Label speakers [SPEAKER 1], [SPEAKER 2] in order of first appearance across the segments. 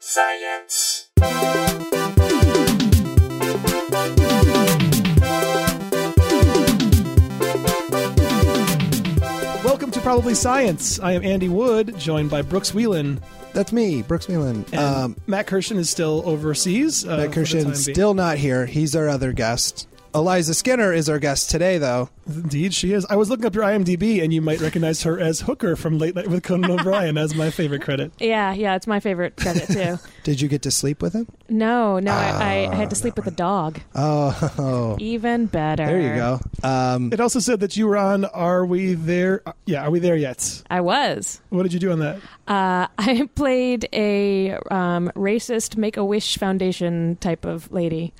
[SPEAKER 1] science.
[SPEAKER 2] Welcome to Probably Science. I am Andy Wood, joined by Brooks Whelan.
[SPEAKER 3] That's me, Brooks Whelan.
[SPEAKER 2] And
[SPEAKER 3] Um,
[SPEAKER 2] Matt Kirshen is still overseas. Uh,
[SPEAKER 3] Matt
[SPEAKER 2] for the time
[SPEAKER 3] Kirshen
[SPEAKER 2] being.
[SPEAKER 3] still not here. He's our other guest. Eliza Skinner is our guest today, though.
[SPEAKER 2] Indeed, she is. I was looking up your IMDb, and you might recognize her as Hooker from Late Night with Conan O'Brien as my favorite credit.
[SPEAKER 4] Yeah, yeah, it's my favorite credit too.
[SPEAKER 3] Did you get to sleep with him?
[SPEAKER 4] no, no, I, I had to sleep with a dog.
[SPEAKER 3] Ah, Oh,
[SPEAKER 4] Even better.
[SPEAKER 3] there you go. Um,
[SPEAKER 2] It also said that you were on Are We There? uh, yeah, Are We There Yet?
[SPEAKER 4] I was.
[SPEAKER 2] What did you do on that?
[SPEAKER 4] Uh, I played a um, racist Make a Wish Foundation type of lady.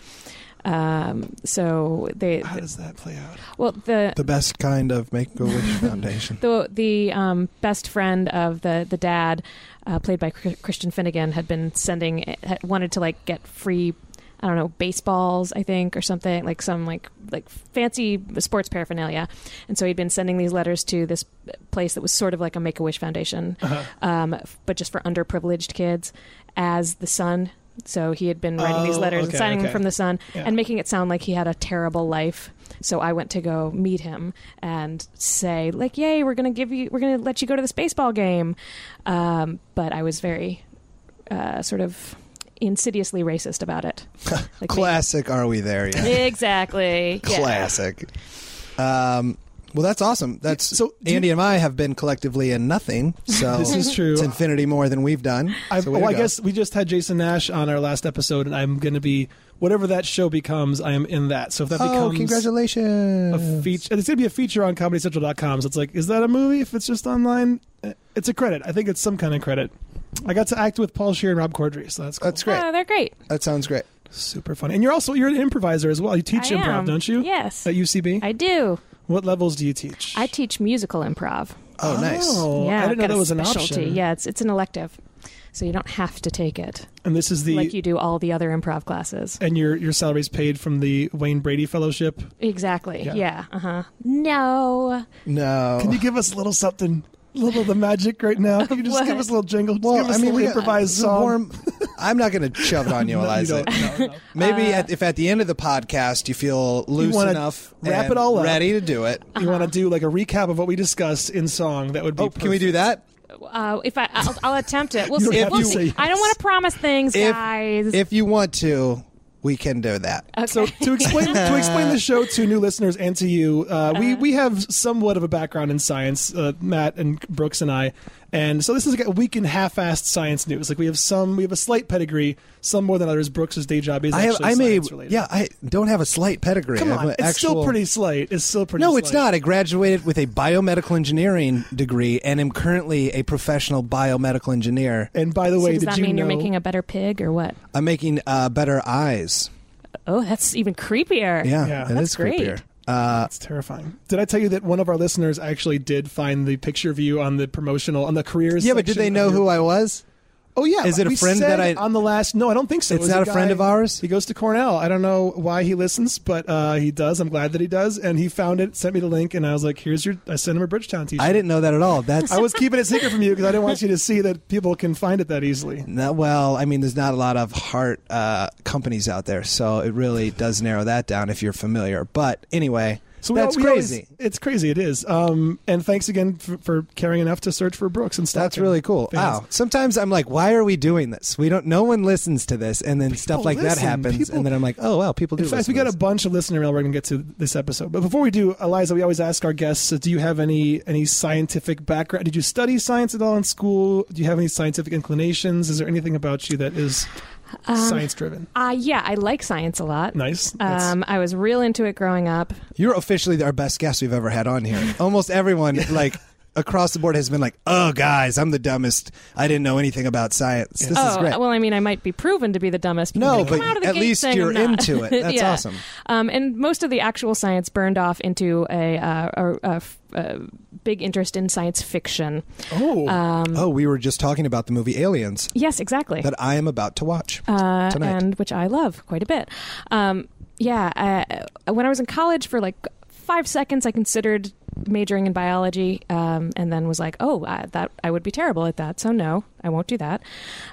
[SPEAKER 4] Um, so they,
[SPEAKER 2] How does that play out?
[SPEAKER 4] well, the
[SPEAKER 3] the best kind of Make a Wish Foundation.
[SPEAKER 4] the the um, best friend of the the dad, uh, played by Chris- Christian Finnegan, had been sending had wanted to like get free. I don't know baseballs, I think, or something like some like like fancy sports paraphernalia, and so he'd been sending these letters to this place that was sort of like a Make a Wish Foundation,
[SPEAKER 2] Uh-huh.
[SPEAKER 4] um, f- but just for underprivileged kids, as the son. So he had been writing these
[SPEAKER 2] Oh,
[SPEAKER 4] letters
[SPEAKER 2] okay,
[SPEAKER 4] and signing
[SPEAKER 2] okay.
[SPEAKER 4] them from the son,
[SPEAKER 2] Yeah.
[SPEAKER 4] and making it sound like he had a terrible life. So I went to go meet him and say, like, "Yay, we're gonna give you, we're gonna let you go to this baseball game." Um, but I was very uh, sort of insidiously racist about it. Like,
[SPEAKER 3] Classic. Are we there yet?
[SPEAKER 4] Exactly. Yeah.
[SPEAKER 3] Classic. Um, well, that's awesome. That's
[SPEAKER 2] So,
[SPEAKER 3] so.
[SPEAKER 2] do you-
[SPEAKER 3] Andy and I have been collectively in nothing. So
[SPEAKER 2] This is true.
[SPEAKER 3] It's infinity more than we've done.
[SPEAKER 2] I've,
[SPEAKER 3] So way
[SPEAKER 2] oh,
[SPEAKER 3] to
[SPEAKER 2] I
[SPEAKER 3] go.
[SPEAKER 2] guess we just had Jason Nash on our last episode, and I'm going to be whatever that show becomes. I am in that. So if that
[SPEAKER 3] Oh,
[SPEAKER 2] becomes a
[SPEAKER 3] congratulations!
[SPEAKER 2] feature, it's going to be a feature on ComedyCentral.com. So it's like, is that a movie? If it's just online, Eh, it's a credit. I think it's some kind of credit. I got to act with Paul Shear and Rob Corddry, so that's cool.
[SPEAKER 3] That's great.
[SPEAKER 4] Oh, they're great.
[SPEAKER 3] That sounds great.
[SPEAKER 2] super fun. And you're also you're an improviser as well. You teach
[SPEAKER 4] I
[SPEAKER 2] improv,
[SPEAKER 4] am.
[SPEAKER 2] don't you?
[SPEAKER 4] Yes,
[SPEAKER 2] At UCB,
[SPEAKER 4] I do.
[SPEAKER 2] what levels do you teach?
[SPEAKER 4] I teach musical improv.
[SPEAKER 3] Oh, nice.
[SPEAKER 2] Oh,
[SPEAKER 4] yeah,
[SPEAKER 2] I
[SPEAKER 4] I've
[SPEAKER 2] didn't know
[SPEAKER 4] got
[SPEAKER 2] that
[SPEAKER 4] a
[SPEAKER 2] was an
[SPEAKER 4] specialty.
[SPEAKER 2] option.
[SPEAKER 4] Yeah, it's it's an elective, so you don't have to take it
[SPEAKER 2] And this is the
[SPEAKER 4] like you do all the other improv classes.
[SPEAKER 2] and your your salary is paid from the Wayne Brady Fellowship.
[SPEAKER 4] Exactly.
[SPEAKER 2] Yeah.
[SPEAKER 4] Yeah. Uh huh. No.
[SPEAKER 3] No.
[SPEAKER 2] Can you give us a little something, a little of the magic right now? Can you just
[SPEAKER 4] What?
[SPEAKER 2] give us a little jingle? Just give us a
[SPEAKER 3] we
[SPEAKER 2] little
[SPEAKER 3] got-
[SPEAKER 2] improvised
[SPEAKER 3] the
[SPEAKER 2] song.
[SPEAKER 3] warm- I'm not going to shove it on you,
[SPEAKER 2] No, you
[SPEAKER 3] Eliza.
[SPEAKER 2] don't. No, no.
[SPEAKER 3] Maybe
[SPEAKER 4] Uh,
[SPEAKER 3] at, if at the end of the podcast you feel loose
[SPEAKER 2] wanna
[SPEAKER 3] enough,
[SPEAKER 2] wrap
[SPEAKER 3] and
[SPEAKER 2] it all up. Oh,
[SPEAKER 3] ready to do it.
[SPEAKER 4] Uh-huh.
[SPEAKER 2] You want to do like a recap of what we discussed in song? That would be.
[SPEAKER 3] Oh, can we do that?
[SPEAKER 4] Uh, if I, I'll, I'll attempt it. We'll
[SPEAKER 2] You
[SPEAKER 4] see.
[SPEAKER 2] have
[SPEAKER 4] We'll
[SPEAKER 2] to
[SPEAKER 4] see.
[SPEAKER 2] say
[SPEAKER 4] I don't want to promise things,
[SPEAKER 3] If
[SPEAKER 4] guys. Oh.
[SPEAKER 3] if you want to, we can do that.
[SPEAKER 4] okay.
[SPEAKER 2] So to explain to explain the show to new listeners and to you, uh, we
[SPEAKER 4] Uh-huh.
[SPEAKER 2] we have somewhat of a background in science, uh, Matt and Brooks and I, and so this is like a week in half-assed science news. Like we have some, we have a slight pedigree, some more than others. Brooks' day job is
[SPEAKER 3] I have.
[SPEAKER 2] actually
[SPEAKER 3] I'm a.
[SPEAKER 2] science related.
[SPEAKER 3] Yeah, I don't have a slight pedigree.
[SPEAKER 2] come
[SPEAKER 3] I have
[SPEAKER 2] on,
[SPEAKER 3] an
[SPEAKER 2] it's still
[SPEAKER 3] actual-
[SPEAKER 2] pretty slight. It's still pretty.
[SPEAKER 3] No, it's
[SPEAKER 2] slight.
[SPEAKER 3] not. I graduated with a biomedical engineering degree and am currently a professional biomedical engineer.
[SPEAKER 2] And by the
[SPEAKER 4] So
[SPEAKER 2] way,
[SPEAKER 4] does
[SPEAKER 2] did
[SPEAKER 4] that
[SPEAKER 2] you
[SPEAKER 4] mean
[SPEAKER 2] know?
[SPEAKER 4] you're making a better pig or what?
[SPEAKER 3] I'm making uh, better eyes.
[SPEAKER 4] Oh, that's even creepier.
[SPEAKER 3] Yeah,
[SPEAKER 2] Yeah.
[SPEAKER 3] it
[SPEAKER 4] That's
[SPEAKER 3] is
[SPEAKER 4] great.
[SPEAKER 3] creepier. Uh,
[SPEAKER 2] That's terrifying. Did I tell you that one of our listeners actually did find the picture of you on the promotional on the careers?
[SPEAKER 3] yeah, but did
[SPEAKER 2] section
[SPEAKER 3] they
[SPEAKER 2] of
[SPEAKER 3] know
[SPEAKER 2] your-
[SPEAKER 3] who I was?
[SPEAKER 2] Oh yeah,
[SPEAKER 3] Is it a
[SPEAKER 2] we
[SPEAKER 3] friend
[SPEAKER 2] said
[SPEAKER 3] that I-
[SPEAKER 2] on the last? No, I don't think so. It
[SPEAKER 3] It's
[SPEAKER 2] was
[SPEAKER 3] not a friend
[SPEAKER 2] guy-
[SPEAKER 3] of ours?
[SPEAKER 2] He goes to Cornell. I don't know why he listens, but uh, he does. I'm glad that he does. And he found it, sent me the link, and I was like, "Here's your." I sent him a Bridgetown T-shirt.
[SPEAKER 3] I didn't know that at all. That's
[SPEAKER 2] I was keeping it secret from you because I didn't want you to see that people can find it that easily.
[SPEAKER 3] No, well, I mean, there's not a lot of heart uh, companies out there, so it really does narrow that down if you're familiar. But anyway,
[SPEAKER 2] So we-
[SPEAKER 3] that's
[SPEAKER 2] we always-
[SPEAKER 3] crazy.
[SPEAKER 2] it's crazy. It is. Um, and thanks again for, for caring enough to search for Brooks and stuff.
[SPEAKER 3] that's really cool.
[SPEAKER 2] Fans.
[SPEAKER 3] Wow. Sometimes I'm like, why are we doing this? We don't. No one listens to this, and then stuff like that
[SPEAKER 2] listen.
[SPEAKER 3] happens,
[SPEAKER 2] People-
[SPEAKER 3] and then I'm like, oh wow, people do.
[SPEAKER 2] In fact,
[SPEAKER 3] listen
[SPEAKER 2] we got
[SPEAKER 3] to
[SPEAKER 2] a bunch of listener mail we're going to get to this episode. But before we do, Eliza, we always ask our guests: uh, Do you have any any scientific background? Did you study science at all in school? Do you have any scientific inclinations? Is there anything about you that is science driven?
[SPEAKER 4] Uh, yeah, I like science a lot.
[SPEAKER 2] Nice. That's-
[SPEAKER 4] Um, I was real into it growing up.
[SPEAKER 3] this. You're officially our best guest we've ever had on here. Almost everyone like. Across the board has been like, oh guys, I'm the dumbest. I didn't know anything about science. This is
[SPEAKER 4] oh,
[SPEAKER 3] great.
[SPEAKER 4] well, I mean, I might be proven to be the dumbest.
[SPEAKER 3] no,
[SPEAKER 4] when I come
[SPEAKER 3] but
[SPEAKER 4] out of the
[SPEAKER 3] at
[SPEAKER 4] gate
[SPEAKER 3] least
[SPEAKER 4] saying
[SPEAKER 3] you're
[SPEAKER 4] I'm not.
[SPEAKER 3] into it. That's
[SPEAKER 4] Yeah.
[SPEAKER 3] awesome.
[SPEAKER 4] Um, and most of the actual science burned off into a, uh, a, a f- a big interest in science fiction.
[SPEAKER 2] oh,
[SPEAKER 4] um,
[SPEAKER 3] oh, we were just talking about the movie Aliens
[SPEAKER 4] Yes, exactly.
[SPEAKER 3] that I am about to watch.
[SPEAKER 4] uh,
[SPEAKER 3] tonight.
[SPEAKER 4] and which I love quite a bit. uh, Um, yeah, I, when I was in college for like five seconds, I considered majoring in biology, um, and then was like, oh, I, that I would be terrible at that, so no, I won't do that.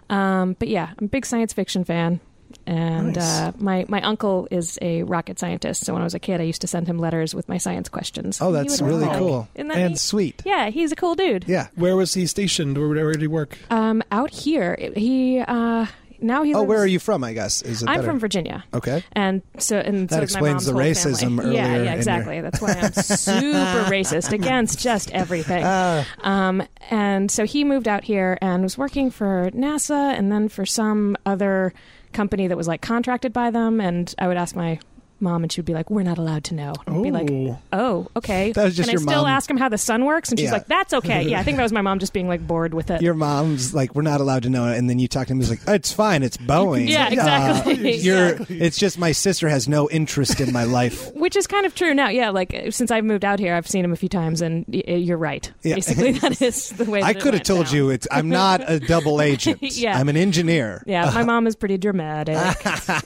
[SPEAKER 4] Um, but yeah, I'm a big science fiction fan. And
[SPEAKER 2] Nice.
[SPEAKER 4] uh, my my uncle is a rocket scientist, so when I was a kid, I used to send him letters with my science questions.
[SPEAKER 3] Oh,
[SPEAKER 4] He
[SPEAKER 3] that's
[SPEAKER 4] would
[SPEAKER 3] really
[SPEAKER 4] reply.
[SPEAKER 3] cool
[SPEAKER 4] Isn't that
[SPEAKER 3] and
[SPEAKER 4] neat?
[SPEAKER 3] sweet.
[SPEAKER 4] Yeah, he's a cool dude.
[SPEAKER 3] Yeah.
[SPEAKER 2] Where was he stationed, or where did he work?
[SPEAKER 4] Um, out here, it- he uh, now he.
[SPEAKER 3] Oh,
[SPEAKER 4] lives-
[SPEAKER 3] where are you from? I guess is it.
[SPEAKER 4] I'm
[SPEAKER 3] better?
[SPEAKER 4] from Virginia.
[SPEAKER 3] Okay.
[SPEAKER 4] And so, and
[SPEAKER 3] That
[SPEAKER 4] so did my
[SPEAKER 3] explains
[SPEAKER 4] mom's
[SPEAKER 3] the
[SPEAKER 4] whole
[SPEAKER 3] racism
[SPEAKER 4] family. Yeah,
[SPEAKER 3] earlier in
[SPEAKER 4] yeah,
[SPEAKER 3] your-
[SPEAKER 4] exactly. That's why I'm super racist against just everything.
[SPEAKER 3] Ah.
[SPEAKER 4] Um, and so he moved out here and was working for NASA and then for some other company that was like contracted by them. And I would ask my mom, and she would be like, "We're not allowed to know." And I'd be like,
[SPEAKER 2] Oh.
[SPEAKER 4] "Oh, okay."
[SPEAKER 3] That was just
[SPEAKER 4] Can
[SPEAKER 3] your
[SPEAKER 4] I still
[SPEAKER 3] mom.
[SPEAKER 4] ask him how the sun works? And she's
[SPEAKER 3] Yeah.
[SPEAKER 4] like, "That's okay." Yeah, I think that was my mom just being like bored with it.
[SPEAKER 3] Your mom's like, we're not allowed to know, and then you talk to him. He's like, it's fine, it's Boeing.
[SPEAKER 4] Yeah, exactly.
[SPEAKER 3] Uh, you're, It's just my sister has no interest in my life.
[SPEAKER 4] Which is kind of true now. Yeah, like uh, since I've moved out here, I've seen him a few times, and y- y- you're right.
[SPEAKER 3] Yeah.
[SPEAKER 4] Basically, that is the way.
[SPEAKER 3] I
[SPEAKER 4] that it
[SPEAKER 3] could have
[SPEAKER 4] went
[SPEAKER 3] told
[SPEAKER 4] down.
[SPEAKER 3] you it's. I'm not a double agent.
[SPEAKER 4] Yeah.
[SPEAKER 3] I'm an engineer.
[SPEAKER 4] Yeah, my mom is pretty dramatic,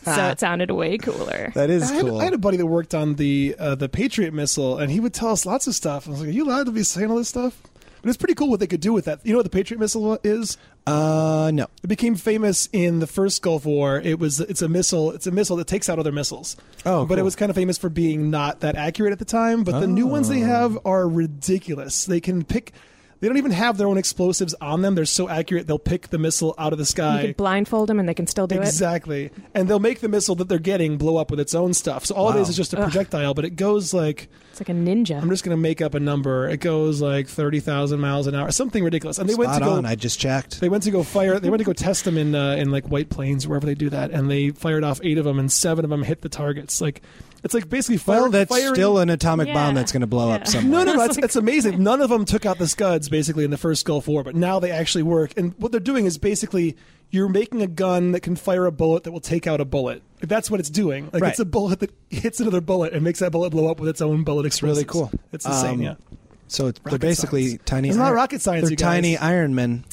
[SPEAKER 4] so it sounded way cooler.
[SPEAKER 3] That is
[SPEAKER 2] I had,
[SPEAKER 3] cool.
[SPEAKER 2] I had a buddy that worked on the uh, the Patriot missile, and he would tell us lots of stuff. I was like, "Are you allowed to be saying all this stuff?" But it's pretty cool what they could do with that. You know what the Patriot missile wa- is?
[SPEAKER 3] uh, no.
[SPEAKER 2] It became famous in the first Gulf War. It was it's a missile. It's a missile that takes out other missiles.
[SPEAKER 3] Oh,
[SPEAKER 2] but it
[SPEAKER 3] cool.
[SPEAKER 2] was kind of famous for being not that accurate at the time. But the new ones
[SPEAKER 3] Oh.
[SPEAKER 2] they have are ridiculous. They can pick. They don't even have their own explosives on them. They're so accurate. They'll pick the missile out of the
[SPEAKER 4] You
[SPEAKER 2] sky.
[SPEAKER 4] could blindfold them, and they can still do it.
[SPEAKER 2] Exactly. And they'll make the missile that they're getting blow up with its own stuff. So all it is
[SPEAKER 3] Wow.
[SPEAKER 2] is just a projectile, but it goes like
[SPEAKER 4] It's like a ninja.
[SPEAKER 2] I'm just going to make up a number. It goes like 30,000 miles an hour, something ridiculous. And they went
[SPEAKER 3] Spot
[SPEAKER 2] to go
[SPEAKER 3] on. I just checked.
[SPEAKER 2] they went to go fire they went to go test them in uh, in like White Plains wherever they do that and they fired off 8 of them and 7 of them hit the targets. Like it's like basically fire,
[SPEAKER 3] well, that's
[SPEAKER 2] firing
[SPEAKER 3] still an atomic bomb
[SPEAKER 4] Yeah.
[SPEAKER 3] that's going to blow
[SPEAKER 4] Yeah.
[SPEAKER 3] up somewhere.
[SPEAKER 2] no, no, no. It's, it's amazing. None of them took out the Scuds basically in the first Gulf War, but now they actually work. And what they're doing is basically you're making a gun that can fire a bullet that will take out a bullet. Like, that's what it's doing. Like
[SPEAKER 3] Right.
[SPEAKER 2] it's a bullet that hits another bullet and makes that bullet blow up with its own bullet explosives.
[SPEAKER 3] really cool.
[SPEAKER 2] It's insane.
[SPEAKER 3] Um,
[SPEAKER 2] yeah,
[SPEAKER 3] So it's, they're
[SPEAKER 2] Rocket
[SPEAKER 3] basically
[SPEAKER 2] science.
[SPEAKER 3] tiny.
[SPEAKER 2] It's not
[SPEAKER 3] iron-
[SPEAKER 2] rocket science,
[SPEAKER 3] They're
[SPEAKER 2] you guys.
[SPEAKER 3] tiny Iron Men.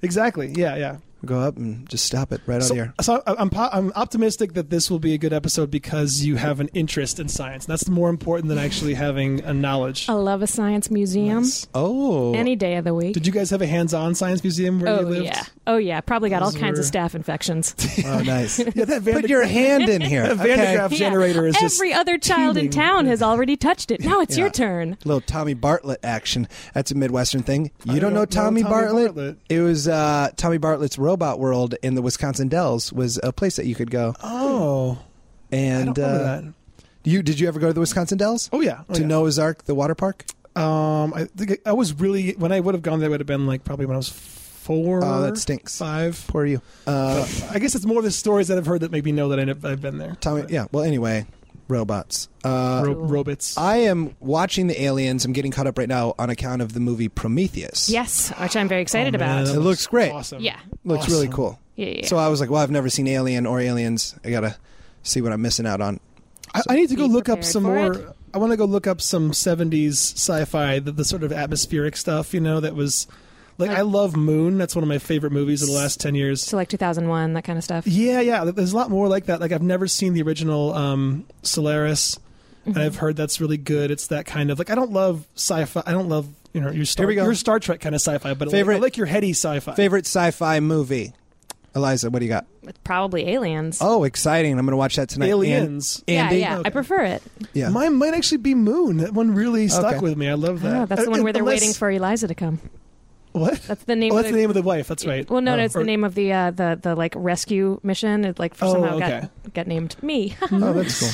[SPEAKER 2] exactly. Yeah, yeah.
[SPEAKER 3] Go up and just stop it right out
[SPEAKER 2] So,
[SPEAKER 3] here.
[SPEAKER 2] so I- I'm po- I'm optimistic that this will be a good episode because you have an interest in science. That's more important than actually having a knowledge.
[SPEAKER 4] I love a science museum
[SPEAKER 2] Nice.
[SPEAKER 3] Oh,
[SPEAKER 4] any day of the week.
[SPEAKER 2] Did you guys have a hands-on science museum where you
[SPEAKER 4] oh
[SPEAKER 2] lived?
[SPEAKER 4] yeah, oh yeah. Probably got all
[SPEAKER 2] Those
[SPEAKER 4] kinds of
[SPEAKER 2] were-
[SPEAKER 4] staph infections.
[SPEAKER 3] oh, nice.
[SPEAKER 2] Yeah, that Van
[SPEAKER 3] Put your hand in here.
[SPEAKER 2] That Vandegraaft
[SPEAKER 3] Okay.
[SPEAKER 4] Yeah.
[SPEAKER 2] generator is just
[SPEAKER 4] Every other child in
[SPEAKER 2] teeming.
[SPEAKER 4] town has already touched it. Now it's
[SPEAKER 3] Yeah.
[SPEAKER 4] your turn.
[SPEAKER 3] Little Tommy Bartlett action. That's a Midwestern thing. You
[SPEAKER 2] I
[SPEAKER 3] don't, know, Tommy, Bartlett?
[SPEAKER 2] Bartlett.
[SPEAKER 3] It was uh, Tommy Bartlett's Robot World in the Wisconsin Dells was a place that you could go.
[SPEAKER 2] Oh,
[SPEAKER 3] And
[SPEAKER 2] I don't remember
[SPEAKER 3] uh,
[SPEAKER 2] that.
[SPEAKER 3] you did you ever go to the Wisconsin Dells?
[SPEAKER 2] Oh yeah, oh,
[SPEAKER 3] to
[SPEAKER 2] yeah.
[SPEAKER 3] Noah's Ark, the water park.
[SPEAKER 2] Um, I think I was really when I would have gone there would have been like probably when I was four.
[SPEAKER 3] Oh, that stinks.
[SPEAKER 2] Five.
[SPEAKER 3] Poor you. Uh,
[SPEAKER 2] I guess it's more the stories that I've heard that make me know that I- I've been there.
[SPEAKER 3] Tommy. Yeah. Well, anyway, robots.
[SPEAKER 2] Ro-
[SPEAKER 3] Uh,
[SPEAKER 2] robots.
[SPEAKER 3] I am watching the aliens. I'm getting caught up right now on account of the movie Prometheus.
[SPEAKER 4] Yes, which I'm very excited
[SPEAKER 2] Oh, man,
[SPEAKER 4] about.
[SPEAKER 2] that
[SPEAKER 3] It looks great.
[SPEAKER 2] Awesome.
[SPEAKER 4] Yeah.
[SPEAKER 3] looks
[SPEAKER 2] Awesome.
[SPEAKER 3] really cool.
[SPEAKER 4] Yeah, yeah.
[SPEAKER 3] So I was like, well, I've never seen Alien or Aliens. I gotta see what I'm missing out on.
[SPEAKER 2] I, I need to go
[SPEAKER 4] Be
[SPEAKER 2] look up
[SPEAKER 4] prepared
[SPEAKER 2] some
[SPEAKER 4] for
[SPEAKER 2] more.
[SPEAKER 4] it.
[SPEAKER 2] I want to go look up some '70s sci-fi, the, the sort of atmospheric stuff. You know, that was like I love Moon. That's one of my favorite movies of the last ten years.
[SPEAKER 4] so like 2001, that kind of stuff.
[SPEAKER 2] Yeah, yeah. There's a lot more like that. Like I've never seen the original um, Solaris,
[SPEAKER 4] Mm-hmm.
[SPEAKER 2] and I've heard that's really good. It's that kind of like I don't love sci-fi. I don't love you know your Star,
[SPEAKER 3] Here we go.
[SPEAKER 2] your Star Trek kind of sci-fi, but I like-
[SPEAKER 3] Favorite-
[SPEAKER 2] I like your heady sci-fi.
[SPEAKER 3] Favorite sci-fi movie? Eliza, what do you got?
[SPEAKER 4] It's probably aliens.
[SPEAKER 3] Oh, exciting! I'm going to watch that tonight.
[SPEAKER 2] Aliens.
[SPEAKER 3] And,
[SPEAKER 4] yeah,
[SPEAKER 3] Andy.
[SPEAKER 4] yeah. I prefer it.
[SPEAKER 3] Yeah.
[SPEAKER 2] Mine might actually be Moon. That one really stuck
[SPEAKER 3] Okay.
[SPEAKER 2] with me. I love that. Uh,
[SPEAKER 4] Oh, that's the one where they're
[SPEAKER 2] Unless-
[SPEAKER 4] waiting for Eliza to come.
[SPEAKER 2] what?
[SPEAKER 4] That's the name.
[SPEAKER 2] Oh,
[SPEAKER 4] of
[SPEAKER 2] that's the name of the wife. That's right. Oh.
[SPEAKER 4] Well, no, no, it's
[SPEAKER 2] Or-
[SPEAKER 4] the name of the uh, the the like rescue mission. It like
[SPEAKER 2] Oh,
[SPEAKER 4] somehow
[SPEAKER 2] okay.
[SPEAKER 4] got got named me.
[SPEAKER 3] oh, that's cool.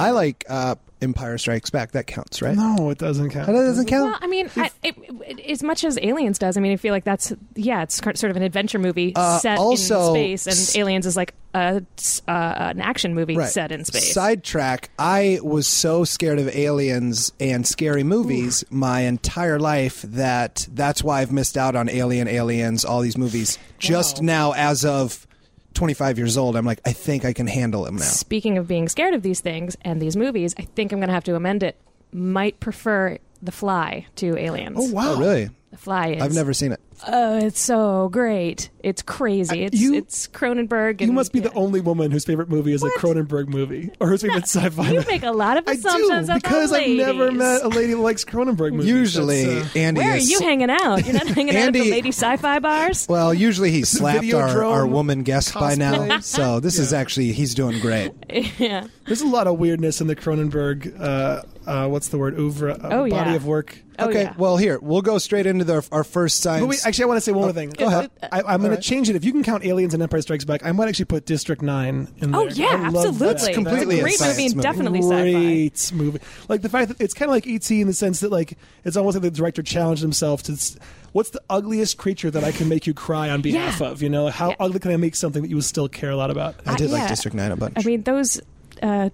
[SPEAKER 3] I like uh, Empire Strikes Back. That counts, right?
[SPEAKER 2] No, it doesn't
[SPEAKER 3] That
[SPEAKER 2] count.
[SPEAKER 3] doesn't count.
[SPEAKER 4] well, I mean, I, it, it- as much as Aliens does, I mean, I feel like that's yeah, it's cr- sort of an adventure movie
[SPEAKER 3] Uh,
[SPEAKER 4] set
[SPEAKER 3] also-
[SPEAKER 4] in space, and Aliens is like a s- uh, an action movie set in space.
[SPEAKER 3] Sidetrack. I was so scared of aliens and scary movies my entire life that that's why I've missed out on Alien, Aliens, all these movies. Just now, as of 25 years old, I'm like, I think I can handle them now.
[SPEAKER 4] Speaking of being scared of these things and these movies, I think I'm going to have to amend it. Might prefer The Fly to Aliens.
[SPEAKER 2] Oh wow!
[SPEAKER 3] Oh, really?
[SPEAKER 4] The Fly is.
[SPEAKER 3] I've never seen it.
[SPEAKER 4] Oh, it's so great! It's crazy. It's
[SPEAKER 2] you-
[SPEAKER 4] it's Cronenberg. And,
[SPEAKER 2] You must be
[SPEAKER 4] yeah.
[SPEAKER 2] the only woman whose favorite movie is a Cronenberg movie, or whose favorite sci-fi.
[SPEAKER 4] You
[SPEAKER 2] movie.
[SPEAKER 4] make a lot of
[SPEAKER 2] I do
[SPEAKER 4] assumptions about
[SPEAKER 2] because I've never
[SPEAKER 4] ladies.
[SPEAKER 2] met a lady that likes Cronenberg movies.
[SPEAKER 3] Usually,
[SPEAKER 2] That's, uh,
[SPEAKER 3] Andy
[SPEAKER 4] Where are
[SPEAKER 3] is.
[SPEAKER 4] you hanging out? You're not hanging out at
[SPEAKER 3] Andy-
[SPEAKER 4] the lady sci-fi bars.
[SPEAKER 3] well, usually he slapped our,
[SPEAKER 2] Videodrome,
[SPEAKER 3] our woman guest by now.
[SPEAKER 2] cosplay.
[SPEAKER 3] So this is
[SPEAKER 2] Yeah.
[SPEAKER 3] actually he's doing great.
[SPEAKER 4] yeah.
[SPEAKER 2] there's a lot of weirdness in the Cronenberg. Uh, uh, what's the word? Oeuvre, uh,
[SPEAKER 4] Oh,
[SPEAKER 2] body
[SPEAKER 4] yeah.
[SPEAKER 2] of work.
[SPEAKER 4] Oh,
[SPEAKER 3] okay,
[SPEAKER 4] yeah.
[SPEAKER 3] well here we'll go straight into the, our first science.
[SPEAKER 2] But wait, actually, I want to say one more thing. Go
[SPEAKER 4] ahead.
[SPEAKER 2] I, I'm going to change it. If you can count Aliens and Empire Strikes Back, I might actually put District Nine in there.
[SPEAKER 4] Oh yeah,
[SPEAKER 2] I love
[SPEAKER 4] absolutely.
[SPEAKER 2] That.
[SPEAKER 3] completely a
[SPEAKER 4] it's a great
[SPEAKER 3] science
[SPEAKER 4] movie and
[SPEAKER 3] movie.
[SPEAKER 4] definitely sci-fi.
[SPEAKER 2] great movie. Like the fact that it's kind of like ET in the sense that like it's almost like the director challenged himself to s- what's the ugliest creature that I can make you cry on behalf
[SPEAKER 4] Yeah.
[SPEAKER 2] of. You know, how
[SPEAKER 4] Yeah.
[SPEAKER 2] ugly can I make something that you will still care a lot about?
[SPEAKER 3] I did like
[SPEAKER 4] yeah.
[SPEAKER 3] District Nine a bunch.
[SPEAKER 4] I mean, those uh,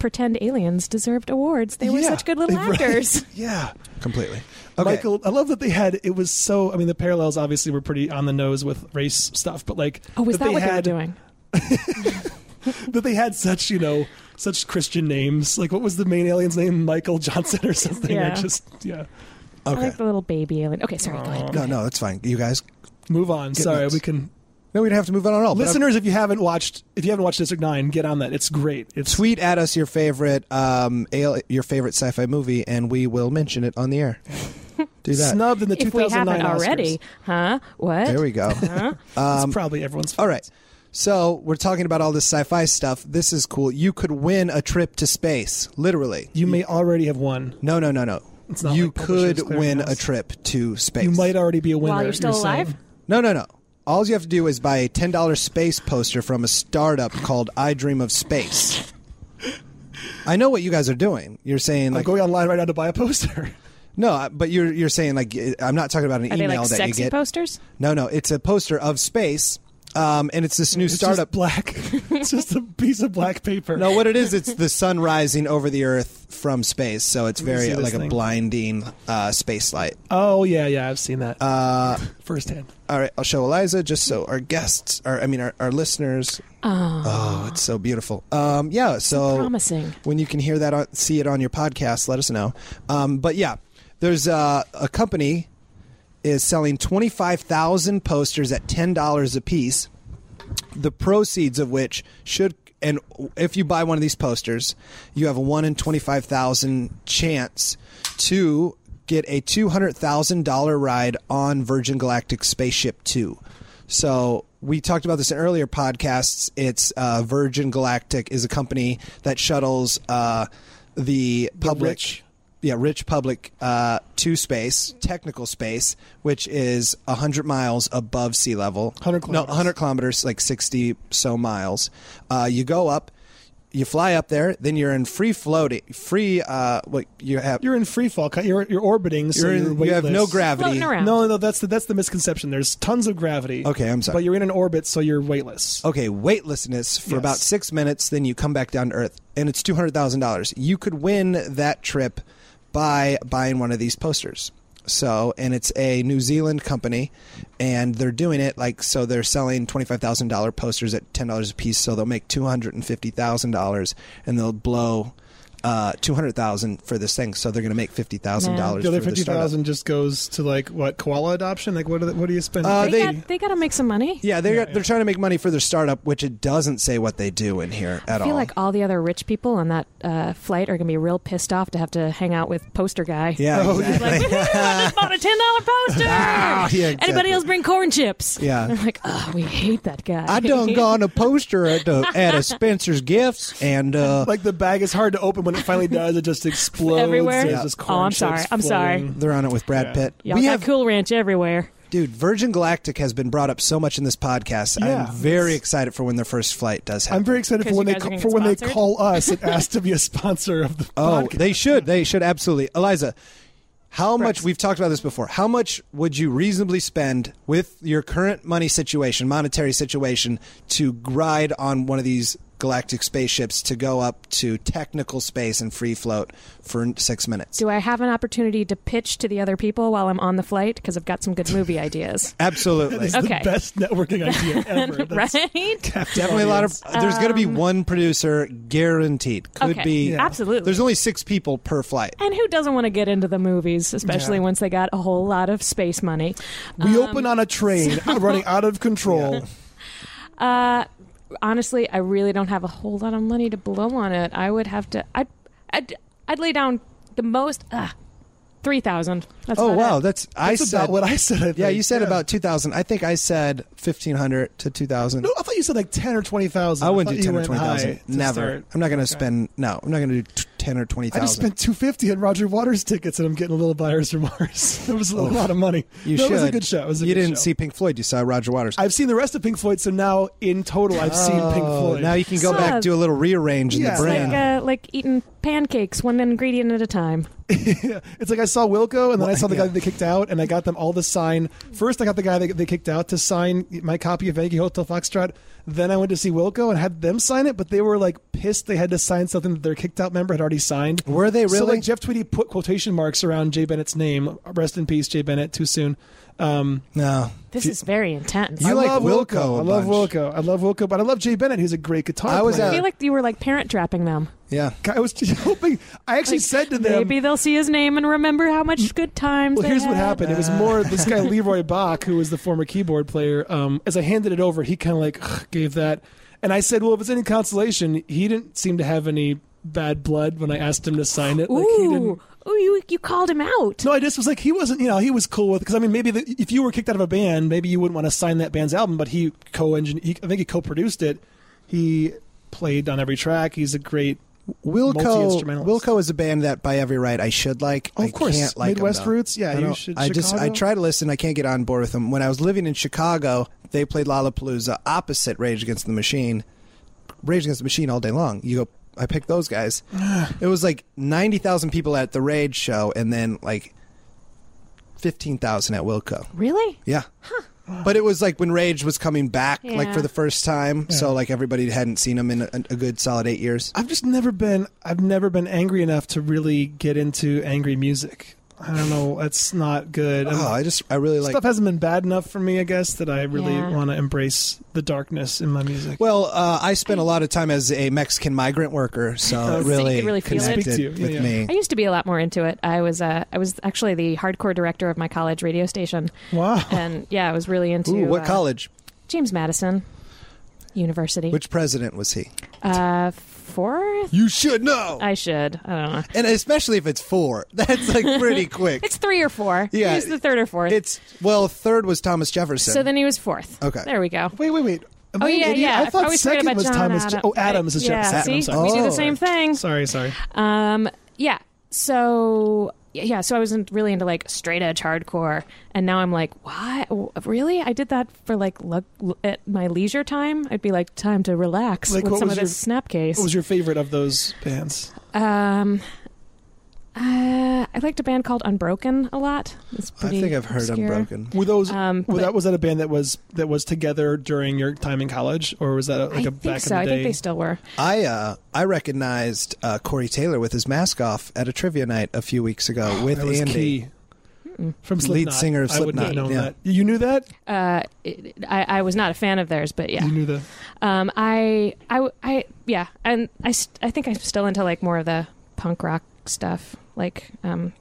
[SPEAKER 4] pretend aliens deserved awards. They were
[SPEAKER 2] Yeah,
[SPEAKER 4] such good little
[SPEAKER 2] right.
[SPEAKER 4] actors.
[SPEAKER 2] Yeah.
[SPEAKER 3] completely. Okay.
[SPEAKER 2] Michael, I love that they had it was so. I mean, the parallels obviously were pretty on the nose with race stuff, but like,
[SPEAKER 4] Oh, was
[SPEAKER 2] that
[SPEAKER 4] that,
[SPEAKER 2] they
[SPEAKER 4] what
[SPEAKER 2] had,
[SPEAKER 4] they were doing?
[SPEAKER 2] That they had such, you know, such Christian names. Like, what was the main alien's name? Michael Johnson or something?
[SPEAKER 4] Yeah.
[SPEAKER 2] I just, yeah.
[SPEAKER 4] I
[SPEAKER 3] okay.
[SPEAKER 4] like the little baby alien. Okay, sorry. Go ahead.
[SPEAKER 3] No, no, that's fine. You guys.
[SPEAKER 2] Move on.
[SPEAKER 3] Get
[SPEAKER 2] Sorry,
[SPEAKER 3] nuts.
[SPEAKER 2] we can
[SPEAKER 3] No, we don't have to move on at all. but uh, I'm-
[SPEAKER 2] Listeners, if you haven't watched, if you haven't watched District Nine, get on that. It's great. It's
[SPEAKER 3] tweet at us your favorite um al- your favorite sci-fi movie and we will mention it on the air do that
[SPEAKER 2] snubbed in the
[SPEAKER 4] If we
[SPEAKER 2] 2009
[SPEAKER 4] haven't already,
[SPEAKER 2] Oscars.
[SPEAKER 4] huh? What?
[SPEAKER 3] there we go
[SPEAKER 2] it's probably everyone's.
[SPEAKER 3] Um, all right so we're talking about all this sci-fi stuff this is cool you could win a trip to space literally
[SPEAKER 2] You may already have won.
[SPEAKER 3] no no no no
[SPEAKER 2] It's not
[SPEAKER 3] you
[SPEAKER 2] like Publishers
[SPEAKER 3] could win
[SPEAKER 2] Clearinghouse.
[SPEAKER 3] a trip to space
[SPEAKER 2] You might already be a winner
[SPEAKER 4] While you're still alive.
[SPEAKER 2] saying.
[SPEAKER 3] no no no all you have to do is buy a $10 space poster from a startup called i dream of space i know what you guys are doing you're saying
[SPEAKER 2] I'm
[SPEAKER 3] like
[SPEAKER 2] going online right now to buy a poster.
[SPEAKER 3] No, I- but you're you're saying like I'm not talking about an
[SPEAKER 4] Are they
[SPEAKER 3] email
[SPEAKER 4] like
[SPEAKER 3] that you
[SPEAKER 4] sexy
[SPEAKER 3] get.
[SPEAKER 4] posters?
[SPEAKER 3] No, no, it's a poster of space, um, and it's this new
[SPEAKER 2] It's just
[SPEAKER 3] startup.
[SPEAKER 2] black. it's just a piece of black paper.
[SPEAKER 3] no, what it is, it's the sun rising over the Earth from space, so it's
[SPEAKER 2] me
[SPEAKER 3] very
[SPEAKER 2] see this
[SPEAKER 3] like a
[SPEAKER 2] thing.
[SPEAKER 3] blinding uh, space light.
[SPEAKER 2] Oh yeah, yeah. I've seen that
[SPEAKER 3] Uh,
[SPEAKER 2] firsthand.
[SPEAKER 3] all right, I'll show Eliza just so our guests, our I mean our, our listeners. Oh. it's so beautiful. Um, yeah, so
[SPEAKER 4] Promising.
[SPEAKER 3] when you can hear that on, see it on your podcast let us know um, but yeah there's uh, a company is selling 25000 posters at $10 a piece the proceeds of which should and if you buy one of these posters you have a 1 in 25000 chance to get a $200000 ride on virgin galactic spaceship 2 so we talked about this in earlier podcasts it's uh, virgin galactic is a company that shuttles uh, the public
[SPEAKER 2] rich.
[SPEAKER 3] yeah, rich public uh, to space, technical space, which is 100 miles above sea level.
[SPEAKER 2] 100
[SPEAKER 3] No,
[SPEAKER 2] kilometers.
[SPEAKER 3] 100 kilometers, like 60 so miles. Uh, you go up, you fly up there, then you're in free floating, free, uh, what you have,
[SPEAKER 2] You're in free fall. You're you're orbiting. So
[SPEAKER 3] you're
[SPEAKER 2] you're
[SPEAKER 3] in- you have
[SPEAKER 2] weightless.
[SPEAKER 3] no gravity.
[SPEAKER 4] Floating around.
[SPEAKER 2] No, no, that's the that's the misconception. There's tons of gravity.
[SPEAKER 3] Okay, I'm sorry.
[SPEAKER 2] But you're in an orbit, so you're weightless.
[SPEAKER 3] Okay, weightlessness for
[SPEAKER 2] Yes.
[SPEAKER 3] about six minutes, then you come back down to Earth, and it's $200,000. You could win that trip by buying one of these posters. So, and it's a New Zealand company, and they're doing it like so they're selling $25,000 posters at $10 a piece, so they'll make $250,000 and they'll blow. Uh, two hundred thousand for this thing, so they're going to make fifty thousand dollars.
[SPEAKER 2] The other
[SPEAKER 3] for the
[SPEAKER 2] fifty
[SPEAKER 3] startup.
[SPEAKER 2] thousand just goes to like what koala adoption? Like what? Are the, what do you spend?
[SPEAKER 3] Uh,
[SPEAKER 4] They,
[SPEAKER 3] they-
[SPEAKER 4] got, they got to make some money.
[SPEAKER 3] Yeah, they're they're trying to make money for their startup, which it doesn't say what they do in here at
[SPEAKER 4] I feel
[SPEAKER 3] all.
[SPEAKER 4] like all the other rich people on that uh, flight are going to be real pissed off to have to hang out with poster guy.
[SPEAKER 3] yeah,
[SPEAKER 2] Oh, yeah.
[SPEAKER 3] exactly.
[SPEAKER 4] Like, "Woohoo, I just bought a ten dollar poster.
[SPEAKER 3] yeah, exactly.
[SPEAKER 4] Anybody else bring corn chips?
[SPEAKER 3] Ah, Yeah.
[SPEAKER 4] I'm like, oh, we hate that guy.
[SPEAKER 3] I done gone a poster at the at a Spencer's Gifts, and uh,
[SPEAKER 2] like the bag is hard to open when it finally does it just explodes
[SPEAKER 4] Everywhere?
[SPEAKER 2] There's
[SPEAKER 4] Yeah.
[SPEAKER 2] just corn
[SPEAKER 4] Oh, I'm
[SPEAKER 2] chips
[SPEAKER 4] sorry. I'm sorry.
[SPEAKER 2] floating.
[SPEAKER 3] they're on it with Brad
[SPEAKER 2] Yeah.
[SPEAKER 3] Pitt.
[SPEAKER 4] Y'all
[SPEAKER 3] we
[SPEAKER 4] got
[SPEAKER 3] have,
[SPEAKER 4] Cool Ranch everywhere.
[SPEAKER 3] dude. Virgin Galactic has been brought up so much in this podcast.
[SPEAKER 2] Yeah.
[SPEAKER 3] I'm very excited for when their first flight does happen.
[SPEAKER 2] I'm very excited for
[SPEAKER 4] Because
[SPEAKER 2] when
[SPEAKER 4] you
[SPEAKER 2] they
[SPEAKER 4] guys
[SPEAKER 2] ca-
[SPEAKER 4] are gonna
[SPEAKER 2] for
[SPEAKER 4] get
[SPEAKER 2] when they
[SPEAKER 4] sponsored?
[SPEAKER 2] call us and ask to be a sponsor of the
[SPEAKER 3] oh,
[SPEAKER 2] podcast.
[SPEAKER 3] they should. They should absolutely. Eliza, how much we've talked about this before? How much would you reasonably spend with your current money situation, monetary situation, to ride on one of these galactic spaceships to go up to technical space and free float for six minutes.
[SPEAKER 4] Do I have an opportunity to pitch to the other people while I'm on the flight? Because I've got some good movie ideas.
[SPEAKER 3] Absolutely.
[SPEAKER 2] It's
[SPEAKER 4] Okay.
[SPEAKER 2] the best networking idea ever. That's
[SPEAKER 4] right?
[SPEAKER 2] captive
[SPEAKER 3] Definitely a lot of.
[SPEAKER 2] audience. Um,
[SPEAKER 3] There's going to be one producer guaranteed. Could
[SPEAKER 4] Okay.
[SPEAKER 3] be.
[SPEAKER 2] Yeah.
[SPEAKER 4] Absolutely.
[SPEAKER 3] There's only six people per flight.
[SPEAKER 4] and who doesn't want to get into the movies, especially
[SPEAKER 2] Yeah.
[SPEAKER 4] once they got a whole lot of space money?
[SPEAKER 2] We open on a train running out of control.
[SPEAKER 4] Uh, honestly, I really don't have a whole lot of money to blow on it. I would have to. I'd I'd, I'd lay down the most uh, three thousand.
[SPEAKER 3] Oh wow, that's, I
[SPEAKER 2] That's
[SPEAKER 3] said
[SPEAKER 2] about what I said. I
[SPEAKER 3] Yeah,
[SPEAKER 2] think.
[SPEAKER 3] you said about 2000. I think I said 1500 to 2000.
[SPEAKER 2] No, I thought you said like ten or twenty thousand.
[SPEAKER 3] I wouldn't do
[SPEAKER 2] you
[SPEAKER 3] 10 or
[SPEAKER 2] went
[SPEAKER 3] 20,000.
[SPEAKER 2] high to
[SPEAKER 3] Never.
[SPEAKER 2] start.
[SPEAKER 3] I'm not going to spend no, I'm not going to do t- 10 or
[SPEAKER 2] I just
[SPEAKER 3] 20,000.
[SPEAKER 2] spent two fifty on Roger Waters tickets, and I'm getting a little buyer's remorse. It was a lot of money.
[SPEAKER 3] You
[SPEAKER 2] that
[SPEAKER 3] should.
[SPEAKER 2] was a good show. It was a
[SPEAKER 3] you
[SPEAKER 2] good
[SPEAKER 3] didn't
[SPEAKER 2] show.
[SPEAKER 3] see Pink Floyd, you saw Roger Waters.
[SPEAKER 2] I've seen the rest of Pink Floyd, so now in total, I've seen Pink
[SPEAKER 3] Oh,
[SPEAKER 2] Floyd.
[SPEAKER 3] Now you can go
[SPEAKER 4] So-
[SPEAKER 3] back do a little rearrange in
[SPEAKER 2] Yeah.
[SPEAKER 3] the
[SPEAKER 2] It's
[SPEAKER 4] Like
[SPEAKER 3] brain.
[SPEAKER 4] uh, like eating pancakes, one ingredient at a time.
[SPEAKER 2] It's like I saw Wilco, and then I saw the guy
[SPEAKER 3] yeah.
[SPEAKER 2] that they kicked out, and I got them all to sign. First, I got the guy that they kicked out to sign my copy of Yankee Hotel Foxtrot. Then I went to see Wilco and had them sign it, but they were like pissed they had to sign something that their kicked out member had already signed.
[SPEAKER 3] Were they
[SPEAKER 2] So
[SPEAKER 3] really?
[SPEAKER 2] like Jeff Tweedy put quotation marks around Jay Bennett's name. Rest in peace, Jay Bennett. Too soon. Um,
[SPEAKER 3] no.
[SPEAKER 4] This is very intense.
[SPEAKER 3] You
[SPEAKER 2] I
[SPEAKER 3] like
[SPEAKER 2] love
[SPEAKER 3] Wilco a
[SPEAKER 2] I love
[SPEAKER 3] bunch.
[SPEAKER 2] Wilco. I love Wilco, but I love Jay Bennett, who's a great guitar.
[SPEAKER 3] I was
[SPEAKER 4] I
[SPEAKER 2] player.
[SPEAKER 3] at-
[SPEAKER 4] feel like you were like parent trapping them.
[SPEAKER 3] Yeah.
[SPEAKER 2] I was just hoping. I actually
[SPEAKER 4] Like,
[SPEAKER 2] said to them,
[SPEAKER 4] Maybe they'll see his name and remember how much good times.
[SPEAKER 2] Well,
[SPEAKER 4] they
[SPEAKER 2] here's what
[SPEAKER 4] had.
[SPEAKER 2] happened. It was more this guy Leroy Bach, who was the former keyboard player. Um, as I handed it over, he kind of like ugh, gave that, and I said, "Well, if it's any consolation, he didn't seem to have any bad blood when I asked him to sign it. Like, he
[SPEAKER 4] Ooh,
[SPEAKER 2] didn't,
[SPEAKER 4] ooh, you you called him out.
[SPEAKER 2] no, I just was like, he wasn't, you know, he was cool with, because I mean, maybe the, if you were kicked out of a band, maybe you wouldn't want to sign that band's album, but he co engineered, I think he co produced it. He played on every track. He's a great,
[SPEAKER 3] Wilco
[SPEAKER 2] Multi-instrumentalist.
[SPEAKER 3] Wilco is a band that by every right I should like.
[SPEAKER 2] Oh, of
[SPEAKER 3] I
[SPEAKER 2] course.
[SPEAKER 3] can't like 'em,
[SPEAKER 2] Midwest
[SPEAKER 3] though.
[SPEAKER 2] roots? Yeah,
[SPEAKER 3] I
[SPEAKER 2] you
[SPEAKER 3] don't-
[SPEAKER 2] should-
[SPEAKER 3] I just I
[SPEAKER 2] Chicago?
[SPEAKER 3] try to listen. I can't get on board with them. When I was living in Chicago, they played Lollapalooza opposite Rage Against the Machine. Rage Against the Machine all day long. You go. I picked those guys. it was like ninety thousand people at the Rage show, and then like fifteen thousand at Wilco.
[SPEAKER 4] Really?
[SPEAKER 3] Yeah. But it was like when Rage was coming back, like
[SPEAKER 4] Yeah.
[SPEAKER 3] for the first time. So like everybody hadn't seen them in a, a good solid eight years.
[SPEAKER 2] I've just never been, I've never been angry enough to really get into angry music. I don't know. That's not good. I'm-
[SPEAKER 3] Oh, I just I really like
[SPEAKER 2] stuff hasn't been bad enough for me, I guess, that I really
[SPEAKER 4] Yeah.
[SPEAKER 2] want to embrace the darkness in my music.
[SPEAKER 3] Well, uh, I spent a lot of time as a Mexican migrant worker, so it
[SPEAKER 4] Oh, So you
[SPEAKER 3] really,
[SPEAKER 4] could really feel it.
[SPEAKER 3] connected
[SPEAKER 2] Speak to you. Yeah,
[SPEAKER 3] with
[SPEAKER 2] yeah.
[SPEAKER 3] me.
[SPEAKER 4] I used to be a lot more into it. I was uh, I was actually the hardcore director of my college radio station,
[SPEAKER 2] wow.
[SPEAKER 4] and yeah, I was really into
[SPEAKER 3] Ooh, what
[SPEAKER 4] uh,
[SPEAKER 3] college?
[SPEAKER 4] James Madison University.
[SPEAKER 3] Which president was he?
[SPEAKER 4] uh, fourth?
[SPEAKER 3] You should know.
[SPEAKER 4] I should. I don't know.
[SPEAKER 3] and especially if it's four, that's like pretty quick.
[SPEAKER 4] It's three or four.
[SPEAKER 3] Yeah.
[SPEAKER 4] he was the third or fourth.
[SPEAKER 3] It's well, third was Thomas Jefferson.
[SPEAKER 4] so then he was fourth.
[SPEAKER 3] Okay.
[SPEAKER 4] there we go.
[SPEAKER 2] wait, wait, wait. Am
[SPEAKER 4] Oh
[SPEAKER 2] I an
[SPEAKER 4] yeah,
[SPEAKER 2] idiot?
[SPEAKER 4] yeah.
[SPEAKER 2] I thought
[SPEAKER 4] always forget
[SPEAKER 2] second
[SPEAKER 4] about
[SPEAKER 2] was
[SPEAKER 4] John
[SPEAKER 2] Thomas.
[SPEAKER 4] Adam.
[SPEAKER 2] Je- oh, Adams is
[SPEAKER 4] yeah,
[SPEAKER 2] Jefferson. I'm
[SPEAKER 4] See,
[SPEAKER 2] sorry.
[SPEAKER 4] we do
[SPEAKER 3] Oh.
[SPEAKER 4] the same thing.
[SPEAKER 2] Sorry, sorry.
[SPEAKER 4] Um, yeah. So yeah, yeah, so I wasn't really into like straight edge hardcore, and now I'm like, why? w- Really? I did that for like le- le- at my leisure time. I'd be like, time to relax
[SPEAKER 2] Like,
[SPEAKER 4] with
[SPEAKER 2] what
[SPEAKER 4] some
[SPEAKER 2] was
[SPEAKER 4] of this Snapcase.
[SPEAKER 2] What was your favorite of those bands?
[SPEAKER 4] um, uh, I liked a band called Unbroken a lot. It's
[SPEAKER 3] I
[SPEAKER 4] pretty.
[SPEAKER 3] think I've heard
[SPEAKER 4] obscure.
[SPEAKER 3] Unbroken.
[SPEAKER 2] Were those?
[SPEAKER 4] Um,
[SPEAKER 2] were
[SPEAKER 4] but-
[SPEAKER 2] that was that a band that was that was together during your time in college, or was that a, like a
[SPEAKER 4] I
[SPEAKER 2] back
[SPEAKER 4] think so.
[SPEAKER 2] in
[SPEAKER 4] I
[SPEAKER 2] the day?
[SPEAKER 4] think they still were.
[SPEAKER 3] I uh, I recognized uh, Corey Taylor with his mask off at a trivia night a few weeks ago with
[SPEAKER 2] that was
[SPEAKER 3] Andy.
[SPEAKER 2] key. From Slipknot.
[SPEAKER 3] Lead singer of
[SPEAKER 2] I would not have
[SPEAKER 3] Slipknot,
[SPEAKER 2] known
[SPEAKER 3] yeah.
[SPEAKER 2] that. You knew that.
[SPEAKER 4] Uh, it, I, I was not a fan of theirs, but yeah.
[SPEAKER 2] You knew that.
[SPEAKER 4] Um, I, I, I, yeah, and I, st- I think I'm still into like more of the punk rock stuff, like um.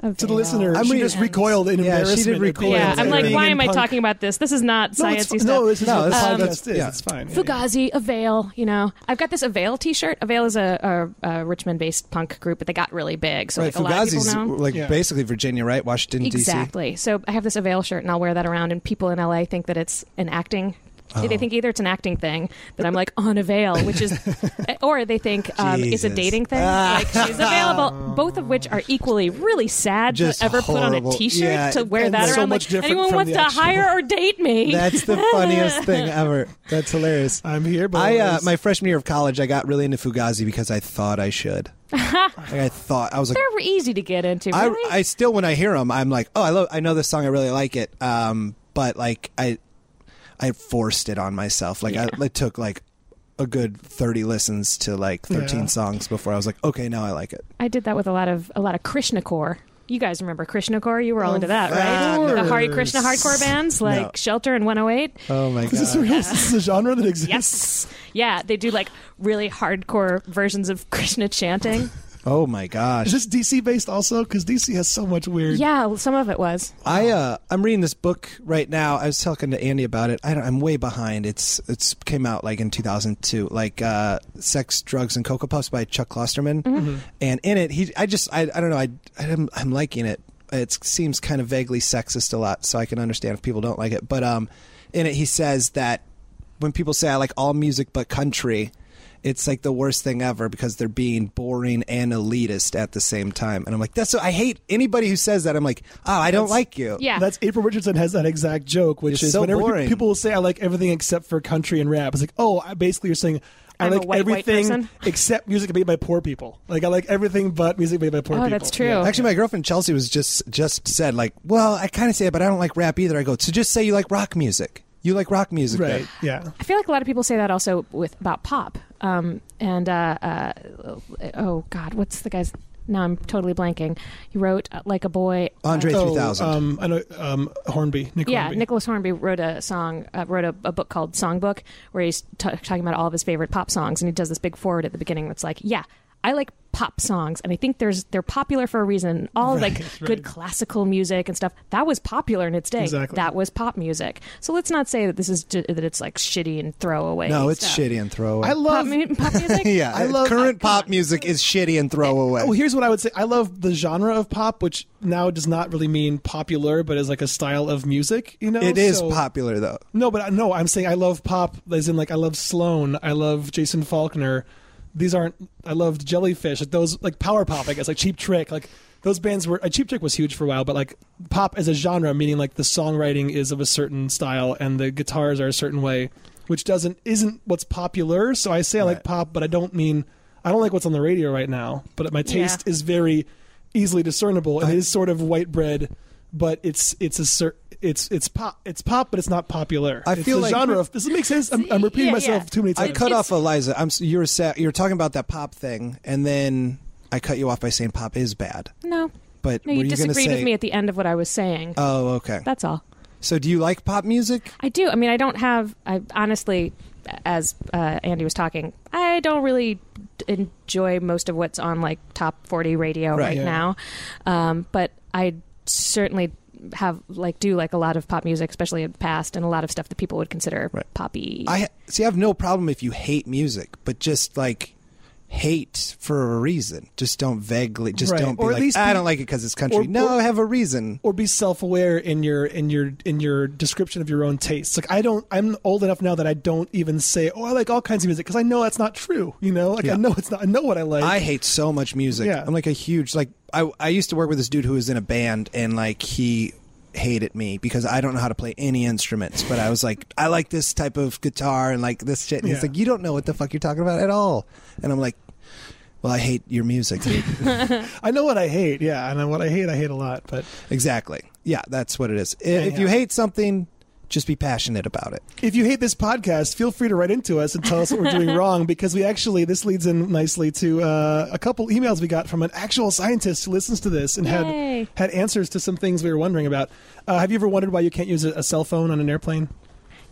[SPEAKER 4] of
[SPEAKER 2] To the
[SPEAKER 4] Veil
[SPEAKER 2] listener,
[SPEAKER 3] I'm
[SPEAKER 2] she
[SPEAKER 3] re-
[SPEAKER 2] just recoiled in
[SPEAKER 3] Yeah, she
[SPEAKER 2] embarrassment. at
[SPEAKER 3] did
[SPEAKER 2] being
[SPEAKER 3] recoil.
[SPEAKER 4] Yeah,
[SPEAKER 3] Coil
[SPEAKER 4] I'm like,
[SPEAKER 2] being
[SPEAKER 4] why
[SPEAKER 2] in
[SPEAKER 4] am I
[SPEAKER 2] punk.
[SPEAKER 4] talking about this? This is not
[SPEAKER 2] No,
[SPEAKER 4] sciencey
[SPEAKER 2] it's, fi-
[SPEAKER 4] stuff.
[SPEAKER 2] no, this is
[SPEAKER 3] No,
[SPEAKER 2] what the
[SPEAKER 3] that's fine.
[SPEAKER 2] podcast
[SPEAKER 3] That's-
[SPEAKER 2] is.
[SPEAKER 3] yeah.
[SPEAKER 2] It's fine. Yeah, yeah.
[SPEAKER 4] Fugazi, Avail, you know. I've got this Avail t-shirt. Avail is a, a, a Richmond-based punk group, but they got really big, so
[SPEAKER 3] Right,
[SPEAKER 4] like, a lot of people
[SPEAKER 3] Fugazi's
[SPEAKER 4] know.
[SPEAKER 3] like
[SPEAKER 2] Yeah.
[SPEAKER 3] basically Virginia, right? Washington D.C.
[SPEAKER 4] Exactly. So I have this Avail shirt, and I'll wear that around, and people in LA think that it's an acting.
[SPEAKER 3] Oh.
[SPEAKER 4] They think either it's an acting thing that I'm like on a veil, which is, or they think um, it's a
[SPEAKER 3] Jesus.
[SPEAKER 4] dating thing. Like she's available. Both of which are equally really sad
[SPEAKER 3] Just
[SPEAKER 4] to ever put on
[SPEAKER 3] horrible.
[SPEAKER 4] a T-shirt
[SPEAKER 3] Yeah,
[SPEAKER 4] to wear
[SPEAKER 2] and
[SPEAKER 4] that
[SPEAKER 2] so
[SPEAKER 4] around.
[SPEAKER 2] much
[SPEAKER 4] like
[SPEAKER 2] different
[SPEAKER 4] anyone
[SPEAKER 2] from
[SPEAKER 4] wants
[SPEAKER 2] the
[SPEAKER 4] to
[SPEAKER 2] actual-
[SPEAKER 4] hire or date me.
[SPEAKER 3] That's the funniest thing ever. That's hilarious.
[SPEAKER 2] I'm here, but
[SPEAKER 3] I uh, my freshman year of college, I got really into Fugazi because I thought I should. like I thought I was like,
[SPEAKER 4] They're easy to get into.
[SPEAKER 3] I,
[SPEAKER 4] Really?
[SPEAKER 3] I still when I hear them, I'm like, oh, I love, I know this song, I really like it. Um, but like I, I forced it on myself. Like I it took like a good 30 listens to like 13
[SPEAKER 2] Yeah.
[SPEAKER 3] songs before I was like, okay, now I like it.
[SPEAKER 4] I did that with a lot of a lot of Krishnacore. You guys remember Krishnacore? You were all
[SPEAKER 3] Of
[SPEAKER 4] into that, right? The
[SPEAKER 2] course.
[SPEAKER 4] Hari Krishna hardcore bands like
[SPEAKER 3] No.
[SPEAKER 4] Shelter and 108.
[SPEAKER 3] Oh my
[SPEAKER 2] Is this real? Is this a genre that exists?
[SPEAKER 4] Yes. Yeah, they do like really hardcore versions of Krishna chanting.
[SPEAKER 3] Oh my gosh.
[SPEAKER 2] Is this DC based also? Because DC has so much weird.
[SPEAKER 4] yeah, some of it was.
[SPEAKER 3] I uh, I'm reading this book right now. I was talking to Andy about it. I don't, I'm way behind. It's it's came out like in 2002, like uh, Sex, Drugs, and Cocoa Puffs by Chuck Klosterman. And in it, he I just I, I don't know I I'm, I'm liking it. It seems kind of vaguely sexist a lot, so I can understand if people don't like it. But um, in it, he says that when people say I like all music but country. It's like the worst thing ever because they're being boring and elitist at the same time, and I'm like, "That's so." I hate anybody who says that. I'm like, "Oh, I don't like you."
[SPEAKER 4] Yeah.
[SPEAKER 2] That's April Richardson has that exact joke, which
[SPEAKER 3] You're
[SPEAKER 2] is
[SPEAKER 3] so
[SPEAKER 2] whenever pe-
[SPEAKER 3] boring.
[SPEAKER 2] people will say I like everything except for country and rap. It's like, oh, I basically you're saying I
[SPEAKER 4] I'm a
[SPEAKER 2] like
[SPEAKER 4] white, white
[SPEAKER 2] everything
[SPEAKER 4] person.
[SPEAKER 2] except music made by poor people. Like I like everything but music made by poor
[SPEAKER 4] oh,
[SPEAKER 2] people.
[SPEAKER 4] that's true.
[SPEAKER 3] Actually, my girlfriend Chelsea was just just said like, "Well, I kind of say it, but I don't like rap either." I go, "So just say you like rock music. You like rock music, then."
[SPEAKER 2] Right. Yeah.
[SPEAKER 4] I feel like a lot of people say that also with about pop. Um, and uh, uh, oh god, what's the guy's? Now I'm totally blanking. He wrote uh, like a boy.
[SPEAKER 3] Andre
[SPEAKER 2] Oh,
[SPEAKER 3] 3000.
[SPEAKER 2] Um, I know. Um, Hornby. Nick
[SPEAKER 4] Yeah,
[SPEAKER 2] Hornby.
[SPEAKER 4] Nicholas Hornby wrote a song, uh, wrote a, a book called Songbook, where he's t- talking about all of his favorite pop songs, and he does this big forward at the beginning that's like, yeah. I like pop songs, and I think there's they're popular for a reason. All like good classical music and stuff that was popular in its day.
[SPEAKER 2] Exactly.
[SPEAKER 4] That was pop music. So let's not say that this is ju- that it's like shitty and throwaway.
[SPEAKER 3] no, it's
[SPEAKER 4] stuff.
[SPEAKER 3] shitty and throwaway.
[SPEAKER 2] I
[SPEAKER 4] Pop,
[SPEAKER 2] love.
[SPEAKER 4] mu- pop music.
[SPEAKER 3] yeah,
[SPEAKER 2] I love-
[SPEAKER 3] current pop music is shitty and throwaway.
[SPEAKER 2] Well, Oh, here's what I would say. I love the genre of pop, which now does not really mean popular, but is like a style of music. You know,
[SPEAKER 3] It is
[SPEAKER 2] Oh, So-
[SPEAKER 3] popular though.
[SPEAKER 2] No, but I- no, I'm saying I love pop, as in like I love Sloan, I love Jason Faulkner. These aren't. I loved Jellyfish, like those like power pop, I guess, like Cheap Trick, like those bands were. Uh, Cheap Trick was huge for a while, but like pop as a genre, meaning like the songwriting is of a certain style and the guitars are a certain way, which doesn't isn't what's popular. So I say I like
[SPEAKER 3] Right.
[SPEAKER 2] pop, but I don't mean I don't like what's on the radio right now. But my taste
[SPEAKER 4] Yeah.
[SPEAKER 2] is very easily discernible. and it is sort of white bread, but it's it's a cer- it's it's pop it's pop, but it's not popular.
[SPEAKER 3] I
[SPEAKER 2] It's
[SPEAKER 3] feel
[SPEAKER 2] the
[SPEAKER 3] like-
[SPEAKER 2] genre of does it make sense? I'm, I'm repeating
[SPEAKER 4] Yeah,
[SPEAKER 2] myself
[SPEAKER 4] yeah.
[SPEAKER 2] too many
[SPEAKER 3] I
[SPEAKER 2] times.
[SPEAKER 3] cut off Eliza. I'm s- you were sa- you were talking about that pop thing and then I cut you off by saying pop is bad.
[SPEAKER 4] No,
[SPEAKER 3] But were
[SPEAKER 4] no, you
[SPEAKER 3] you going to
[SPEAKER 4] disagreed
[SPEAKER 3] say
[SPEAKER 4] with me at the end of what I was saying.
[SPEAKER 3] Oh, okay.
[SPEAKER 4] That's all.
[SPEAKER 3] So do you like pop music?
[SPEAKER 4] I do. I mean, I don't have. I honestly, as uh, Andy was talking, I don't really enjoy most of what's on like top forty radio
[SPEAKER 3] Right.
[SPEAKER 4] right,
[SPEAKER 2] Yeah.
[SPEAKER 4] now. Um, but I certainly have like do like a lot of pop music, especially in the past, and a lot of stuff that people would consider
[SPEAKER 3] Right.
[SPEAKER 4] poppy.
[SPEAKER 3] I see. I have no problem if you hate music, but just like hate for a reason. Just don't vaguely. Just
[SPEAKER 2] Right.
[SPEAKER 3] don't be
[SPEAKER 2] Or at
[SPEAKER 3] like.
[SPEAKER 2] least
[SPEAKER 3] I
[SPEAKER 2] be-
[SPEAKER 3] don't like it because it's country.
[SPEAKER 2] or-
[SPEAKER 3] no,
[SPEAKER 2] or-
[SPEAKER 3] I have a reason.
[SPEAKER 2] or be self-aware in your in your in your description of your own tastes. Like I don't, I'm old enough now that I don't even say, "Oh, I like all kinds of music," because I know that's not true. You know, like
[SPEAKER 3] Yeah.
[SPEAKER 2] I know it's not. I know what I like.
[SPEAKER 3] I hate so much music.
[SPEAKER 2] Yeah.
[SPEAKER 3] I'm like a huge like. I I used to work with this dude who was in a band and like he hated me because I don't know how to play any instruments. But I was like, I like this type of guitar and like this shit. And he's
[SPEAKER 2] Yeah.
[SPEAKER 3] like, you don't know what the fuck you're talking about at all. And I'm like. Well, I hate your music. dude."
[SPEAKER 2] I know what I hate. Yeah, and what I hate, I hate a lot. But
[SPEAKER 3] exactly. Yeah, that's what it is. I- If
[SPEAKER 2] yeah.
[SPEAKER 3] you hate something, just be passionate about it.
[SPEAKER 2] if you hate this podcast, feel free to write into us and tell us what we're doing wrong because we actually, this leads in nicely to uh, a couple emails we got from an actual scientist who listens to this and
[SPEAKER 4] Yay.
[SPEAKER 2] had had answers to some things we were wondering about. Uh, have you ever wondered why you can't use a, a cell phone on an airplane?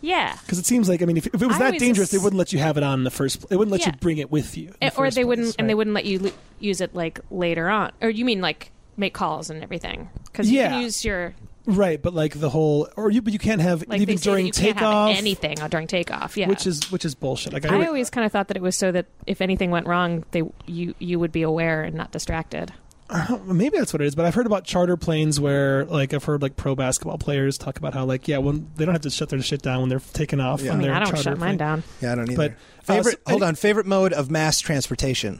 [SPEAKER 4] yeah.
[SPEAKER 2] Because it seems like, I mean, if, if it was
[SPEAKER 4] I
[SPEAKER 2] that
[SPEAKER 4] always
[SPEAKER 2] dangerous, they
[SPEAKER 4] ass-
[SPEAKER 2] wouldn't let you have it on in the first place. They wouldn't let
[SPEAKER 4] Yeah.
[SPEAKER 2] you bring it with you. in the
[SPEAKER 4] Eh, Or
[SPEAKER 2] first
[SPEAKER 4] they
[SPEAKER 2] place,
[SPEAKER 4] wouldn't, and they
[SPEAKER 2] right?
[SPEAKER 4] wouldn't let you l- use it like later on. Or you mean like make calls and everything? Because you
[SPEAKER 2] Yeah.
[SPEAKER 4] can use your
[SPEAKER 2] Right, but like the whole, or you, but you can't have,
[SPEAKER 4] like
[SPEAKER 2] even
[SPEAKER 4] they say that
[SPEAKER 2] during
[SPEAKER 4] you can't have
[SPEAKER 2] takeoff.
[SPEAKER 4] anything during takeoff. Yeah,
[SPEAKER 2] Which is which is bullshit. Like
[SPEAKER 4] I always kind of thought that it was so that if anything went wrong, they you you would be aware and not distracted.
[SPEAKER 2] maybe that's what it is but i've heard about charter planes where like i've heard like pro basketball players talk about how like yeah when they don't have to shut their shit down when they're taking off
[SPEAKER 3] Yeah.
[SPEAKER 2] on
[SPEAKER 4] I mean,
[SPEAKER 2] their
[SPEAKER 4] I don't
[SPEAKER 2] charter
[SPEAKER 4] shut mine
[SPEAKER 2] plane.
[SPEAKER 4] down.
[SPEAKER 3] Yeah, I don't either.
[SPEAKER 2] But, uh,
[SPEAKER 3] favorite,
[SPEAKER 2] so-
[SPEAKER 3] hold on. Favorite mode of mass transportation.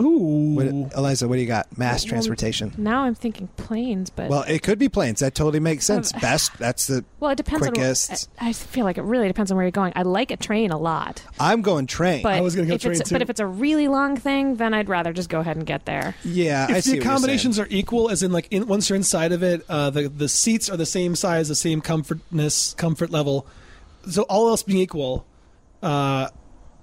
[SPEAKER 2] ooh
[SPEAKER 3] What, Eliza, what do you got? Mass transportation.
[SPEAKER 4] Now I'm thinking planes, but
[SPEAKER 3] Well,
[SPEAKER 4] well,
[SPEAKER 3] it could be planes. That totally makes sense. Best. That's the.
[SPEAKER 4] it depends
[SPEAKER 3] quickest.
[SPEAKER 4] on. uh, I, I feel like it really depends on where you're going. I like a train a lot,
[SPEAKER 3] I'm going train.
[SPEAKER 4] but
[SPEAKER 2] I was gonna go
[SPEAKER 4] if it's,
[SPEAKER 2] train,
[SPEAKER 4] But
[SPEAKER 2] too.
[SPEAKER 4] if it's a really long thing, then I'd rather just go ahead and get there.
[SPEAKER 3] yeah, I
[SPEAKER 2] if
[SPEAKER 3] see
[SPEAKER 2] the
[SPEAKER 3] what you're
[SPEAKER 2] accommodations are equal as in like in, once you're inside of it uh, the, the seats are the same size the same comfortness comfort level so all else being equal uh,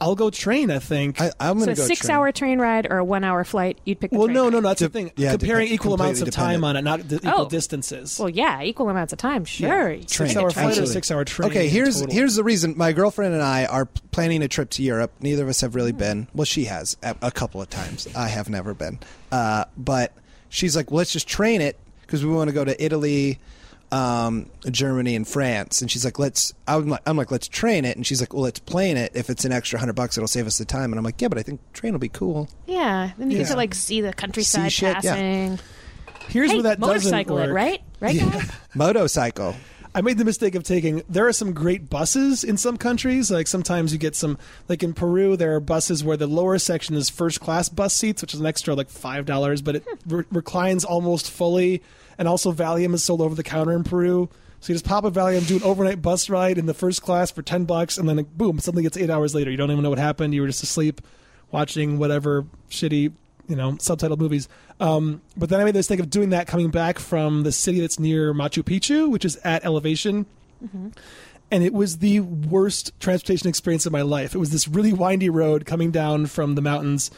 [SPEAKER 2] I'll go train. I think.
[SPEAKER 3] I, I'm
[SPEAKER 4] So
[SPEAKER 3] gonna
[SPEAKER 4] a
[SPEAKER 3] go train.
[SPEAKER 4] six-hour train ride or a one-hour flight, you'd pick. The
[SPEAKER 2] well,
[SPEAKER 4] train
[SPEAKER 2] no,
[SPEAKER 4] ride.
[SPEAKER 2] no, no. That's the
[SPEAKER 3] Dep-
[SPEAKER 2] thing.
[SPEAKER 3] yeah,
[SPEAKER 2] Comparing
[SPEAKER 3] depend-
[SPEAKER 2] equal amounts of
[SPEAKER 3] completely
[SPEAKER 2] time on it, not the equal
[SPEAKER 4] Oh.
[SPEAKER 2] distances.
[SPEAKER 4] Well, yeah, equal amounts of time, sure.
[SPEAKER 3] Train.
[SPEAKER 4] You take
[SPEAKER 2] six-hour
[SPEAKER 4] a
[SPEAKER 2] flight or
[SPEAKER 3] Absolutely.
[SPEAKER 2] six-hour train.
[SPEAKER 3] Okay, here's
[SPEAKER 2] total.
[SPEAKER 3] here's the reason. My girlfriend and I are p- planning a trip to Europe. Neither of us have really been. Well, she has a, a couple of times. I have never been. Uh, but she's like, well, let's just train it because we want to go to Italy, um, Germany, and France. And she's like, let's. I'm like, I'm like, let's train it. And she's like, well, let's plane it. If it's an extra hundred bucks, it'll save us the time. And I'm like, yeah, but I think train will be cool.
[SPEAKER 4] Yeah, then you
[SPEAKER 2] Yeah.
[SPEAKER 4] get to like see the countryside
[SPEAKER 3] shit, yeah.
[SPEAKER 4] passing.
[SPEAKER 2] here's
[SPEAKER 4] Hey,
[SPEAKER 2] where that doesn't
[SPEAKER 4] motorcycle
[SPEAKER 2] work.
[SPEAKER 4] it, right? Right, guys?
[SPEAKER 3] Motorcycle.
[SPEAKER 2] I made the mistake of taking. There are some great buses in some countries. Like sometimes you get some, like in Peru, there are buses where the lower section is first class bus seats, which is an extra like five dollars, but it re- reclines almost fully. And also Valium is sold over the counter in Peru, so you just pop a Valium, do an overnight bus ride in the first class for ten bucks, and then like, boom, suddenly it's eight hours later. You don't even know what happened. You were just asleep, watching whatever shitty. You know, subtitled movies. Um, but then I made the mistake of doing that coming back from the city that's near Machu Picchu, which is at elevation and it was the worst transportation experience of my life. It was this really windy road coming down from the mountains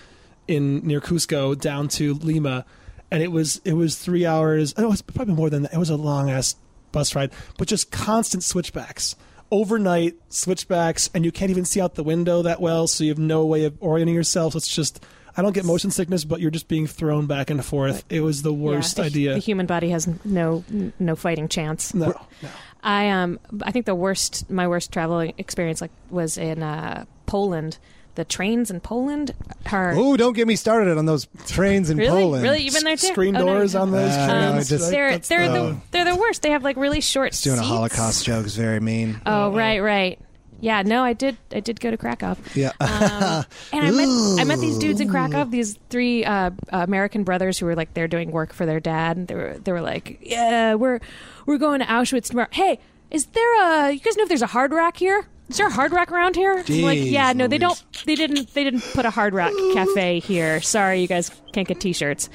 [SPEAKER 2] in near Cusco down to Lima, and it was it was three hours. Oh, it was probably more than that. It was a long ass bus ride, but just constant switchbacks, overnight switchbacks, and you can't even see out the window that well, so you have no way of orienting yourself. So it's just. I don't get motion sickness, but you're just being thrown back and forth. It was the worst
[SPEAKER 4] Yeah, the, hu-
[SPEAKER 2] idea.
[SPEAKER 4] The human body has no no fighting chance.
[SPEAKER 2] no, no.
[SPEAKER 4] I um I think the worst my worst travel experience like was in uh, Poland. The trains in Poland are
[SPEAKER 3] Oh, don't get me started on those trains in
[SPEAKER 4] really
[SPEAKER 3] Poland.
[SPEAKER 4] really you've been there too.
[SPEAKER 2] Screen
[SPEAKER 4] Oh, no,
[SPEAKER 2] doors
[SPEAKER 4] no. Um,
[SPEAKER 2] on those.
[SPEAKER 3] Uh, no,
[SPEAKER 2] trains,
[SPEAKER 3] I just-
[SPEAKER 2] like,
[SPEAKER 4] They're
[SPEAKER 2] that's
[SPEAKER 4] they're
[SPEAKER 3] the-
[SPEAKER 4] the they're the worst. They have like really short.
[SPEAKER 3] Just doing a
[SPEAKER 4] seats.
[SPEAKER 3] Holocaust joke is very mean.
[SPEAKER 4] Oh right right. Yeah no I did I did go to Krakow.
[SPEAKER 3] yeah.
[SPEAKER 4] Um, and I met I met these dudes in Krakow, these three uh, American brothers who were like they're doing work for their dad, and they were they were like, yeah, we're we're going to Auschwitz tomorrow. Hey, is there a you guys know if there's a hard rock here? Is there a hard rock around here? I'm like,
[SPEAKER 3] Jeez
[SPEAKER 4] yeah, no, they
[SPEAKER 3] Louise.
[SPEAKER 4] don't. They didn't. They didn't put a hard rock cafe here. Sorry, you guys can't get t-shirts.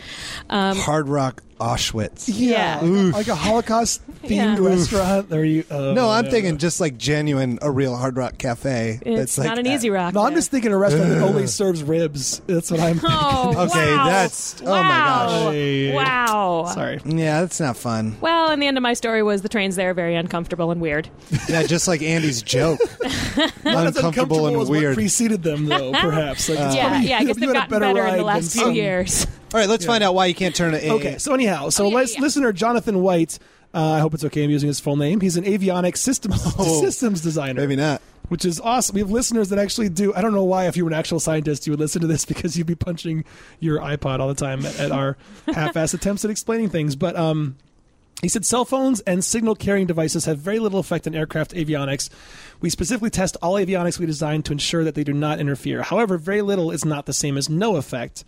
[SPEAKER 4] Um,
[SPEAKER 3] Hard Rock Auschwitz.
[SPEAKER 4] yeah.
[SPEAKER 2] like a Holocaust
[SPEAKER 4] Yeah.
[SPEAKER 2] themed restaurant. Or you? uh,
[SPEAKER 3] No, I'm
[SPEAKER 2] yeah.
[SPEAKER 3] thinking just like genuine, a real Hard Rock cafe.
[SPEAKER 4] It's
[SPEAKER 3] that's like
[SPEAKER 4] not an
[SPEAKER 3] that.
[SPEAKER 4] easy rock.
[SPEAKER 2] No, I'm
[SPEAKER 4] though.
[SPEAKER 2] just thinking a restaurant that only serves ribs. That's what I'm.
[SPEAKER 4] Oh,
[SPEAKER 3] Okay,
[SPEAKER 4] wow.
[SPEAKER 3] that's- oh my
[SPEAKER 4] Wow.
[SPEAKER 2] gosh. Hey.
[SPEAKER 4] Wow.
[SPEAKER 2] Sorry.
[SPEAKER 3] Yeah, that's not fun.
[SPEAKER 4] Well, and the end of my story was the trains there are very uncomfortable and weird.
[SPEAKER 3] Yeah, just like Andy's joke.
[SPEAKER 2] That's
[SPEAKER 3] uncomfortable and
[SPEAKER 2] is what
[SPEAKER 3] weird.
[SPEAKER 2] preceded them, though. Perhaps. Like, it's
[SPEAKER 4] Uh, yeah,
[SPEAKER 2] probably-
[SPEAKER 4] yeah. I guess
[SPEAKER 2] you
[SPEAKER 4] they've
[SPEAKER 2] had a
[SPEAKER 4] gotten better, in
[SPEAKER 2] ride
[SPEAKER 4] the
[SPEAKER 2] than
[SPEAKER 4] last few
[SPEAKER 2] some.
[SPEAKER 4] years.
[SPEAKER 3] All right, let's find out why you can't turn a.
[SPEAKER 2] Okay. So anyhow, so
[SPEAKER 4] Oh, yeah,
[SPEAKER 2] lis-
[SPEAKER 4] yeah, yeah.
[SPEAKER 2] listener Jonathan White. Uh, I hope it's okay. I'm using his full name. He's an avionics systems systems designer.
[SPEAKER 3] maybe not.
[SPEAKER 2] which is awesome. We have listeners that actually do. I don't know why, if you were an actual scientist, you would listen to this because you'd be punching your iPod all the time at, at our half-ass attempts at explaining things. But um, he said cell phones and signal carrying devices have very little effect on aircraft avionics. We specifically test all avionics we design to ensure that they do not interfere. However, very little is not the same as no effect.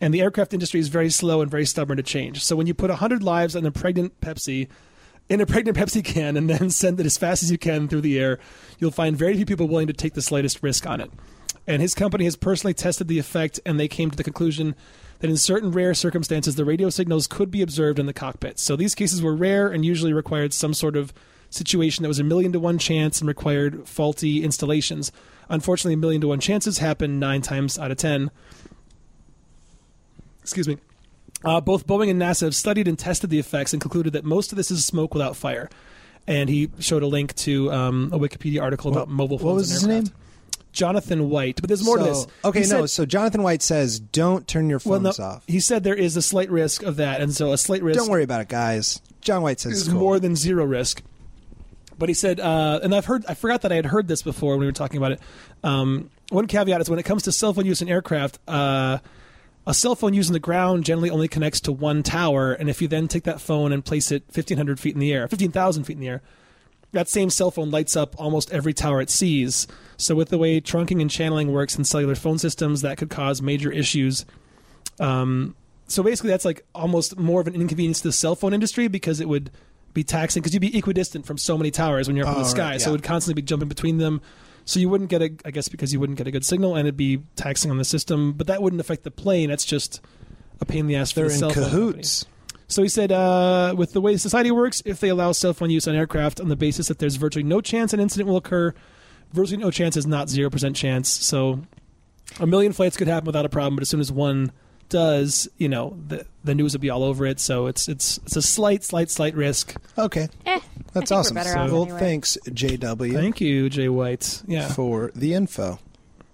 [SPEAKER 2] And the aircraft industry is very slow and very stubborn to change. So when you put 100 lives on a pregnant Pepsi, in a pregnant Pepsi can and then send it as fast as you can through the air, you'll find very few people willing to take the slightest risk on it. And his company has personally tested the effect, and they came to the conclusion that in certain rare circumstances, the radio signals could be observed in the cockpit. So these cases were rare and usually required some sort of situation that was a million to one chance and required faulty installations. Unfortunately, a million to one chances happen nine times out of ten. Excuse me. Uh, both Boeing and NASA have studied and tested the effects and concluded that most of this is smoke without fire. And he showed a link to um, a Wikipedia article about mobile phones.
[SPEAKER 3] What was
[SPEAKER 2] and
[SPEAKER 3] his
[SPEAKER 2] aircraft.
[SPEAKER 3] name?
[SPEAKER 2] Jonathan White. But there's more
[SPEAKER 3] so,
[SPEAKER 2] to this.
[SPEAKER 3] Okay,
[SPEAKER 2] He
[SPEAKER 3] no.
[SPEAKER 2] said-
[SPEAKER 3] so Jonathan White says, "Don't turn your
[SPEAKER 2] well,
[SPEAKER 3] phones
[SPEAKER 2] no,
[SPEAKER 3] off.
[SPEAKER 2] He said there is a slight risk of that, and so a slight risk
[SPEAKER 3] Don't worry about it, guys." John White says,
[SPEAKER 2] is
[SPEAKER 3] it's cool.
[SPEAKER 2] more than zero risk. But he said, uh, and I've heard, I forgot that I had heard this before when we were talking about it. Um, one caveat is when it comes to cell phone use in aircraft, uh, a cell phone used in the ground generally only connects to one tower, and if you then take that phone and place it 1,500 feet in the air, 15,000 feet in the air, that same cell phone lights up almost every tower it sees. So with the way trunking and channeling works in cellular phone systems, that could cause major issues Um, so basically that's like almost more of an inconvenience to the cell phone industry because it would be taxing because you'd be equidistant from so many towers when you're up in
[SPEAKER 3] Oh,
[SPEAKER 2] the sky
[SPEAKER 3] right,
[SPEAKER 2] so it
[SPEAKER 3] yeah.
[SPEAKER 2] would constantly be jumping between them so you wouldn't get a i guess because you wouldn't get a good signal and it'd be taxing on the system but that wouldn't affect the plane that's just a pain in the ass for
[SPEAKER 3] They're
[SPEAKER 2] the
[SPEAKER 3] in
[SPEAKER 2] cell phone companies.
[SPEAKER 3] cahoots.
[SPEAKER 2] So he said, uh, with the way society works, if they allow cell phone use on aircraft on the basis that there's virtually no chance an incident will occur, virtually no chance is not zero percent chance. So a million flights could happen without a problem, but as soon as one does, you know, the the news will be all over it. So it's it's it's a slight, slight, slight risk.
[SPEAKER 3] Okay.
[SPEAKER 4] Eh,
[SPEAKER 3] That's
[SPEAKER 4] I think
[SPEAKER 3] awesome.
[SPEAKER 4] We're better off
[SPEAKER 2] So-
[SPEAKER 3] well,
[SPEAKER 4] anyway.
[SPEAKER 3] thanks, JW,
[SPEAKER 2] Thank you, Jay White. Yeah,
[SPEAKER 3] for the info.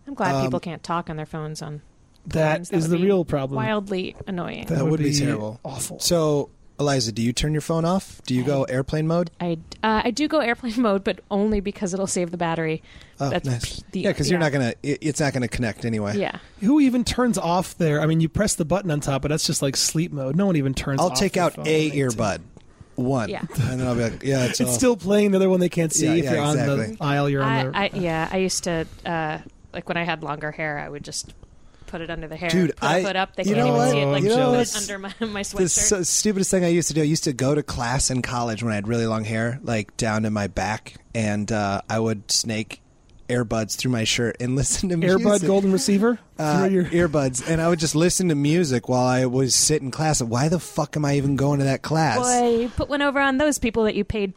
[SPEAKER 4] I'm glad
[SPEAKER 3] um,
[SPEAKER 4] people can't talk on their phones on
[SPEAKER 2] that is
[SPEAKER 4] would
[SPEAKER 2] the
[SPEAKER 4] be
[SPEAKER 2] real problem.
[SPEAKER 4] wildly annoying.
[SPEAKER 3] That would be terrible.
[SPEAKER 2] Awful.
[SPEAKER 3] So, Eliza, do you turn your phone off? Do you go airplane mode?
[SPEAKER 4] I uh, I do go airplane mode, but only because it'll save the battery.
[SPEAKER 3] Oh,
[SPEAKER 4] That's
[SPEAKER 3] nice.
[SPEAKER 4] p- the-
[SPEAKER 3] yeah, because you're
[SPEAKER 4] yeah.
[SPEAKER 3] not gonna. It, it's not gonna connect anyway.
[SPEAKER 4] Yeah.
[SPEAKER 2] Who even turns off their? I mean, you press the button on top, but that's just like sleep mode. No one even turns.
[SPEAKER 3] I'll
[SPEAKER 2] off
[SPEAKER 3] take
[SPEAKER 2] their
[SPEAKER 3] out
[SPEAKER 2] phone
[SPEAKER 3] a
[SPEAKER 2] when they
[SPEAKER 3] earbud, one,
[SPEAKER 4] Yeah.
[SPEAKER 3] and then I'll be like, yeah, it's,
[SPEAKER 2] It's
[SPEAKER 3] off.
[SPEAKER 2] still playing the other one they can't see
[SPEAKER 3] Oh. Yeah,
[SPEAKER 2] if
[SPEAKER 3] yeah,
[SPEAKER 2] you're on
[SPEAKER 3] exactly.
[SPEAKER 2] the aisle. You're on the.
[SPEAKER 4] I, I yeah, I used to uh, like when I had longer hair, I would just put it under the hair,
[SPEAKER 3] Dude,
[SPEAKER 4] put
[SPEAKER 3] I-
[SPEAKER 4] a hood up. They
[SPEAKER 3] you
[SPEAKER 4] can't
[SPEAKER 2] know
[SPEAKER 4] even
[SPEAKER 2] what?
[SPEAKER 4] see it.
[SPEAKER 2] Oh,
[SPEAKER 4] Like
[SPEAKER 2] you know
[SPEAKER 4] put
[SPEAKER 2] what's-
[SPEAKER 4] it under my my
[SPEAKER 3] the
[SPEAKER 4] sweatshirt.
[SPEAKER 3] so stupidest thing I used to do. I used to go to class in college when I had really long hair, like down to my back, and uh, I would snake earbuds through my shirt and listen to music.
[SPEAKER 2] Earbud golden receiver
[SPEAKER 3] uh,
[SPEAKER 2] through your
[SPEAKER 3] earbuds, and I would just listen to music while I was sitting in class. Why the fuck am I even going to that class?
[SPEAKER 4] Boy, put one over on those people that you paid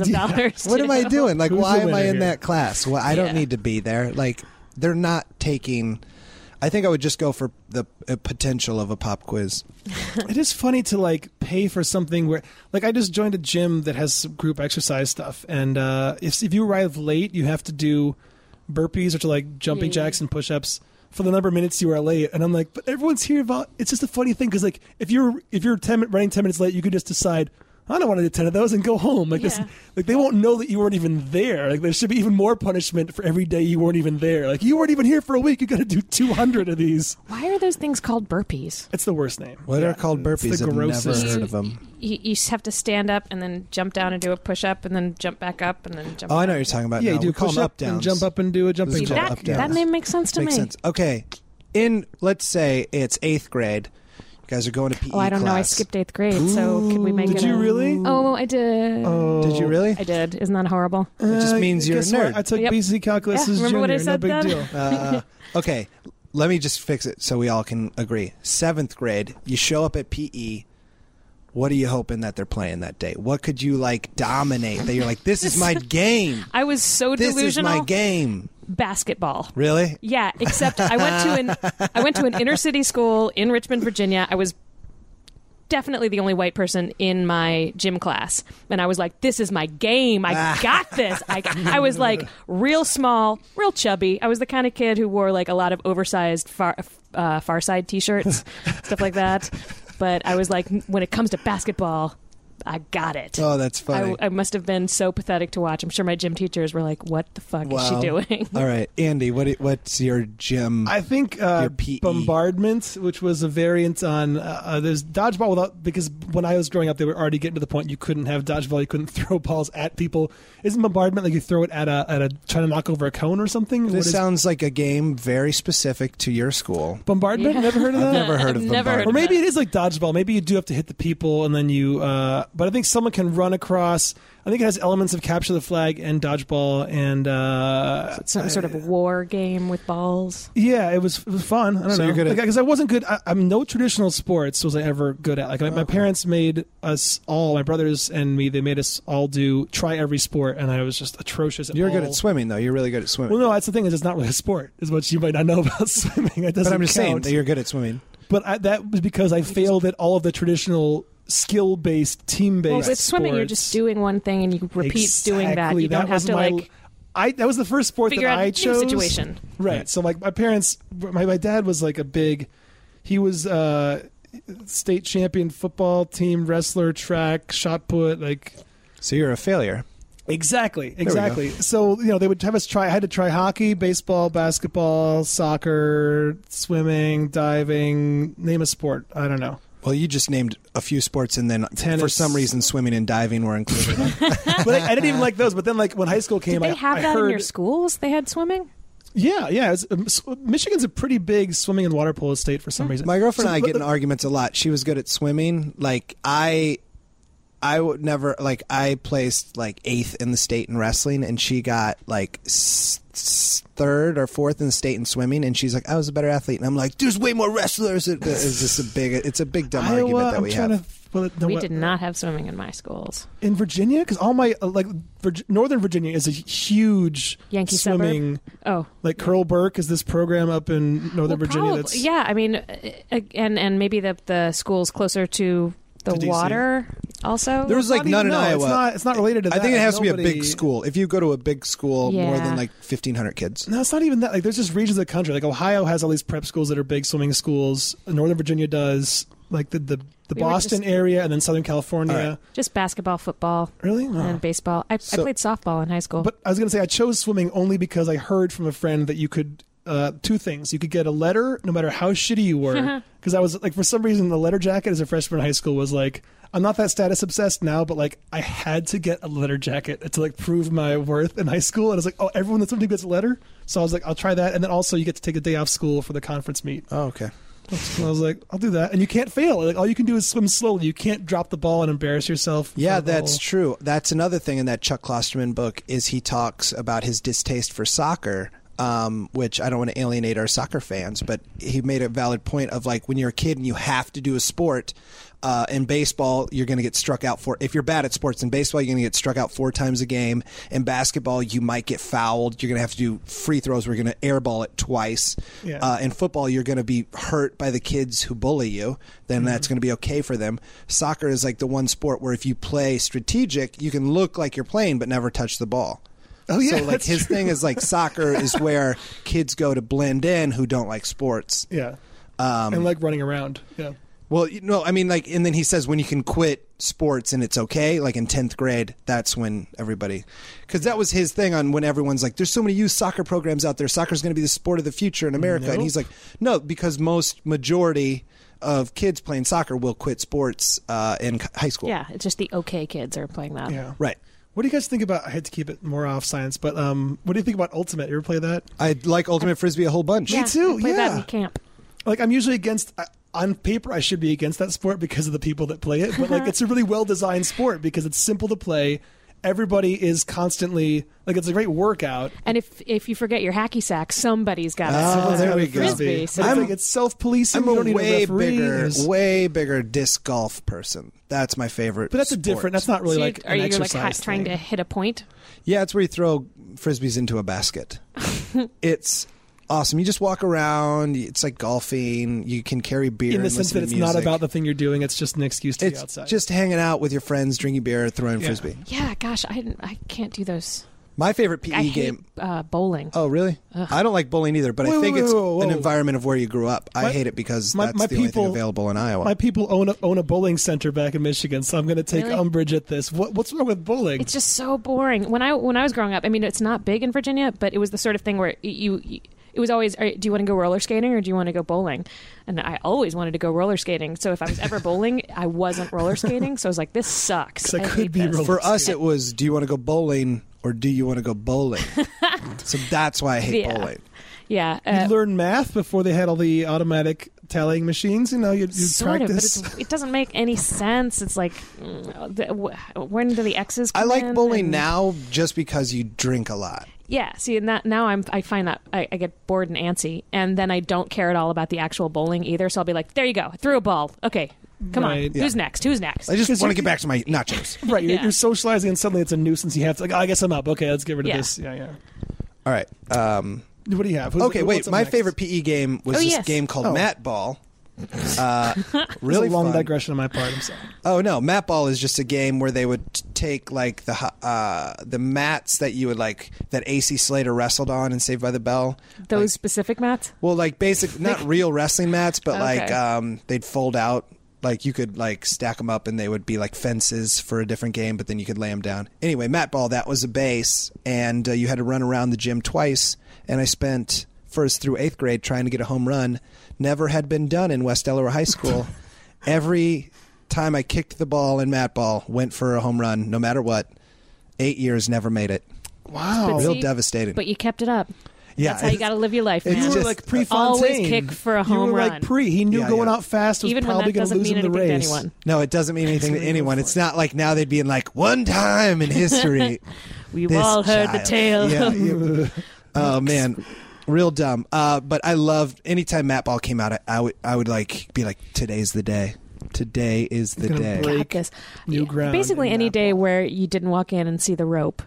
[SPEAKER 4] of dollars.
[SPEAKER 3] What
[SPEAKER 4] to.
[SPEAKER 3] am I doing? Like,
[SPEAKER 2] Who's the
[SPEAKER 3] why am I
[SPEAKER 2] winner
[SPEAKER 3] in
[SPEAKER 2] here?
[SPEAKER 3] that class? Well, I don't
[SPEAKER 4] Yeah.
[SPEAKER 3] need to be there. Like, they're not taking. I think I would just go for the uh, potential of a pop quiz.
[SPEAKER 2] It is funny to like pay for something where, like, I just joined a gym that has some group exercise stuff, and uh, if if you arrive late, you have to do burpees, which are like jumping
[SPEAKER 4] Yeah, yeah.
[SPEAKER 2] jacks and push ups for the number of minutes you are late. And I'm like, but everyone's here. About, it's just a funny thing because like if you're if you're ten min- running ten minutes late, you could just decide. I don't want to do ten of those and go home. Like this,
[SPEAKER 4] Yeah.
[SPEAKER 2] like they won't know that you weren't even there. Like there should be even more punishment for every day you weren't even there. Like you weren't even here for a week. You got to do two hundred of these.
[SPEAKER 4] Why are those things called burpees?
[SPEAKER 2] It's the worst name.
[SPEAKER 3] What
[SPEAKER 2] Yeah.
[SPEAKER 3] are called
[SPEAKER 2] It's the
[SPEAKER 3] burpees? I've never
[SPEAKER 2] grossest-
[SPEAKER 3] heard of them.
[SPEAKER 4] You, you just have to stand up and then jump down and do a push up and then jump back up and then jump.
[SPEAKER 3] Oh, I
[SPEAKER 4] back
[SPEAKER 3] know what
[SPEAKER 4] up.
[SPEAKER 3] you're talking about.
[SPEAKER 2] Yeah,
[SPEAKER 3] now.
[SPEAKER 2] you do
[SPEAKER 3] we call
[SPEAKER 2] push
[SPEAKER 3] them
[SPEAKER 2] up
[SPEAKER 3] up downs.
[SPEAKER 2] and jump up and do a
[SPEAKER 3] This
[SPEAKER 2] jumping
[SPEAKER 3] is
[SPEAKER 4] See,
[SPEAKER 2] jack.
[SPEAKER 3] jump
[SPEAKER 4] that,
[SPEAKER 3] up, down.
[SPEAKER 4] that name makes sense to
[SPEAKER 3] Makes
[SPEAKER 4] me.
[SPEAKER 3] sense. Okay, in let's say it's eighth grade. You guys are going to PE.
[SPEAKER 4] Oh, I don't know. I
[SPEAKER 3] class.
[SPEAKER 4] skipped eighth grade, so could we make
[SPEAKER 2] Did
[SPEAKER 4] it?
[SPEAKER 2] you
[SPEAKER 4] a-
[SPEAKER 2] really?
[SPEAKER 4] Oh, I did.
[SPEAKER 3] Did you really?
[SPEAKER 4] I did. Isn't that horrible?
[SPEAKER 3] It just means you're a
[SPEAKER 2] guess what?
[SPEAKER 3] nerd.
[SPEAKER 2] Uh, I took
[SPEAKER 4] Yep.
[SPEAKER 2] BC calculus
[SPEAKER 4] Yeah,
[SPEAKER 2] as junior.
[SPEAKER 4] remember what I
[SPEAKER 2] no
[SPEAKER 4] said
[SPEAKER 2] big
[SPEAKER 4] then?
[SPEAKER 2] deal.
[SPEAKER 3] Uh, okay, let me just fix it so we all can agree. Seventh grade, you show up at PE. What are you hoping that they're playing that day? What could you like dominate that you're like, this is my game.
[SPEAKER 4] I was so
[SPEAKER 3] This is
[SPEAKER 4] delusional.
[SPEAKER 3] my game.
[SPEAKER 4] Basketball.
[SPEAKER 3] Really?
[SPEAKER 4] Yeah, except I went to an I went to an inner city school in Richmond, Virginia. I was definitely the only white person in my gym class, and I was like, "This is my game.
[SPEAKER 3] Ah.
[SPEAKER 4] I got this." I got, I was like real small, real chubby. I was the kind of kid who wore like a lot of oversized far uh, far side t-shirts, stuff like that. But I was like, when it comes to basketball, I got it.
[SPEAKER 3] Oh, that's funny.
[SPEAKER 4] I, I must have been so pathetic to watch. I'm sure my gym teachers were like, "What the fuck is she
[SPEAKER 3] Wow.
[SPEAKER 4] doing?"
[SPEAKER 3] all right, Andy, what what's your gym?
[SPEAKER 2] I think uh,
[SPEAKER 3] Your PE.
[SPEAKER 2] bombardment, which was a variant on uh, uh, there's dodgeball without because when I was growing up, they were already getting to the point you couldn't have dodgeball, you couldn't throw balls at people. Isn't bombardment like you throw it at a at a trying to knock over a cone or something? What
[SPEAKER 3] this
[SPEAKER 2] is-
[SPEAKER 3] sounds like a game very specific to your school.
[SPEAKER 2] bombardment. Never heard of that.
[SPEAKER 3] I've never heard
[SPEAKER 4] Uh, I've
[SPEAKER 3] of
[SPEAKER 4] never heard
[SPEAKER 3] Bombard.
[SPEAKER 2] or
[SPEAKER 4] of
[SPEAKER 2] maybe
[SPEAKER 4] that.
[SPEAKER 2] it is like dodgeball. Maybe you do have to hit the people, and then you. Uh, but I think someone can run across. I think it has elements of capture the flag and dodgeball, and uh,
[SPEAKER 4] some sort of war game with balls.
[SPEAKER 2] yeah, it was it was fun. I don't
[SPEAKER 3] So
[SPEAKER 2] know
[SPEAKER 3] you're good at-
[SPEAKER 2] because I wasn't good. I, I'm no traditional sports was I ever good at. Like my, my parents made us all, my brothers and me, they made us all do try every sport, and I was just atrocious. At
[SPEAKER 3] You're good
[SPEAKER 2] all.
[SPEAKER 3] at swimming though. You're really good at swimming.
[SPEAKER 2] Well, no, that's the thing is it's not really a sport. Is what you might not know about swimming. It doesn't
[SPEAKER 3] but I'm just saying
[SPEAKER 2] count.
[SPEAKER 3] that you're good at swimming.
[SPEAKER 2] But I, that was because I failed at all of the traditional skill based, team based.
[SPEAKER 4] Well, with swimming, you're just doing one thing and you repeat doing that. You don't have to like
[SPEAKER 2] I that was the first sport
[SPEAKER 4] figure
[SPEAKER 2] that
[SPEAKER 4] out
[SPEAKER 2] I
[SPEAKER 4] a team
[SPEAKER 2] chose.
[SPEAKER 4] situation.
[SPEAKER 2] Right.
[SPEAKER 3] Right.
[SPEAKER 2] So like my parents, my my dad was like a big, he was uh state champion football team wrestler track shot put like
[SPEAKER 3] So you're a failure.
[SPEAKER 2] Exactly,
[SPEAKER 3] go.
[SPEAKER 2] exactly. So you know they would have us try. I had to try hockey, baseball, basketball, soccer, swimming, diving. Name a sport. I don't know.
[SPEAKER 3] Well, you just named a few sports, and then for
[SPEAKER 2] Tennis.
[SPEAKER 3] some reason, swimming and diving were included.
[SPEAKER 2] but I, I didn't even like those. But then like when high school came,
[SPEAKER 4] Did they
[SPEAKER 2] I,
[SPEAKER 4] have
[SPEAKER 2] I
[SPEAKER 4] that
[SPEAKER 2] heard,
[SPEAKER 4] in your schools? They had swimming.
[SPEAKER 2] Yeah, yeah. It's, um, s- Michigan's a pretty big swimming and water polo state for some reason.
[SPEAKER 3] My girlfriend and I
[SPEAKER 2] So-
[SPEAKER 3] get in arguments a lot. She was good at swimming. Like I, I would never like I placed like eighth in the state in wrestling, and she got like s- s- third or fourth in the state in swimming. And she's like, I was a better athlete, and I'm like, there's way more wrestlers. It- It's just a big. It's a big dumb
[SPEAKER 2] Iowa.
[SPEAKER 3] argument that
[SPEAKER 2] I'm
[SPEAKER 3] we
[SPEAKER 2] trying
[SPEAKER 3] have.
[SPEAKER 2] to Well, it- no, uh,
[SPEAKER 4] we
[SPEAKER 2] what-
[SPEAKER 4] did not have swimming in my schools.
[SPEAKER 2] in Virginia because all my uh, like Virg- Northern Virginia is a huge
[SPEAKER 4] Yankee suburb?
[SPEAKER 2] swimming.
[SPEAKER 4] Oh,
[SPEAKER 2] Like Curl Burke is this program up in Northern
[SPEAKER 4] Well,
[SPEAKER 2] Virginia
[SPEAKER 4] probably-
[SPEAKER 2] that's
[SPEAKER 4] yeah. I mean, uh, and and maybe the the schools closer to the
[SPEAKER 2] To DC.
[SPEAKER 4] water also.
[SPEAKER 3] There was like
[SPEAKER 2] Not even-
[SPEAKER 3] none in
[SPEAKER 2] no,
[SPEAKER 3] Iowa.
[SPEAKER 2] It's not, it's not related to that.
[SPEAKER 3] I think it has to be a
[SPEAKER 2] Nobody-
[SPEAKER 3] big school. If you go to a big school, more
[SPEAKER 4] Yeah.
[SPEAKER 3] than like fifteen hundred kids.
[SPEAKER 2] No, it's not even that. Like, there's just regions of the country. Like, Ohio has all these prep schools that are big swimming schools. Northern Virginia does. Like the the, the
[SPEAKER 4] We were
[SPEAKER 2] Boston
[SPEAKER 4] just-
[SPEAKER 2] area, and then Southern California.
[SPEAKER 4] just basketball, football,
[SPEAKER 2] Really?
[SPEAKER 4] and then
[SPEAKER 2] No.
[SPEAKER 4] baseball. I,
[SPEAKER 3] So-
[SPEAKER 4] I played softball in high school.
[SPEAKER 2] Uh, But I was gonna say I chose swimming only because I heard from a friend that you could uh, two things. You could get a letter no matter how shitty you were. Because I was like, for some reason, the letter jacket as a freshman in high school was like, I'm not that status obsessed now, but like I had to get a letter jacket to like prove my worth in high school. And I was like, oh, everyone that's something gets a letter. So I was like, I'll try that. And then also you get to take a day off school for the conference meet.
[SPEAKER 3] Oh, okay.
[SPEAKER 2] So I was like, I'll do that. And you can't fail. Like all you can do is swim slowly. You can't drop the ball and embarrass yourself.
[SPEAKER 3] Yeah,
[SPEAKER 2] for the
[SPEAKER 3] that's
[SPEAKER 2] whole-
[SPEAKER 3] true. That's another thing in that Chuck Klosterman book is he talks about his distaste for soccer, um, which I don't want to alienate our soccer fans, but he made a valid point of like when you're a kid and you have to do a sport. Uh, in baseball, you're going to get struck out for if you're bad at sports. In baseball, you're going to get struck out four times a game. In basketball, you might get fouled. You're going to have to do free throws. We're going to airball it twice.
[SPEAKER 2] Yeah.
[SPEAKER 3] Uh, in football, you're going to be hurt by the kids who bully you, then
[SPEAKER 2] Mm-hmm.
[SPEAKER 3] that's going to be okay for them. Soccer is like the one sport where if you play strategic, you can look like you're playing but never touch the ball.
[SPEAKER 2] Oh, yeah,
[SPEAKER 3] so like
[SPEAKER 2] that's
[SPEAKER 3] his
[SPEAKER 2] true.
[SPEAKER 3] thing is like soccer is where kids go to blend in who don't like sports.
[SPEAKER 2] Yeah. Um, and like running around. Yeah.
[SPEAKER 3] Well, you know, I mean, like, and then he says when you can quit sports and it's okay, like in 10th grade, that's when everybody, because that was his thing on when everyone's like, there's so many youth soccer programs out there. Soccer's going to be the sport of the future in America. And he's like, no, because most majority of kids playing soccer will quit sports uh, in c- high school.
[SPEAKER 4] yeah, it's just the okay kids are playing that.
[SPEAKER 2] Yeah.
[SPEAKER 3] Right.
[SPEAKER 2] What do you guys think about? I had to keep it more off science, but um, what do you think about Ultimate? You ever play that?
[SPEAKER 3] I like Ultimate Frisbee a whole bunch.
[SPEAKER 4] Yeah,
[SPEAKER 2] too,
[SPEAKER 4] I played that
[SPEAKER 2] yeah.
[SPEAKER 4] in camp.
[SPEAKER 2] Like, I'm usually against. I, on paper, I should be against that sport because of the people that play it, but like, it's a really well designed sport because it's simple to play. Everybody is constantly like, it's a great workout.
[SPEAKER 4] And if if you forget your hacky sack, somebody's got
[SPEAKER 3] Oh,
[SPEAKER 4] it.
[SPEAKER 2] Everyone's
[SPEAKER 3] there
[SPEAKER 2] got
[SPEAKER 3] we
[SPEAKER 2] a
[SPEAKER 3] go.
[SPEAKER 4] Frisbee,
[SPEAKER 2] So
[SPEAKER 4] so-
[SPEAKER 2] it's
[SPEAKER 4] I'm-
[SPEAKER 2] like it's self policing.
[SPEAKER 3] I'm
[SPEAKER 2] You
[SPEAKER 3] a
[SPEAKER 2] don't need a
[SPEAKER 3] way
[SPEAKER 2] referee.
[SPEAKER 3] bigger,
[SPEAKER 2] There's-
[SPEAKER 3] way bigger disc golf person. That's my favorite.
[SPEAKER 2] but that's a different. That's not really
[SPEAKER 4] So you-
[SPEAKER 2] like
[SPEAKER 4] are
[SPEAKER 2] an
[SPEAKER 4] you like
[SPEAKER 2] exercise.
[SPEAKER 4] hi- trying to
[SPEAKER 2] thing.
[SPEAKER 4] hit a point?
[SPEAKER 3] Yeah, it's where you throw frisbees into a basket. it's awesome. You just walk around. It's like golfing. You can carry beer.
[SPEAKER 2] in the
[SPEAKER 3] and
[SPEAKER 2] sense
[SPEAKER 3] listen
[SPEAKER 2] that
[SPEAKER 3] to
[SPEAKER 2] it's
[SPEAKER 3] music.
[SPEAKER 2] not about the thing you're doing. It's just an excuse to be
[SPEAKER 3] It's
[SPEAKER 2] outside.
[SPEAKER 3] just hanging out with your friends, drinking beer, throwing
[SPEAKER 2] Yeah.
[SPEAKER 3] frisbee.
[SPEAKER 4] Yeah, gosh, I didn't, I can't do those.
[SPEAKER 3] My favorite PE
[SPEAKER 4] I hate
[SPEAKER 3] E game.
[SPEAKER 4] uh, bowling.
[SPEAKER 3] Oh, really? I don't like bowling either, but
[SPEAKER 2] Wait,
[SPEAKER 3] I think
[SPEAKER 2] wait,
[SPEAKER 3] it's
[SPEAKER 2] wait, whoa, whoa.
[SPEAKER 3] an environment of where you grew up.
[SPEAKER 2] My-
[SPEAKER 3] I hate it because
[SPEAKER 2] my-
[SPEAKER 3] that's
[SPEAKER 2] my
[SPEAKER 3] the
[SPEAKER 2] people-
[SPEAKER 3] only thing available in Iowa.
[SPEAKER 2] My people own a, own a bowling center back in Michigan, so I'm going to take
[SPEAKER 4] Really?
[SPEAKER 2] umbrage at this. What, what's wrong with bowling?
[SPEAKER 4] It's just so boring. When I when I was growing up, I mean, it's not big in Virginia, but it was the sort of thing where you. you it was always, "All right, do you want to go roller skating or do you want to go bowling? And I always wanted to go roller skating. So if I was ever bowling, I wasn't roller skating. So I was like, this sucks.
[SPEAKER 2] 'Cause I could
[SPEAKER 4] hate
[SPEAKER 2] be
[SPEAKER 4] this.
[SPEAKER 2] roller-
[SPEAKER 3] For us, it was do you want to go bowling or do you want to go bowling? so that's why I hate
[SPEAKER 4] Yeah.
[SPEAKER 3] bowling.
[SPEAKER 4] Yeah.
[SPEAKER 2] you
[SPEAKER 4] uh,
[SPEAKER 2] learn math before they had all the automatic tallying machines. You know, you
[SPEAKER 4] sort
[SPEAKER 2] practice.
[SPEAKER 4] of, but it's, it doesn't make any sense. It's like, mm, the, wh- when do the X's
[SPEAKER 3] I
[SPEAKER 4] come
[SPEAKER 3] like
[SPEAKER 4] in?
[SPEAKER 3] bowling
[SPEAKER 4] And-
[SPEAKER 3] now just because you drink a lot.
[SPEAKER 4] Yeah. See, and that now I'm I find that I, I get bored and antsy, and then I don't care at all about the actual bowling either. So I'll be like, there you go, I threw a ball. Okay, come
[SPEAKER 2] Right.
[SPEAKER 4] on, who's next? Who's next?
[SPEAKER 3] I just
[SPEAKER 2] Because
[SPEAKER 3] want to
[SPEAKER 2] you-
[SPEAKER 3] get back to my nachos.
[SPEAKER 2] Right, you're,
[SPEAKER 4] Yeah.
[SPEAKER 2] you're socializing, and suddenly it's a nuisance. You have to like, oh, I guess I'm up. Okay, let's get rid of
[SPEAKER 4] Yeah.
[SPEAKER 2] this. Yeah, yeah.
[SPEAKER 3] All right. Um,
[SPEAKER 2] What do you have? Who's-
[SPEAKER 3] okay, wait.
[SPEAKER 2] what's up
[SPEAKER 3] My
[SPEAKER 2] next?
[SPEAKER 3] favorite PE game was
[SPEAKER 4] Oh,
[SPEAKER 3] this
[SPEAKER 4] yes.
[SPEAKER 3] game called
[SPEAKER 2] Oh.
[SPEAKER 3] Mat Ball. Uh,
[SPEAKER 2] This is
[SPEAKER 3] really
[SPEAKER 2] a long
[SPEAKER 3] fun.
[SPEAKER 2] digression on my part. I'm sorry.
[SPEAKER 3] Oh no, mat ball is just a game where they would t- take like the hu- uh, the mats that you would like that AC Slater wrestled on and Saved by the Bell.
[SPEAKER 4] Those
[SPEAKER 3] Like-
[SPEAKER 4] specific mats.
[SPEAKER 3] well, like basic, not real wrestling mats, but like
[SPEAKER 4] Okay.
[SPEAKER 3] um, they'd fold out. Like you could like stack them up and they would be like fences for a different game, but then you could lay them down. Anyway, mat ball that was a base, and uh, you had to run around the gym twice. And I spent first through eighth grade trying to get a home run. Never had been done in West Delaware High School. Every time I kicked the ball in mat ball, went for a home run, no matter what. Eight years, never made it.
[SPEAKER 2] Wow.
[SPEAKER 3] oh, Real
[SPEAKER 4] See,
[SPEAKER 3] devastating.
[SPEAKER 4] But you kept it up.
[SPEAKER 3] Yeah,
[SPEAKER 4] that's how you
[SPEAKER 3] it's-
[SPEAKER 4] got to live your life,
[SPEAKER 3] it's
[SPEAKER 4] man.
[SPEAKER 2] you were
[SPEAKER 3] just-
[SPEAKER 2] like pre
[SPEAKER 4] Always kick for a home
[SPEAKER 2] you were
[SPEAKER 4] run.
[SPEAKER 2] Like pre, he knew
[SPEAKER 3] Yeah,
[SPEAKER 2] going
[SPEAKER 3] yeah.
[SPEAKER 2] out fast was
[SPEAKER 4] Even when
[SPEAKER 2] probably
[SPEAKER 4] that
[SPEAKER 2] going to
[SPEAKER 4] doesn't
[SPEAKER 2] lose
[SPEAKER 4] mean
[SPEAKER 2] him the
[SPEAKER 4] anything to
[SPEAKER 2] race.
[SPEAKER 4] anyone.
[SPEAKER 3] No, it doesn't mean anything to
[SPEAKER 2] really
[SPEAKER 3] anyone. It's not like now they'd be in like one time in history.
[SPEAKER 4] We've
[SPEAKER 3] this
[SPEAKER 4] all heard the
[SPEAKER 3] child."
[SPEAKER 4] tale.
[SPEAKER 3] Yeah, you- oh man, real dumb. Uh, but I loved anytime Matt Ball came out. I, I would I would like be like today's the day. Today is the
[SPEAKER 2] Gonna
[SPEAKER 3] day.
[SPEAKER 2] break
[SPEAKER 4] Got this.
[SPEAKER 2] new ground
[SPEAKER 4] Basically,
[SPEAKER 2] in
[SPEAKER 4] any
[SPEAKER 2] that
[SPEAKER 4] day
[SPEAKER 2] bowl.
[SPEAKER 4] where you didn't walk in and see the rope.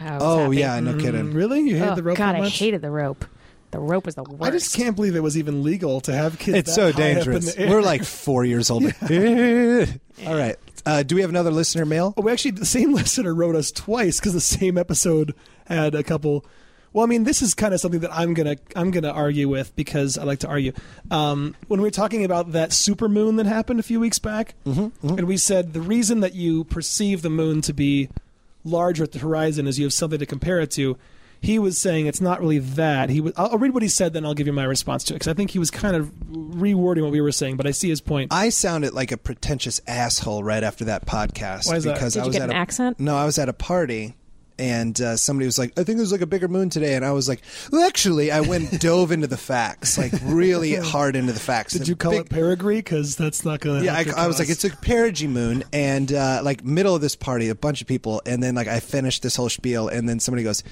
[SPEAKER 4] I was
[SPEAKER 3] Oh
[SPEAKER 4] happy.
[SPEAKER 3] yeah, no
[SPEAKER 2] Mm,
[SPEAKER 3] kidding.
[SPEAKER 2] Really? You hated
[SPEAKER 4] Oh,
[SPEAKER 2] the rope
[SPEAKER 4] God,
[SPEAKER 2] that
[SPEAKER 4] I
[SPEAKER 2] much?
[SPEAKER 4] hated the rope. The rope was the worst.
[SPEAKER 2] I just can't believe it was even legal to have kids.
[SPEAKER 3] It's
[SPEAKER 2] that
[SPEAKER 3] so
[SPEAKER 2] high up in
[SPEAKER 3] dangerous.
[SPEAKER 2] the air.
[SPEAKER 3] We're like four years old. All right. Uh, do we have another listener mail?
[SPEAKER 2] Oh, we actually the same listener wrote us twice because the same episode had a couple. Well, I mean, this is kind of something that I'm gonna I'm gonna argue with because I like to argue. Um, when we were talking about that super moon that happened a few weeks back,
[SPEAKER 3] Mm-hmm,
[SPEAKER 2] and we said the reason that you perceive the moon to be larger at the horizon is you have something to compare it to. He was saying it's not really that. He was, I'll, I'll read what he said, then I'll give you my response to it because I think he was kind of rewording what we were saying, but I see his point.
[SPEAKER 3] I sounded like a pretentious asshole right after that podcast
[SPEAKER 2] Why is that?
[SPEAKER 3] because
[SPEAKER 4] Did
[SPEAKER 3] I
[SPEAKER 4] you
[SPEAKER 3] was
[SPEAKER 4] get
[SPEAKER 3] at
[SPEAKER 4] an
[SPEAKER 3] a,
[SPEAKER 4] accent?
[SPEAKER 3] No, I was at a party. And uh, somebody was like, "I think there's like a bigger moon today," and I was like, well, "Actually, I went dove into the facts, like really hard into the facts."
[SPEAKER 2] Did
[SPEAKER 3] The
[SPEAKER 2] you call
[SPEAKER 3] big-
[SPEAKER 2] it perigee? Because that's not going to.
[SPEAKER 3] Yeah, I, I was like, it's a perigee moon, and uh, like middle of this party, a bunch of people, and then like I finished this whole spiel, and then somebody goes,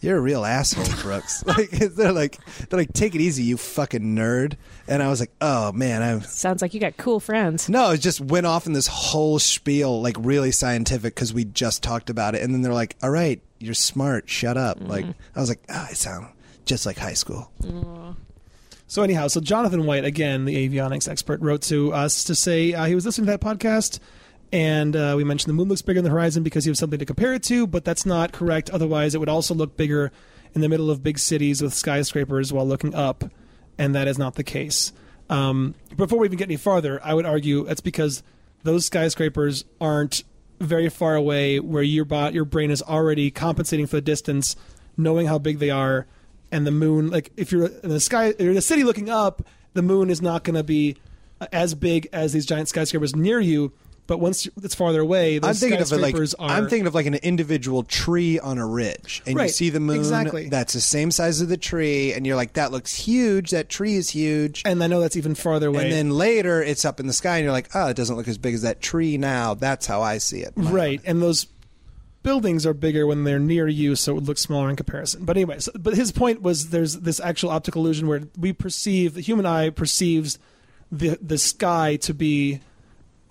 [SPEAKER 3] "You're a real asshole, Brooks." like they're like they're like, "Take it easy, you fucking nerd," and I was like, "Oh man, I'm."
[SPEAKER 4] Sounds like you got cool friends.
[SPEAKER 3] No, it just went off in this whole spiel, like really scientific, because we just talked about it, and then they're like, "All right, you're smart. Shut up."
[SPEAKER 2] Mm-hmm.
[SPEAKER 3] Like I was like, oh, "I sound just like high school."
[SPEAKER 2] So anyhow, so Jonathan White, again, the avionics expert, wrote to us to say uh, he was listening to that podcast, and uh, we mentioned the moon looks bigger on the horizon because you have something to compare it to, but that's not correct. Otherwise, it would also look bigger in the middle of big cities with skyscrapers while looking up, and that is not the case. Um, before we even get any farther, I would argue that's because those skyscrapers aren't very far away, where your bo- your brain is already compensating for the distance, knowing how big they are, and the moon like if you're in the sky you're in a city looking up the moon is not going to be uh, as big as these giant skyscrapers near you but once you- it's farther away those
[SPEAKER 3] I'm thinking of it like
[SPEAKER 2] skyscrapers are
[SPEAKER 3] I'm thinking of like an individual tree on a ridge, and you
[SPEAKER 2] Right,
[SPEAKER 3] see the moon.
[SPEAKER 2] exactly.
[SPEAKER 3] That's the same size of the tree, and you're like, "That looks huge. That tree is huge." And,
[SPEAKER 2] and i know that's even farther away
[SPEAKER 3] then later, it's up in the sky, and you're like, "Oh, it doesn't look as big as that tree now." That's how I see it.
[SPEAKER 2] right and those buildings are bigger when they're near you so it would look smaller in comparison but anyway so, but his point was there's this actual optical illusion where we perceive the human eye perceives the the sky to be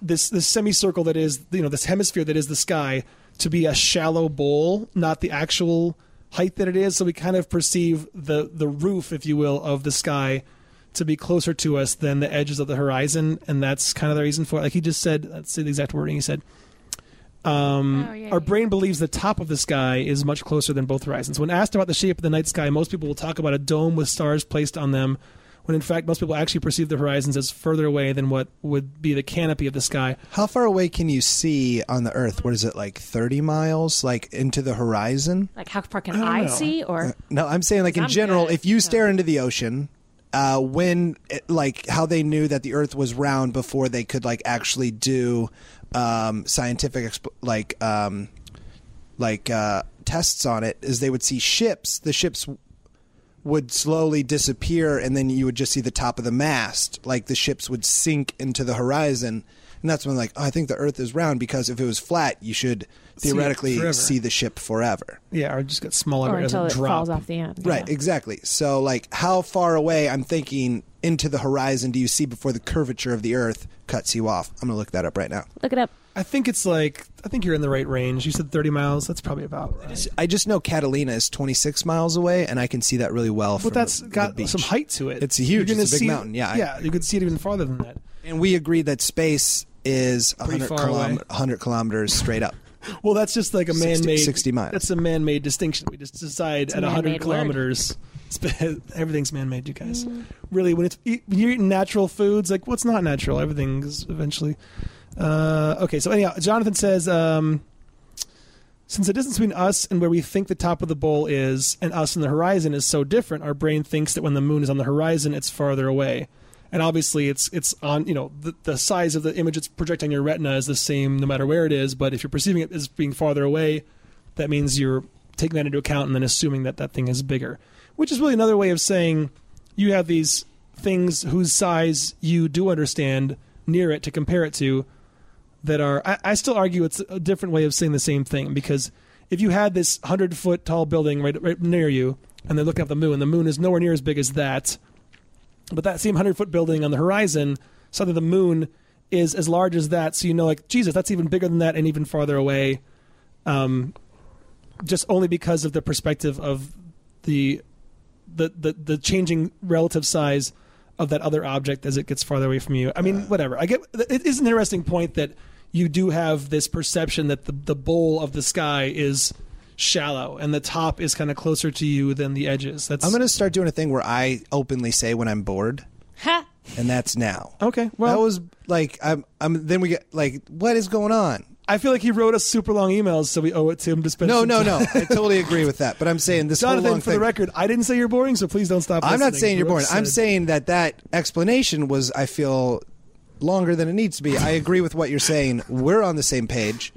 [SPEAKER 2] this this semicircle that is you know this hemisphere that is the sky to be a shallow bowl, not the actual height that it is. So we kind of perceive the the roof, if you will, of the sky to be closer to us than the edges of the horizon, and that's kind of the reason for. it. Like he just said, let's see the exact wording he said. Um,
[SPEAKER 4] Oh, yeah,
[SPEAKER 2] our
[SPEAKER 4] yeah.
[SPEAKER 2] brain believes the top of the sky is much closer than both horizons. When asked about the shape of the night sky, most people will talk about a dome with stars placed on them, when in fact most people actually perceive the horizons as further away than what would be the canopy of the sky.
[SPEAKER 3] How far away can you see on the Earth? What is it like? Thirty miles, like into the horizon?
[SPEAKER 4] Like, how far can
[SPEAKER 2] don't
[SPEAKER 4] I,
[SPEAKER 2] know.
[SPEAKER 4] see? Or
[SPEAKER 3] No, I'm saying like in
[SPEAKER 4] I'm
[SPEAKER 3] general,
[SPEAKER 4] good,
[SPEAKER 3] if you
[SPEAKER 4] so-
[SPEAKER 3] stare into the ocean, uh, when it, like how they knew that the Earth was round before they could like actually do um, scientific exp- like um, like uh, tests on it is they would see ships. The ships w- would slowly disappear, and then you would just see the top of the mast. Like the ships would sink into the horizon. And that's when, like, oh, I think the Earth is round because if it was flat, you should
[SPEAKER 2] it
[SPEAKER 3] theoretically
[SPEAKER 2] forever.
[SPEAKER 3] see the ship forever.
[SPEAKER 2] Yeah, or it just got smaller
[SPEAKER 4] or
[SPEAKER 2] as
[SPEAKER 4] until
[SPEAKER 2] it
[SPEAKER 4] it
[SPEAKER 2] dropped.
[SPEAKER 4] falls off the end.
[SPEAKER 3] Right,
[SPEAKER 4] Yeah.
[SPEAKER 3] exactly. So, like, how far away I'm thinking into the horizon do you see before the curvature of the Earth cuts you off? I'm gonna look that up right now.
[SPEAKER 4] Look it up.
[SPEAKER 2] I think it's like I think you're in the right range. You said 30 miles. That's probably about right.
[SPEAKER 3] I just know Catalina is 26 miles away, and I can see that really well.
[SPEAKER 2] But
[SPEAKER 3] from
[SPEAKER 2] that's
[SPEAKER 3] the,
[SPEAKER 2] got
[SPEAKER 3] the beach.
[SPEAKER 2] some height to it.
[SPEAKER 3] It's huge.
[SPEAKER 2] You're gonna
[SPEAKER 3] It's a big
[SPEAKER 2] see-
[SPEAKER 3] mountain. Yeah, I-
[SPEAKER 2] yeah. You could see it even farther than that.
[SPEAKER 3] and we agreed that space is 100,
[SPEAKER 2] far away.
[SPEAKER 3] kilom- 100 kilometers straight up.
[SPEAKER 2] Well, that's just like a
[SPEAKER 3] 60
[SPEAKER 2] man-made
[SPEAKER 3] 60 miles.
[SPEAKER 2] That's a man-made distinction. We just decide
[SPEAKER 4] a
[SPEAKER 2] at 100
[SPEAKER 4] man-made word.
[SPEAKER 2] kilometers. sp- Everything's man-made, you guys.
[SPEAKER 4] Mm.
[SPEAKER 2] Really, when it's eat- when you're eating natural foods, like what's not natural? Everything's eventually. Uh, okay, so anyhow, Jonathan says. Um, Since the distance between us and where we think the top of the bowl is and us and the horizon is so different, our brain thinks that when the moon is on the horizon, it's farther away. And obviously, it's it's on you know the, the size of the image it's projecting on your retina is the same no matter where it is. But if you're perceiving it as being farther away, that means you're taking that into account and then assuming that that thing is bigger, which is really another way of saying you have these things whose size you do understand near it to compare it to that are I, I still argue it's a different way of saying the same thing because if you had this hundred foot tall building right, right near you and they're looking at the moon the moon is nowhere near as big as that but that same hundred foot building on the horizon suddenly the moon is as large as that. So you know, like Jesus, that's even bigger than that, and even farther away. Um, just only because of the perspective of the the the, the changing relative size of that other object as it gets farther away from you. I mean, whatever. I get it is an interesting point that you do have this perception that the the bowl of the sky is shallow and the top is kind of closer to you than the edges. That's
[SPEAKER 3] I'm going to start doing a thing where I openly say when I'm bored,
[SPEAKER 4] Ha!
[SPEAKER 3] and that's now.
[SPEAKER 2] okay. Well,
[SPEAKER 3] that was like I'm. I'm. Then we get like, what is going on?
[SPEAKER 2] I feel like he wrote us super long emails, so we owe it to him to spend.
[SPEAKER 3] No,
[SPEAKER 2] some
[SPEAKER 3] no,
[SPEAKER 2] time.
[SPEAKER 3] no. I totally agree with that. But I'm saying this whole
[SPEAKER 2] Jonathan,
[SPEAKER 3] long
[SPEAKER 2] for
[SPEAKER 3] thing.
[SPEAKER 2] the record, I didn't say you're boring, so please don't stop.
[SPEAKER 3] I'm not
[SPEAKER 2] listening.
[SPEAKER 3] saying you're
[SPEAKER 2] Brooks
[SPEAKER 3] boring. I'm
[SPEAKER 2] said-
[SPEAKER 3] saying that that explanation was, I feel, longer than it needs to be. I agree with what you're saying. We're on the same page.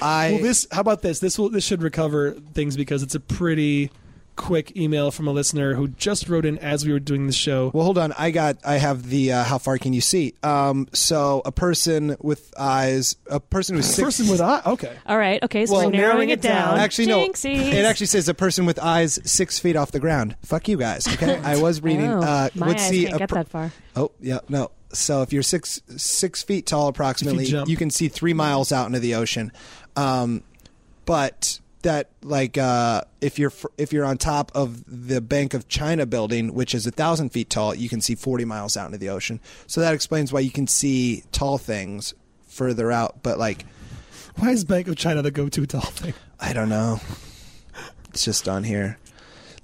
[SPEAKER 3] I
[SPEAKER 2] Well, this. How about this? This will. This should recover things because it's a pretty quick email from a listener who just wrote in as we were doing the show.
[SPEAKER 3] Well, hold on. I got. I have the. Uh, how far can you see? Um. So a person with eyes. A person who's six.
[SPEAKER 2] person with eye. Okay.
[SPEAKER 4] All right. Okay. So
[SPEAKER 3] Well,
[SPEAKER 4] we're narrowing it down.
[SPEAKER 3] Actually, no.
[SPEAKER 4] Jinxies.
[SPEAKER 3] It actually says a person with eyes six feet off the ground. Fuck you guys. Okay. I was reading.
[SPEAKER 4] Oh,
[SPEAKER 3] uh,
[SPEAKER 4] my
[SPEAKER 3] would
[SPEAKER 4] eyes
[SPEAKER 3] see
[SPEAKER 4] can't
[SPEAKER 3] a
[SPEAKER 4] get
[SPEAKER 3] per-
[SPEAKER 4] that far.
[SPEAKER 3] Oh yeah. No. So if you're six six feet tall, approximately, you,
[SPEAKER 2] jump.
[SPEAKER 3] can see three miles out into the ocean. Um, but that like uh, if you're fr- if you're on top of the Bank of China building, which is a thousand feet tall, you can see forty miles out into the ocean. So that explains why you can see tall things further out. But like
[SPEAKER 2] Why is Bank of China the go-to doll thing?
[SPEAKER 3] I don't know. It's just on here.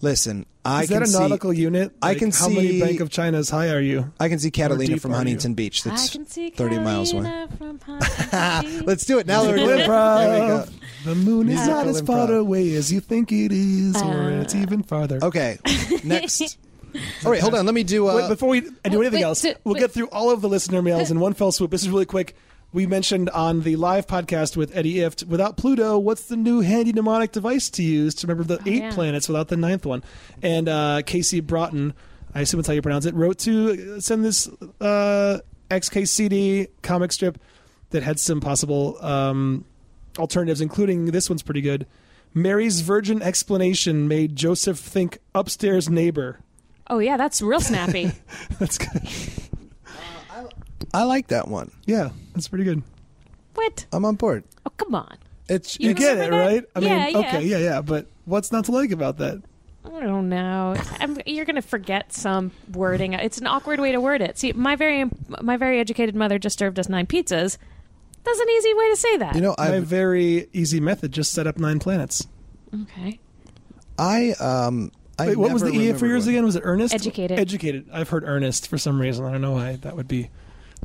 [SPEAKER 3] Listen, I
[SPEAKER 2] Is
[SPEAKER 3] can
[SPEAKER 2] that a
[SPEAKER 3] see
[SPEAKER 2] nautical unit?
[SPEAKER 3] I
[SPEAKER 2] Like,
[SPEAKER 3] can
[SPEAKER 2] how many
[SPEAKER 3] see-
[SPEAKER 2] Bank of China's high are you?
[SPEAKER 3] I can see Catalina
[SPEAKER 2] deep
[SPEAKER 3] from
[SPEAKER 2] are you?
[SPEAKER 3] Huntington Beach.
[SPEAKER 4] I
[SPEAKER 3] That's
[SPEAKER 4] can see
[SPEAKER 3] thirty miles away.
[SPEAKER 4] Carolina from Huntington Beach.
[SPEAKER 3] Let's do it now. That we're doing it. There we
[SPEAKER 2] Improv.
[SPEAKER 3] go.
[SPEAKER 2] The moon is
[SPEAKER 3] Musical
[SPEAKER 2] not as far
[SPEAKER 3] improv.
[SPEAKER 2] away as you think it is, or it's even farther.
[SPEAKER 3] Okay, next. All right, hold on. Let me do. Uh,
[SPEAKER 2] Wait, before we I do
[SPEAKER 4] Wait,
[SPEAKER 2] anything
[SPEAKER 4] wait,
[SPEAKER 2] else,
[SPEAKER 4] so-
[SPEAKER 2] we'll
[SPEAKER 4] wait.
[SPEAKER 2] get through all of the listener mails in one fell swoop. This is really quick. We mentioned on the live podcast with Eddie Ift, without Pluto, what's the new handy mnemonic device to use to remember the eight
[SPEAKER 4] Oh, yeah.
[SPEAKER 2] planets without the ninth one? And uh, Casey Broughton, I assume it's how you pronounce it, wrote to send this uh, XKCD comic strip that had some possible um, alternatives, including this one's pretty good. Mary's virgin explanation made Joseph think upstairs neighbor.
[SPEAKER 4] Oh yeah, that's real snappy.
[SPEAKER 2] That's good.
[SPEAKER 3] I like that one.
[SPEAKER 2] Yeah, that's pretty good.
[SPEAKER 4] what?
[SPEAKER 3] I'm on board.
[SPEAKER 4] Oh come on.
[SPEAKER 3] It's
[SPEAKER 4] You
[SPEAKER 2] You get it,
[SPEAKER 4] remember that?
[SPEAKER 2] right? I
[SPEAKER 4] Yeah,
[SPEAKER 2] mean,
[SPEAKER 4] yeah.
[SPEAKER 2] okay, yeah, yeah, but what's not to like about that?
[SPEAKER 4] I don't know. I'm, you're going to forget some wording. It's an awkward way to word it. See, my very my very educated mother just served us nine pizzas. That's an easy way to say that.
[SPEAKER 3] you know
[SPEAKER 2] My
[SPEAKER 3] I
[SPEAKER 2] very easy method just set up nine planets.
[SPEAKER 4] okay.
[SPEAKER 3] I um I
[SPEAKER 2] Wait, what was the
[SPEAKER 3] never
[SPEAKER 2] E for
[SPEAKER 3] remembered
[SPEAKER 2] yours
[SPEAKER 3] one.
[SPEAKER 2] again? Was it Ernest?
[SPEAKER 4] Educated.
[SPEAKER 2] Educated. I've heard Ernest for some reason. I don't know why that would be.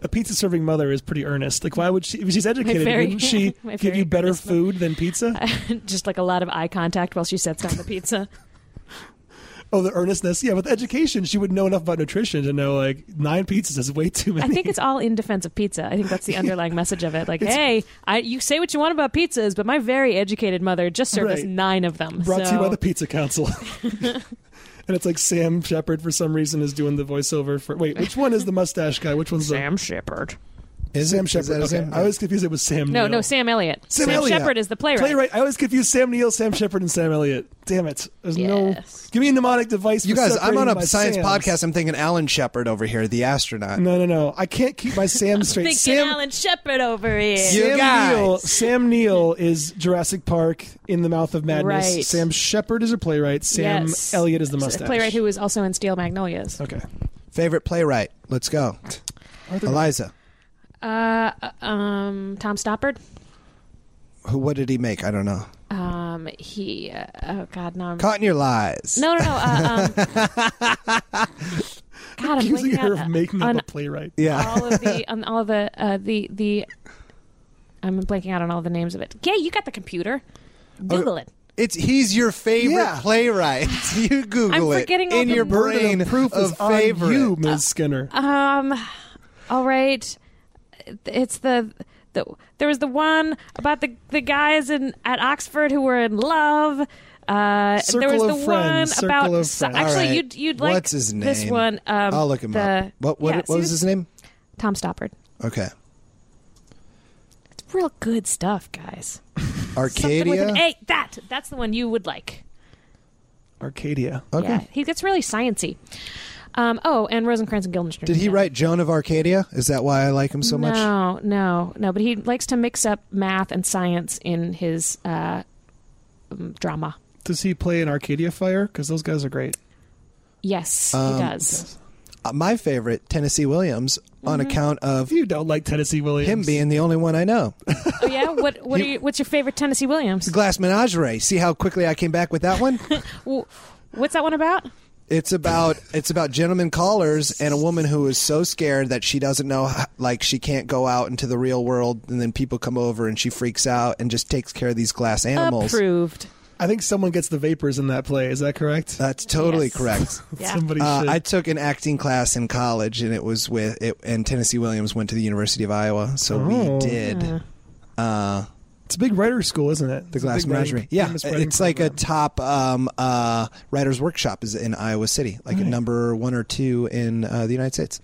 [SPEAKER 2] A pizza serving mother is pretty earnest. Like, why would she? If she's educated,
[SPEAKER 4] very-
[SPEAKER 2] wouldn't she
[SPEAKER 4] my
[SPEAKER 2] give
[SPEAKER 4] very
[SPEAKER 2] you better
[SPEAKER 4] earnest
[SPEAKER 2] food than pizza?
[SPEAKER 4] just like a lot of eye contact while she sets down the pizza.
[SPEAKER 2] Oh, the earnestness. Yeah, with education, she would know enough about nutrition to know like nine pizzas is way too many.
[SPEAKER 4] I think it's all in defense of pizza. I think that's the underlying message of it. Like,
[SPEAKER 2] It's-
[SPEAKER 4] hey, I, you say what you want about pizzas, but my very educated mother just served us
[SPEAKER 2] Right.
[SPEAKER 4] nine of them.
[SPEAKER 2] Brought to you
[SPEAKER 4] So-
[SPEAKER 2] by the Pizza Council. and it's like Sam Shepard for some reason is doing the voiceover for. Wait, which one is the mustache guy? Which one's
[SPEAKER 4] Sam Shepard.
[SPEAKER 2] the
[SPEAKER 3] Is
[SPEAKER 2] Sam
[SPEAKER 3] it- is that
[SPEAKER 2] Shepard?
[SPEAKER 3] his
[SPEAKER 2] Okay.
[SPEAKER 3] name?
[SPEAKER 2] I was confused. It was Sam.
[SPEAKER 4] No,
[SPEAKER 2] Neill.
[SPEAKER 4] no, Sam Elliott.
[SPEAKER 2] Sam
[SPEAKER 4] Sam
[SPEAKER 2] Elliott.
[SPEAKER 4] Shepard is the playwright.
[SPEAKER 2] Playwright. I always confuse Sam Neill, Sam Shepard, and Sam Elliott. Damn it! There's no.
[SPEAKER 4] Yes.
[SPEAKER 2] Give me a mnemonic device.
[SPEAKER 3] You
[SPEAKER 2] for
[SPEAKER 3] guys, I'm on
[SPEAKER 2] separating
[SPEAKER 3] a
[SPEAKER 2] my
[SPEAKER 3] science
[SPEAKER 2] Sams.
[SPEAKER 3] podcast. I'm thinking Alan Shepard over here, the astronaut.
[SPEAKER 2] No, no, no! I can't keep my Sam straight.
[SPEAKER 4] Thinking
[SPEAKER 2] Sam,
[SPEAKER 4] Alan Shepard over here.
[SPEAKER 3] You
[SPEAKER 2] Sam
[SPEAKER 3] guys.
[SPEAKER 2] Neill. Sam Neill is Jurassic Park in the Mouth of Madness.
[SPEAKER 4] Right.
[SPEAKER 2] Sam Shepard is a playwright. Sam
[SPEAKER 4] Yes.
[SPEAKER 2] Elliott is the
[SPEAKER 4] So
[SPEAKER 2] mustache.
[SPEAKER 4] playwright who was also in Steel Magnolias.
[SPEAKER 2] Okay.
[SPEAKER 3] Favorite playwright? Let's go. Eliza.
[SPEAKER 4] Uh, um, Tom Stoppard.
[SPEAKER 3] Who? What did he make? I don't know.
[SPEAKER 4] Um, he. Uh, oh God, no. I'm,
[SPEAKER 3] Caught in your lies.
[SPEAKER 4] no, no, no. Uh, um, God, I'm
[SPEAKER 2] Accusing
[SPEAKER 4] blanking
[SPEAKER 2] her
[SPEAKER 4] out
[SPEAKER 2] of making up
[SPEAKER 4] on
[SPEAKER 2] a playwright.
[SPEAKER 3] Yeah.
[SPEAKER 4] all of the on all the uh, the the. I'm blanking out on all the names of it. Yeah, you got the computer.
[SPEAKER 2] Oh,
[SPEAKER 4] Google it.
[SPEAKER 3] It's he's your favorite
[SPEAKER 2] Yeah.
[SPEAKER 3] playwright. You Google
[SPEAKER 4] I'm
[SPEAKER 3] it
[SPEAKER 4] forgetting all
[SPEAKER 3] in
[SPEAKER 4] the
[SPEAKER 3] your
[SPEAKER 4] words.
[SPEAKER 3] brain
[SPEAKER 2] of proof
[SPEAKER 3] of
[SPEAKER 2] is on
[SPEAKER 3] favorite.
[SPEAKER 2] you,
[SPEAKER 4] Uh,
[SPEAKER 2] Ms. Skinner.
[SPEAKER 4] Um, all right. It's the the there was the one about the the guys in at Oxford who were in love. Uh,
[SPEAKER 2] Circle
[SPEAKER 4] there was
[SPEAKER 2] of
[SPEAKER 4] the
[SPEAKER 2] friends,
[SPEAKER 4] one about
[SPEAKER 2] circle of
[SPEAKER 4] so-
[SPEAKER 2] friends.
[SPEAKER 4] actually
[SPEAKER 3] All right.
[SPEAKER 4] you'd you'd like
[SPEAKER 3] What's his
[SPEAKER 4] this
[SPEAKER 3] name?
[SPEAKER 4] one. Um,
[SPEAKER 3] I'll look him
[SPEAKER 4] the-
[SPEAKER 3] up. What? What,
[SPEAKER 4] yeah,
[SPEAKER 3] what was
[SPEAKER 4] see,
[SPEAKER 3] his name?
[SPEAKER 4] Tom Stoppard.
[SPEAKER 3] Okay.
[SPEAKER 4] It's real good stuff, guys. Something with
[SPEAKER 3] Arcadia.
[SPEAKER 4] an A. That that's the one you would like.
[SPEAKER 2] Arcadia.
[SPEAKER 3] Okay.
[SPEAKER 4] Yeah, he gets really sciency. Um, oh, and Rosencrantz and Guildenstern.
[SPEAKER 3] Did he
[SPEAKER 4] yeah.
[SPEAKER 3] write Joan of Arcadia? Is that why I like him so much?
[SPEAKER 4] No, no, no. But he likes to mix up math and science in his uh, um, drama.
[SPEAKER 2] Does he play in Arcadia Fire? Because those guys are great.
[SPEAKER 4] Yes,
[SPEAKER 3] Um,
[SPEAKER 4] he does.
[SPEAKER 3] Uh, My favorite, Tennessee Williams, on
[SPEAKER 4] Mm-hmm.
[SPEAKER 3] account of
[SPEAKER 2] You don't like Tennessee Williams.
[SPEAKER 3] him being the only one I know.
[SPEAKER 4] Oh yeah. What? What are you, What's your favorite Tennessee Williams?
[SPEAKER 3] Glass Menagerie. See how quickly I came back with that one?
[SPEAKER 4] W- What's that one about?
[SPEAKER 3] It's about it's about gentlemen callers and a woman who is so scared that she doesn't know h- like she can't go out into the real world and then people come over and she freaks out and just takes care of these glass animals.
[SPEAKER 4] Approved.
[SPEAKER 2] I think someone gets the vapors in that play. Is that correct?
[SPEAKER 3] That's totally
[SPEAKER 4] Yes.
[SPEAKER 3] correct.
[SPEAKER 4] Yeah.
[SPEAKER 2] Somebody
[SPEAKER 3] Uh,
[SPEAKER 2] should.
[SPEAKER 3] I took an acting class in college and it was with it and Tennessee Williams went to the University of Iowa, so
[SPEAKER 2] Oh.
[SPEAKER 3] we did. Uh,
[SPEAKER 2] it's a big writer school, isn't it?
[SPEAKER 3] the Glass Menagerie. Yeah, it's like a top um, uh, writers' workshop is in Iowa City, like a number one or two in uh, the United States.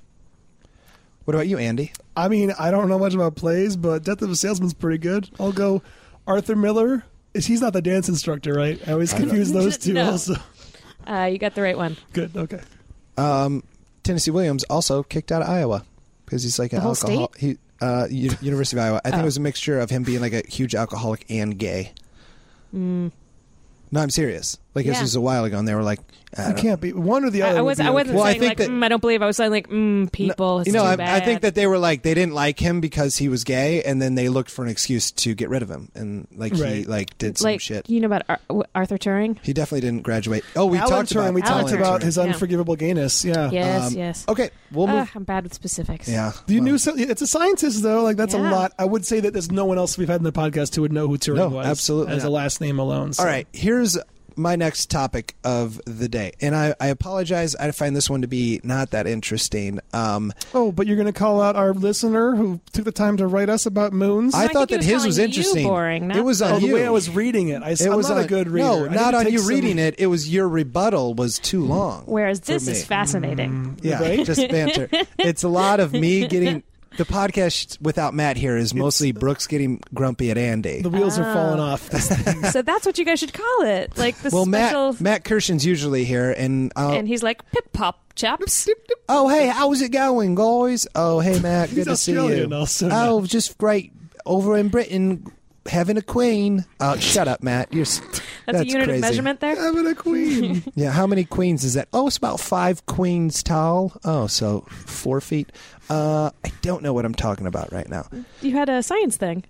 [SPEAKER 3] What about you, Andy?
[SPEAKER 2] a. I mean, I don't know much about plays, but Death of a Salesman's pretty good. I'll go. Arthur Miller. Is- He's not the dance instructor, right? I always confuse those two.
[SPEAKER 4] No.
[SPEAKER 2] Also,
[SPEAKER 4] Uh, you got the right one.
[SPEAKER 2] good. Okay.
[SPEAKER 3] Um, Tennessee Williams also kicked out of Iowa because he's like an
[SPEAKER 4] whole Oh.
[SPEAKER 3] alcohol. He, uh, U- University of Iowa. I think it was a mixture of him being like a huge alcoholic and gay. No, I'm serious. Like this
[SPEAKER 4] Mm. Yeah.
[SPEAKER 3] was a while ago, and they were like, I
[SPEAKER 2] It
[SPEAKER 3] don't-
[SPEAKER 2] can't be one or the other.
[SPEAKER 4] I, I
[SPEAKER 2] would
[SPEAKER 4] was.
[SPEAKER 2] be
[SPEAKER 4] I
[SPEAKER 2] okay.
[SPEAKER 4] wasn't
[SPEAKER 3] Well, I
[SPEAKER 4] saying
[SPEAKER 3] think
[SPEAKER 4] like
[SPEAKER 3] that-
[SPEAKER 4] mm, I don't believe. I was saying like mm, people. it's
[SPEAKER 3] you know,
[SPEAKER 4] too
[SPEAKER 3] I, I
[SPEAKER 4] bad.
[SPEAKER 3] think that they were like they didn't like him because he was gay, and then they looked for an excuse to get rid of him, and like he
[SPEAKER 2] Right.
[SPEAKER 3] like did some
[SPEAKER 4] like
[SPEAKER 3] shit.
[SPEAKER 4] you know about Ar- w- Arthur Turing.
[SPEAKER 3] He definitely didn't graduate. Oh, we
[SPEAKER 2] Alan
[SPEAKER 3] talked
[SPEAKER 2] Turing,
[SPEAKER 3] about
[SPEAKER 2] we
[SPEAKER 3] Alan
[SPEAKER 2] talked about
[SPEAKER 3] Turing.
[SPEAKER 2] his
[SPEAKER 4] Yeah.
[SPEAKER 2] unforgivable gayness. Yeah. Uh,
[SPEAKER 4] Yes.
[SPEAKER 3] Um,
[SPEAKER 4] yes. Ah.
[SPEAKER 3] Okay, we'll
[SPEAKER 4] Ugh,
[SPEAKER 3] move.
[SPEAKER 4] I'm bad with specifics.
[SPEAKER 3] yeah,
[SPEAKER 2] Do you
[SPEAKER 3] well,
[SPEAKER 2] knew so, it's a scientist though. Like that's a
[SPEAKER 4] Yeah.
[SPEAKER 2] lot. I would say that there's no one else we've had in the podcast who would know who Turing
[SPEAKER 3] No,
[SPEAKER 2] was.
[SPEAKER 3] absolutely
[SPEAKER 2] as a
[SPEAKER 3] not.
[SPEAKER 2] last name alone. so.
[SPEAKER 3] All right, here's my next topic of the day, and I, I apologize. I find this one to be not that interesting. Um,
[SPEAKER 2] Oh, but you're going to call out our listener who took the time to write us about moons.
[SPEAKER 3] I
[SPEAKER 4] think
[SPEAKER 3] thought
[SPEAKER 4] he
[SPEAKER 3] that
[SPEAKER 4] was
[SPEAKER 3] his
[SPEAKER 4] calling
[SPEAKER 3] was
[SPEAKER 4] you
[SPEAKER 3] interesting.
[SPEAKER 4] boring,
[SPEAKER 3] it
[SPEAKER 4] not
[SPEAKER 3] was on
[SPEAKER 2] oh, the
[SPEAKER 3] you.
[SPEAKER 2] way I was reading it, I,
[SPEAKER 3] it
[SPEAKER 2] am
[SPEAKER 3] was
[SPEAKER 2] not
[SPEAKER 3] on,
[SPEAKER 2] a good reader.
[SPEAKER 3] No, not on you reading it. It was your rebuttal was too long.
[SPEAKER 4] Whereas
[SPEAKER 3] for
[SPEAKER 4] this
[SPEAKER 3] me.
[SPEAKER 4] is fascinating.
[SPEAKER 3] Yeah,
[SPEAKER 2] Right?
[SPEAKER 3] just banter. It's a lot of me getting the podcast without Matt here is mostly Brooks getting grumpy at Andy.
[SPEAKER 2] The wheels are falling
[SPEAKER 3] Ah.
[SPEAKER 2] off.
[SPEAKER 4] so that's what you guys should call it. Like the
[SPEAKER 3] well,
[SPEAKER 4] special.
[SPEAKER 3] Matt Matt Kirshen's usually here, and I'll,
[SPEAKER 4] and he's like pip pop chaps.
[SPEAKER 3] oh hey, how's it going, guys? Oh hey Matt,
[SPEAKER 2] He's
[SPEAKER 3] good to see
[SPEAKER 2] Australian
[SPEAKER 3] you.
[SPEAKER 2] also, Matt.
[SPEAKER 3] oh, just great over in Britain having a queen. Oh, shut up, Matt. You're s-
[SPEAKER 4] That's, a unit
[SPEAKER 3] crazy. Uh,
[SPEAKER 4] of measurement there.
[SPEAKER 2] Having a queen.
[SPEAKER 3] Yeah, how many queens is that? Oh, it's about five queens tall. Oh, so four feet. Uh, I don't know what I'm talking about right now.
[SPEAKER 4] You had a science thing.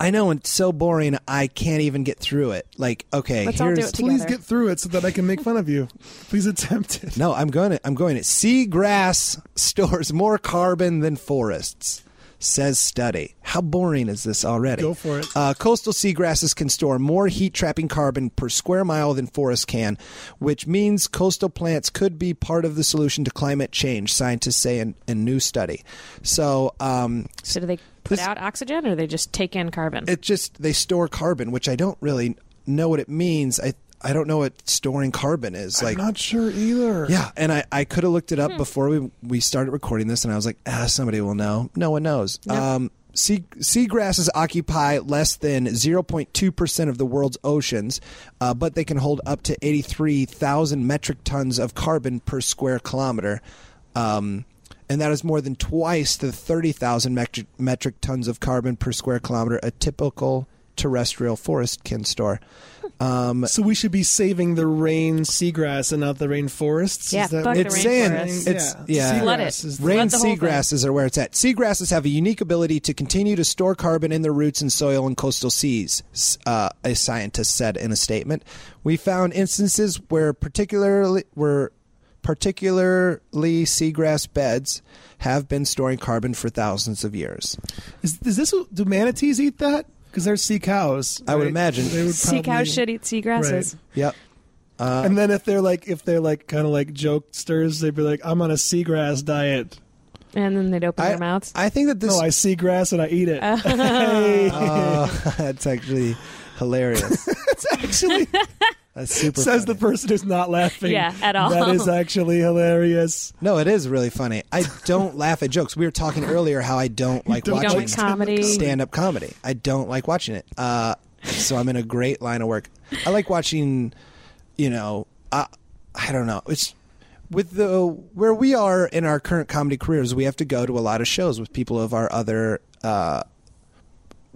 [SPEAKER 3] I know it's so boring. I can't even get through it. Like, okay,
[SPEAKER 4] Let's all do
[SPEAKER 3] here's
[SPEAKER 4] it
[SPEAKER 2] Please
[SPEAKER 4] together.
[SPEAKER 2] get through it so that I can make fun of you. Please attempt it.
[SPEAKER 3] no. I'm going to. I'm going to. Seagrass stores more carbon than forests. Says study. How boring is this already?
[SPEAKER 2] Go for it.
[SPEAKER 3] Uh, coastal seagrasses can store more heat trapping carbon per square mile than forests can, which means coastal plants could be part of the solution to climate change, scientists say in a new study. So um,
[SPEAKER 4] So do they put
[SPEAKER 3] This-
[SPEAKER 4] out oxygen, or they just take in carbon?
[SPEAKER 3] it just they store carbon, which I don't really know what it means. I I don't know what storing carbon is. Like
[SPEAKER 2] I'm not sure either.
[SPEAKER 3] Yeah, and I, I could have looked it up before we we started recording this, and I was like, ah, somebody will know. No one knows. Um, sea seagrasses occupy less than 0.2 percent of the world's oceans, uh, but they can hold up to 83,000 metric tons of carbon per square kilometer. Um, and that is more than twice the 30,000 metric, metric tons of carbon per square kilometer a typical terrestrial forest can store. Um,
[SPEAKER 2] So we should be saving the rain seagrass and not the rainforests.
[SPEAKER 4] Yeah,
[SPEAKER 2] Is that
[SPEAKER 4] fuck the
[SPEAKER 3] It's saying-
[SPEAKER 4] rainforest.
[SPEAKER 3] it's- yeah.
[SPEAKER 4] Flood it.
[SPEAKER 2] Seagrass is-
[SPEAKER 4] Ra-
[SPEAKER 3] Rain
[SPEAKER 4] Let the whole thing-
[SPEAKER 3] seagrasses are where it's at. Seagrasses have a unique ability to continue to store carbon in their roots in soil and coastal seas, s- uh, a scientist said in a statement. We found instances where particularly where particularly seagrass beds have been storing carbon for thousands of years.
[SPEAKER 2] Is, is this what- do manatees eat that? Because they're sea cows.
[SPEAKER 3] I would
[SPEAKER 2] right?
[SPEAKER 3] imagine.
[SPEAKER 2] They would
[SPEAKER 4] sea
[SPEAKER 2] probably- uh,
[SPEAKER 4] cows should eat seagrasses.
[SPEAKER 3] Yep.
[SPEAKER 2] and then if they're like if they're like kind of like jokesters, they'd be like, "I'm on a seagrass diet.
[SPEAKER 4] And then they'd open
[SPEAKER 3] I,
[SPEAKER 4] their mouths.
[SPEAKER 3] I think that this
[SPEAKER 2] No, I see grass and I eat it. Hey.
[SPEAKER 3] Oh, that's actually hilarious.
[SPEAKER 2] actually,
[SPEAKER 3] That's super
[SPEAKER 2] says the
[SPEAKER 3] funny.
[SPEAKER 2] person who's not laughing.
[SPEAKER 4] Yeah, at all.
[SPEAKER 2] That is actually hilarious.
[SPEAKER 3] No, it is really funny. I don't laugh at jokes. We were talking earlier how I don't like
[SPEAKER 2] don't
[SPEAKER 4] you don't
[SPEAKER 3] watching
[SPEAKER 4] like comedy.
[SPEAKER 3] stand up comedy. I don't like watching it. Uh, so I'm in a great line of work. I like watching, you know, I, I don't know. It's with the where we are in our current comedy careers, we have to go to a lot of shows with people of our other uh,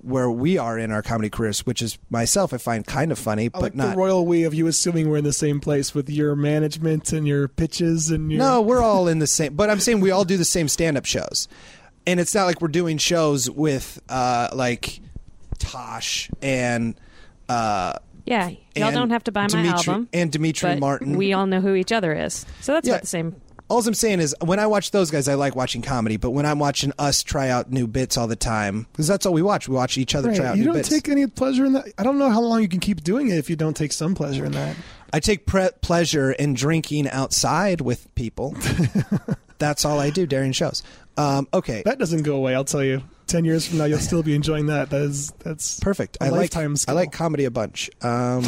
[SPEAKER 3] where we are in our comedy careers, which is myself. I find kind of funny,
[SPEAKER 2] I
[SPEAKER 3] but
[SPEAKER 2] like
[SPEAKER 3] not.
[SPEAKER 2] the royal we of you assuming we're in the same place with your management and your pitches and your
[SPEAKER 3] No, we're all in the same. But I'm saying we all do the same stand-up shows, and it's not like we're doing shows with uh, like Tosh and uh,
[SPEAKER 4] Yeah, y'all
[SPEAKER 3] and
[SPEAKER 4] don't have to buy my
[SPEAKER 3] Dimitri-
[SPEAKER 4] album.
[SPEAKER 3] and Dimitri
[SPEAKER 4] but
[SPEAKER 3] Martin.
[SPEAKER 4] We all know who each other is, so that's
[SPEAKER 3] Yeah.
[SPEAKER 4] about the same.
[SPEAKER 3] All I'm saying is, when I watch those guys, I like watching comedy. But when I'm watching us try out new bits all the time, because that's all we watch. We watch each other
[SPEAKER 2] Right.
[SPEAKER 3] try out
[SPEAKER 2] You
[SPEAKER 3] new
[SPEAKER 2] don't
[SPEAKER 3] bits.
[SPEAKER 2] take any pleasure in that. I don't know how long you can keep doing it if you don't take some pleasure in that.
[SPEAKER 3] I take pre- pleasure in drinking outside with people. that's all I do during shows. Um, okay,
[SPEAKER 2] That doesn't go away. I'll tell you. Ten years from now, you'll still be enjoying that. That is that's
[SPEAKER 3] perfect.
[SPEAKER 2] a
[SPEAKER 3] I like
[SPEAKER 2] lifetime skill.
[SPEAKER 3] I like comedy a bunch. Um,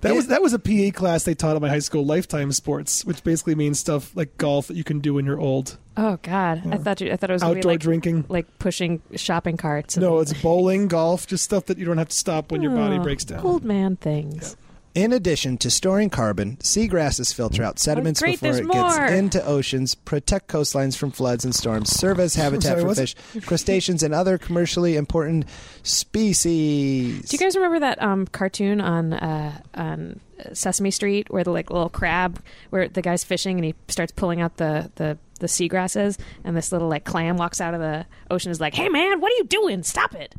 [SPEAKER 2] that was that was a PE class they taught at my high school. Lifetime sports, which basically means stuff like golf that you can do when you're old.
[SPEAKER 4] Oh God, I thought you, I thought it was gonna be
[SPEAKER 2] Outdoor
[SPEAKER 4] like
[SPEAKER 2] drinking.
[SPEAKER 4] like pushing shopping carts. and-
[SPEAKER 2] No, it's bowling, golf, just stuff that you don't have to stop when your body
[SPEAKER 4] Oh,
[SPEAKER 2] breaks down.
[SPEAKER 4] Old man things.
[SPEAKER 3] In addition to storing carbon, seagrasses filter out sediments
[SPEAKER 4] Oh, great,
[SPEAKER 3] before
[SPEAKER 4] there's
[SPEAKER 3] it
[SPEAKER 4] more.
[SPEAKER 3] gets into oceans, protect coastlines from floods and storms, serve as habitat
[SPEAKER 2] sorry,
[SPEAKER 3] for
[SPEAKER 2] what's-
[SPEAKER 3] fish, crustaceans, and other commercially important species.
[SPEAKER 4] Do you guys remember that um, cartoon on uh, on Sesame Street where the like little crab where the guy's fishing and he starts pulling out the the the seagrasses and this little like clam walks out of the ocean and is like, "Hey man, what are you doing? Stop it!"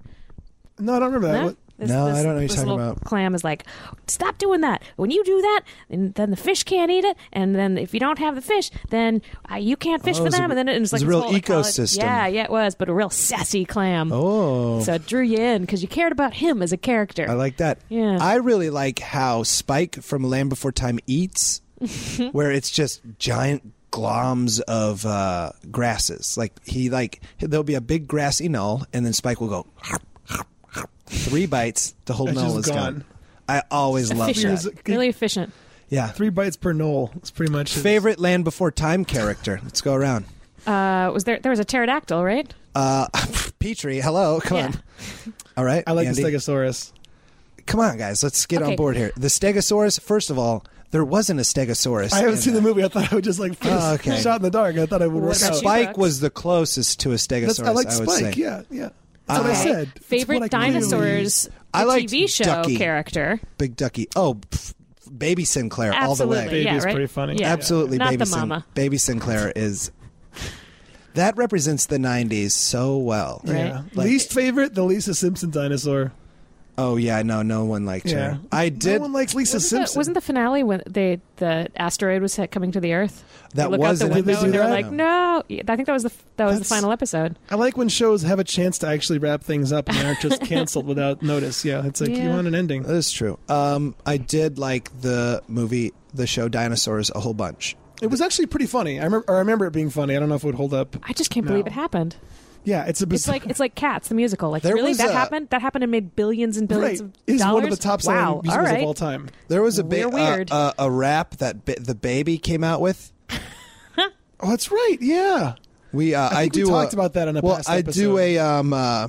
[SPEAKER 2] No, I don't remember that.
[SPEAKER 4] No?
[SPEAKER 2] What-
[SPEAKER 4] This-
[SPEAKER 3] No, I
[SPEAKER 4] this-
[SPEAKER 3] don't know what you're
[SPEAKER 4] this
[SPEAKER 3] talking
[SPEAKER 4] little
[SPEAKER 3] about.
[SPEAKER 4] Clam is like, stop doing that. When you do that, and then the fish can't eat it, and then if you don't have the fish, then uh, you can't
[SPEAKER 3] Oh,
[SPEAKER 4] fish
[SPEAKER 3] it
[SPEAKER 4] for
[SPEAKER 3] was a-
[SPEAKER 4] them. and then it, it
[SPEAKER 3] it was
[SPEAKER 4] was like
[SPEAKER 3] a
[SPEAKER 4] this
[SPEAKER 3] real
[SPEAKER 4] whole, like, college-
[SPEAKER 3] ecosystem.
[SPEAKER 4] yeah, yeah, it was, but a real sassy clam.
[SPEAKER 3] Oh,
[SPEAKER 4] So it drew you in because you cared about him as a character.
[SPEAKER 3] I like that.
[SPEAKER 4] Yeah.
[SPEAKER 3] I really like how Spike from Land Before Time eats, where it's just giant gloms of uh, grasses. Like he like there'll be a big grassy knoll, and then Spike will go three bites. The whole
[SPEAKER 2] It's
[SPEAKER 3] knoll is
[SPEAKER 2] just
[SPEAKER 3] gone.
[SPEAKER 2] gone.
[SPEAKER 3] I always love
[SPEAKER 4] efficient,
[SPEAKER 3] that.
[SPEAKER 4] really efficient.
[SPEAKER 3] Yeah.
[SPEAKER 2] Three bites per knoll. It's pretty much his-
[SPEAKER 3] Favorite Land Before Time character. Let's go around.
[SPEAKER 4] Uh, was there? There was a pterodactyl, right?
[SPEAKER 3] Uh, Petrie, hello. Come
[SPEAKER 4] Yeah.
[SPEAKER 3] on. All right.
[SPEAKER 2] I like
[SPEAKER 3] Andy.
[SPEAKER 2] the stegosaurus.
[SPEAKER 3] Come on, guys. Let's get on
[SPEAKER 4] Okay.
[SPEAKER 3] board here. The Stegosaurus. First of all, there wasn't a Stegosaurus.
[SPEAKER 2] I haven't
[SPEAKER 3] in
[SPEAKER 2] seen the movie. I thought I would just like
[SPEAKER 3] Oh, okay.
[SPEAKER 2] shot in the dark. I thought I would
[SPEAKER 4] What
[SPEAKER 2] work
[SPEAKER 4] about
[SPEAKER 2] out.
[SPEAKER 4] you?
[SPEAKER 3] Spike
[SPEAKER 4] T-Rex.
[SPEAKER 3] was the closest to a Stegosaurus.
[SPEAKER 2] That's, I like
[SPEAKER 3] I would
[SPEAKER 2] Spike.
[SPEAKER 3] say.
[SPEAKER 2] Yeah, yeah. That's what I
[SPEAKER 4] Okay.
[SPEAKER 2] said. It's what I
[SPEAKER 4] Favorite
[SPEAKER 2] clearly-
[SPEAKER 4] dinosaurs.
[SPEAKER 3] I
[SPEAKER 4] the
[SPEAKER 3] liked
[SPEAKER 4] TV show
[SPEAKER 3] Ducky.
[SPEAKER 4] character.
[SPEAKER 3] Big Ducky. Oh, pff, Baby Sinclair all the way.
[SPEAKER 4] Absolutely,
[SPEAKER 2] Baby
[SPEAKER 4] yeah,
[SPEAKER 2] is
[SPEAKER 4] right?
[SPEAKER 2] pretty funny.
[SPEAKER 4] Yeah.
[SPEAKER 3] Absolutely,
[SPEAKER 4] Not
[SPEAKER 3] Baby
[SPEAKER 4] the
[SPEAKER 3] Sin-
[SPEAKER 4] mama.
[SPEAKER 3] Baby Sinclair is. That represents the '90s so well.
[SPEAKER 4] Right.
[SPEAKER 2] Yeah.
[SPEAKER 3] Like-
[SPEAKER 2] least favorite, the Lisa Simpson dinosaur.
[SPEAKER 3] Oh yeah, no, no one liked
[SPEAKER 2] Yeah.
[SPEAKER 3] her. I did.
[SPEAKER 2] No one likes Lisa
[SPEAKER 4] Wasn't
[SPEAKER 2] Simpson.
[SPEAKER 4] the, wasn't the finale when they the asteroid was hit coming to the Earth?
[SPEAKER 3] That
[SPEAKER 4] They look
[SPEAKER 3] was
[SPEAKER 4] out
[SPEAKER 3] an
[SPEAKER 4] the window
[SPEAKER 2] episode.
[SPEAKER 4] and they were
[SPEAKER 2] Did they
[SPEAKER 4] like,
[SPEAKER 2] do
[SPEAKER 4] "No." Yeah, I think that was the f- that was
[SPEAKER 2] That's-
[SPEAKER 4] the final episode.
[SPEAKER 2] I like when shows have a chance to actually wrap things up and aren't just canceled without notice. Yeah, it's like you
[SPEAKER 4] Yeah.
[SPEAKER 2] want an ending.
[SPEAKER 3] That is true. Um, I did like the movie, the show Dinosaurs a whole bunch.
[SPEAKER 2] It was actually pretty funny. I remember, I remember it being funny. I don't know if it would hold up.
[SPEAKER 4] I just can't
[SPEAKER 2] No.
[SPEAKER 4] believe it happened.
[SPEAKER 2] Yeah, it's a
[SPEAKER 4] It's
[SPEAKER 2] bizarre.
[SPEAKER 4] like it's like Cats the musical. Like
[SPEAKER 3] There
[SPEAKER 4] really
[SPEAKER 3] was
[SPEAKER 4] that
[SPEAKER 3] a-
[SPEAKER 4] happened? That happened and made billions and
[SPEAKER 2] right,
[SPEAKER 4] billions of
[SPEAKER 2] is
[SPEAKER 4] dollars.
[SPEAKER 2] one of the top selling
[SPEAKER 4] wow. All
[SPEAKER 2] musicals
[SPEAKER 4] right.
[SPEAKER 2] of all time.
[SPEAKER 3] There was a
[SPEAKER 4] We're
[SPEAKER 3] ba-
[SPEAKER 4] weird.
[SPEAKER 3] Uh, uh, a rap that ba- the baby came out with.
[SPEAKER 2] Oh, that's right. Yeah,
[SPEAKER 3] We uh, I,
[SPEAKER 2] think we
[SPEAKER 3] do
[SPEAKER 2] talked
[SPEAKER 3] a-
[SPEAKER 2] about that in a
[SPEAKER 3] well.
[SPEAKER 2] past
[SPEAKER 3] I
[SPEAKER 2] episode.
[SPEAKER 3] do a um uh,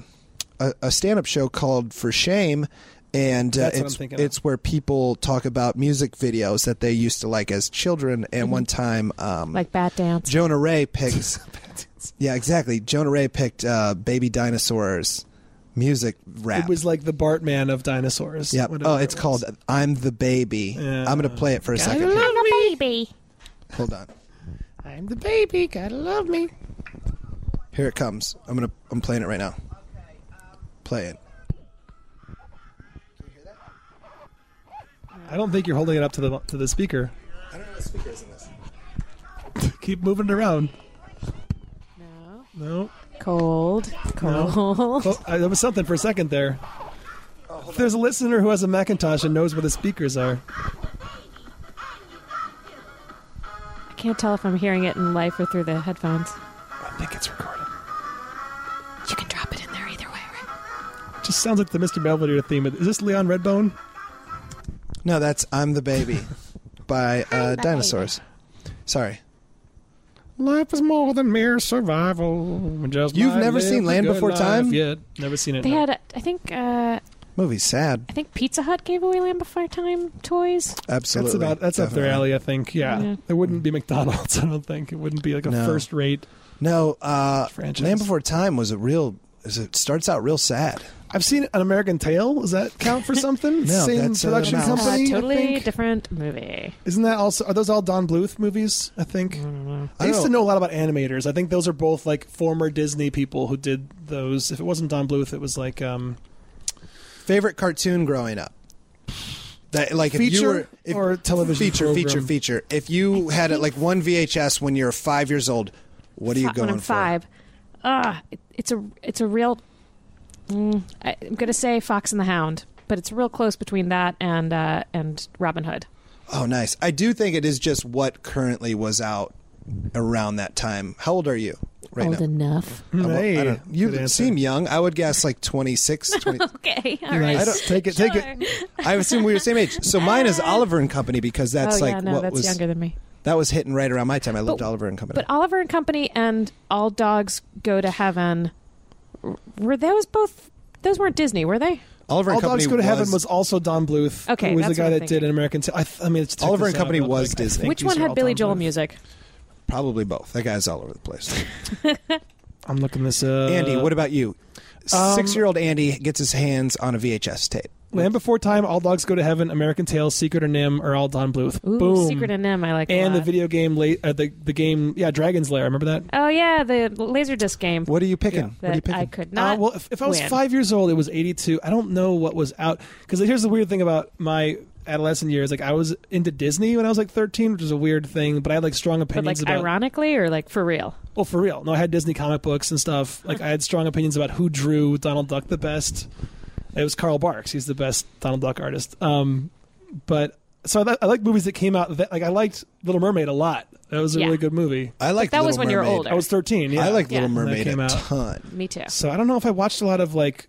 [SPEAKER 3] a, a stand up show called For Shame, and uh,
[SPEAKER 2] That's what I'm
[SPEAKER 3] it's
[SPEAKER 2] thinking of.
[SPEAKER 3] it's where people talk about music videos that they used to like as children.
[SPEAKER 2] Mm-hmm.
[SPEAKER 3] And one time, um,
[SPEAKER 4] Like Bat Dance.
[SPEAKER 3] Jonah Ray picked. yeah, exactly. Jonah Ray picked uh, Baby Dinosaurs music rap.
[SPEAKER 2] it was like the Bartman of dinosaurs.
[SPEAKER 3] yeah.
[SPEAKER 2] whatever
[SPEAKER 3] Oh, it's
[SPEAKER 2] it was.
[SPEAKER 3] called "I'm the Baby."
[SPEAKER 2] Yeah.
[SPEAKER 3] I'm gonna play it for a second.
[SPEAKER 4] a baby.
[SPEAKER 3] Hold on.
[SPEAKER 2] I'm the baby, gotta love me.
[SPEAKER 3] Here it comes. I'm gonna. I'm playing it right now. Play it.
[SPEAKER 2] I don't think you're holding it up to the to the speaker.
[SPEAKER 3] I don't know what speaker is in this.
[SPEAKER 2] Keep moving it around.
[SPEAKER 4] No.
[SPEAKER 2] No,
[SPEAKER 4] Cold. Cold.
[SPEAKER 2] Clo- uh, there was something for a second there.
[SPEAKER 4] Oh,
[SPEAKER 2] If there's a listener who has a Macintosh and knows where the speakers are.
[SPEAKER 4] I can't tell if I'm hearing it in life or through the headphones.
[SPEAKER 2] I think it's recorded.
[SPEAKER 4] You can drop it in there either way, right?
[SPEAKER 2] Just sounds like the Mr. Belvedere theme. Is this Leon Redbone?
[SPEAKER 3] No, that's "I'm the Baby" by uh, Dinosaurs. Sorry,
[SPEAKER 2] Life is more than mere survival. Just
[SPEAKER 3] You've
[SPEAKER 2] might
[SPEAKER 3] never
[SPEAKER 2] live
[SPEAKER 3] seen
[SPEAKER 2] the
[SPEAKER 3] Land
[SPEAKER 2] good
[SPEAKER 3] Before
[SPEAKER 2] life.
[SPEAKER 3] Time?
[SPEAKER 2] Yeah, never seen it.
[SPEAKER 4] They
[SPEAKER 2] no.
[SPEAKER 4] had I think uh
[SPEAKER 3] Movie's sad.
[SPEAKER 4] I think Pizza Hut gave away Land Before Time toys.
[SPEAKER 3] Absolutely.
[SPEAKER 2] That's about that's up
[SPEAKER 3] Definitely.
[SPEAKER 2] their alley, I think. Yeah.
[SPEAKER 4] Yeah.
[SPEAKER 2] It wouldn't be McDonald's, I don't think. It wouldn't be like a
[SPEAKER 3] No.
[SPEAKER 2] first rate
[SPEAKER 3] No, uh,
[SPEAKER 2] franchise.
[SPEAKER 3] Land Before Time was a real. Is it starts out real sad.
[SPEAKER 2] I've seen an American Tale. Does that count for something?
[SPEAKER 3] No,
[SPEAKER 2] Same
[SPEAKER 3] that's, uh,
[SPEAKER 2] production
[SPEAKER 3] Mouse.
[SPEAKER 4] Uh,
[SPEAKER 2] company. I
[SPEAKER 4] totally
[SPEAKER 2] think?
[SPEAKER 4] different movie.
[SPEAKER 2] Isn't that also? Are those all Don Bluth movies? I think. I,
[SPEAKER 3] I
[SPEAKER 2] used
[SPEAKER 3] don't-
[SPEAKER 2] to know a lot about animators. I think those are both like former Disney people who did those. If it wasn't Don Bluth, it was like um,
[SPEAKER 3] Favorite cartoon growing up. That like if you
[SPEAKER 2] Feature
[SPEAKER 3] were if,
[SPEAKER 2] or television
[SPEAKER 3] feature feature
[SPEAKER 2] program?
[SPEAKER 3] feature. If you had it like one VHS when you're five years old, what are you
[SPEAKER 4] Fi-
[SPEAKER 3] going
[SPEAKER 4] when I'm
[SPEAKER 3] for?
[SPEAKER 4] five. Ah, it, it's a it's a real. Mm, I, I'm gonna say Fox and the Hound, but it's real close between that and uh, and Robin Hood.
[SPEAKER 3] Oh, nice. I do think it is just what currently was out around that time. How old are you right
[SPEAKER 4] Old
[SPEAKER 3] now?
[SPEAKER 4] enough.
[SPEAKER 3] Uh, well,
[SPEAKER 2] hey,
[SPEAKER 3] I don't,
[SPEAKER 2] good
[SPEAKER 3] you
[SPEAKER 2] answer.
[SPEAKER 3] seem young. I would guess like 26, 20.
[SPEAKER 4] Okay, all right.
[SPEAKER 2] Nice.
[SPEAKER 3] I don't-
[SPEAKER 2] take it. Take it.
[SPEAKER 3] I assume we were the same age. So mine is Oliver and Company because that's
[SPEAKER 4] Uh, oh
[SPEAKER 3] like
[SPEAKER 4] yeah, no,
[SPEAKER 3] what
[SPEAKER 4] that's
[SPEAKER 3] was
[SPEAKER 4] younger than me.
[SPEAKER 3] that was hitting right around my time. I loved
[SPEAKER 4] But-
[SPEAKER 3] Oliver and Company.
[SPEAKER 4] But Oliver and Company and All Dogs Go to Heaven were those both? Those weren't Disney, were they?
[SPEAKER 3] Oliver and
[SPEAKER 2] All
[SPEAKER 3] Company
[SPEAKER 2] Dogs Go to
[SPEAKER 3] was,
[SPEAKER 2] Heaven was also Don Bluth.
[SPEAKER 4] Okay,
[SPEAKER 2] who was the
[SPEAKER 4] that's
[SPEAKER 2] guy
[SPEAKER 4] what I'm
[SPEAKER 2] that did
[SPEAKER 4] thinking.
[SPEAKER 2] an American Tale. I, th- I mean, it's check
[SPEAKER 3] Oliver
[SPEAKER 2] this
[SPEAKER 3] and
[SPEAKER 2] out
[SPEAKER 3] Company
[SPEAKER 2] real quick.
[SPEAKER 3] was
[SPEAKER 2] I think
[SPEAKER 3] Disney.
[SPEAKER 4] Which
[SPEAKER 2] these
[SPEAKER 4] one
[SPEAKER 2] are
[SPEAKER 4] had
[SPEAKER 2] all
[SPEAKER 4] Billy
[SPEAKER 2] Don
[SPEAKER 4] Joel
[SPEAKER 2] Bluth.
[SPEAKER 4] music?
[SPEAKER 3] probably both. That guy's all over the place.
[SPEAKER 2] I'm looking this up.
[SPEAKER 3] Andy, what about you?
[SPEAKER 2] um,
[SPEAKER 3] Six-year-old Andy gets his hands on a VHS tape.
[SPEAKER 2] Land Before Time, All Dogs Go to Heaven, American Tale, Secret or Nim are all Don Bluth.
[SPEAKER 4] Ooh,
[SPEAKER 2] Boom.
[SPEAKER 4] Secret and Nim, I like. a
[SPEAKER 2] and the
[SPEAKER 4] lot.
[SPEAKER 2] video game, la- uh, the the game, yeah, Dragon's Lair. Remember that?
[SPEAKER 4] Oh yeah, the Laserdisc game
[SPEAKER 3] What are you picking?
[SPEAKER 2] Yeah.
[SPEAKER 3] What are you
[SPEAKER 4] that
[SPEAKER 3] picking?
[SPEAKER 4] I could not.
[SPEAKER 2] Uh, well, if, if I was
[SPEAKER 4] win.
[SPEAKER 2] five years old, it was 82. I don't know what was out. Because here's the weird thing about my adolescent years. Like, I was into Disney when I was like 13, which is a weird thing, but I had like strong
[SPEAKER 4] but like
[SPEAKER 2] opinions about.
[SPEAKER 4] ironically or like for real.
[SPEAKER 2] Well, for real. No, I had Disney comic books and stuff. Like, I had strong opinions about who drew Donald Duck the best. It was Carl Barks. He's the best Donald Duck artist. Um, but so I, li- I like movies that came out. That, like, I liked Little Mermaid a lot. That was a
[SPEAKER 4] Yeah.
[SPEAKER 2] really good movie.
[SPEAKER 3] I like
[SPEAKER 4] that was
[SPEAKER 3] Little
[SPEAKER 4] when you were
[SPEAKER 3] Mermaid.
[SPEAKER 4] older.
[SPEAKER 2] I was 13. Yeah.
[SPEAKER 3] I like
[SPEAKER 4] Yeah.
[SPEAKER 3] Little
[SPEAKER 4] When
[SPEAKER 2] that
[SPEAKER 3] Mermaid
[SPEAKER 2] came
[SPEAKER 3] a
[SPEAKER 2] out.
[SPEAKER 3] ton.
[SPEAKER 4] Me too.
[SPEAKER 2] So I don't know if I watched a lot of like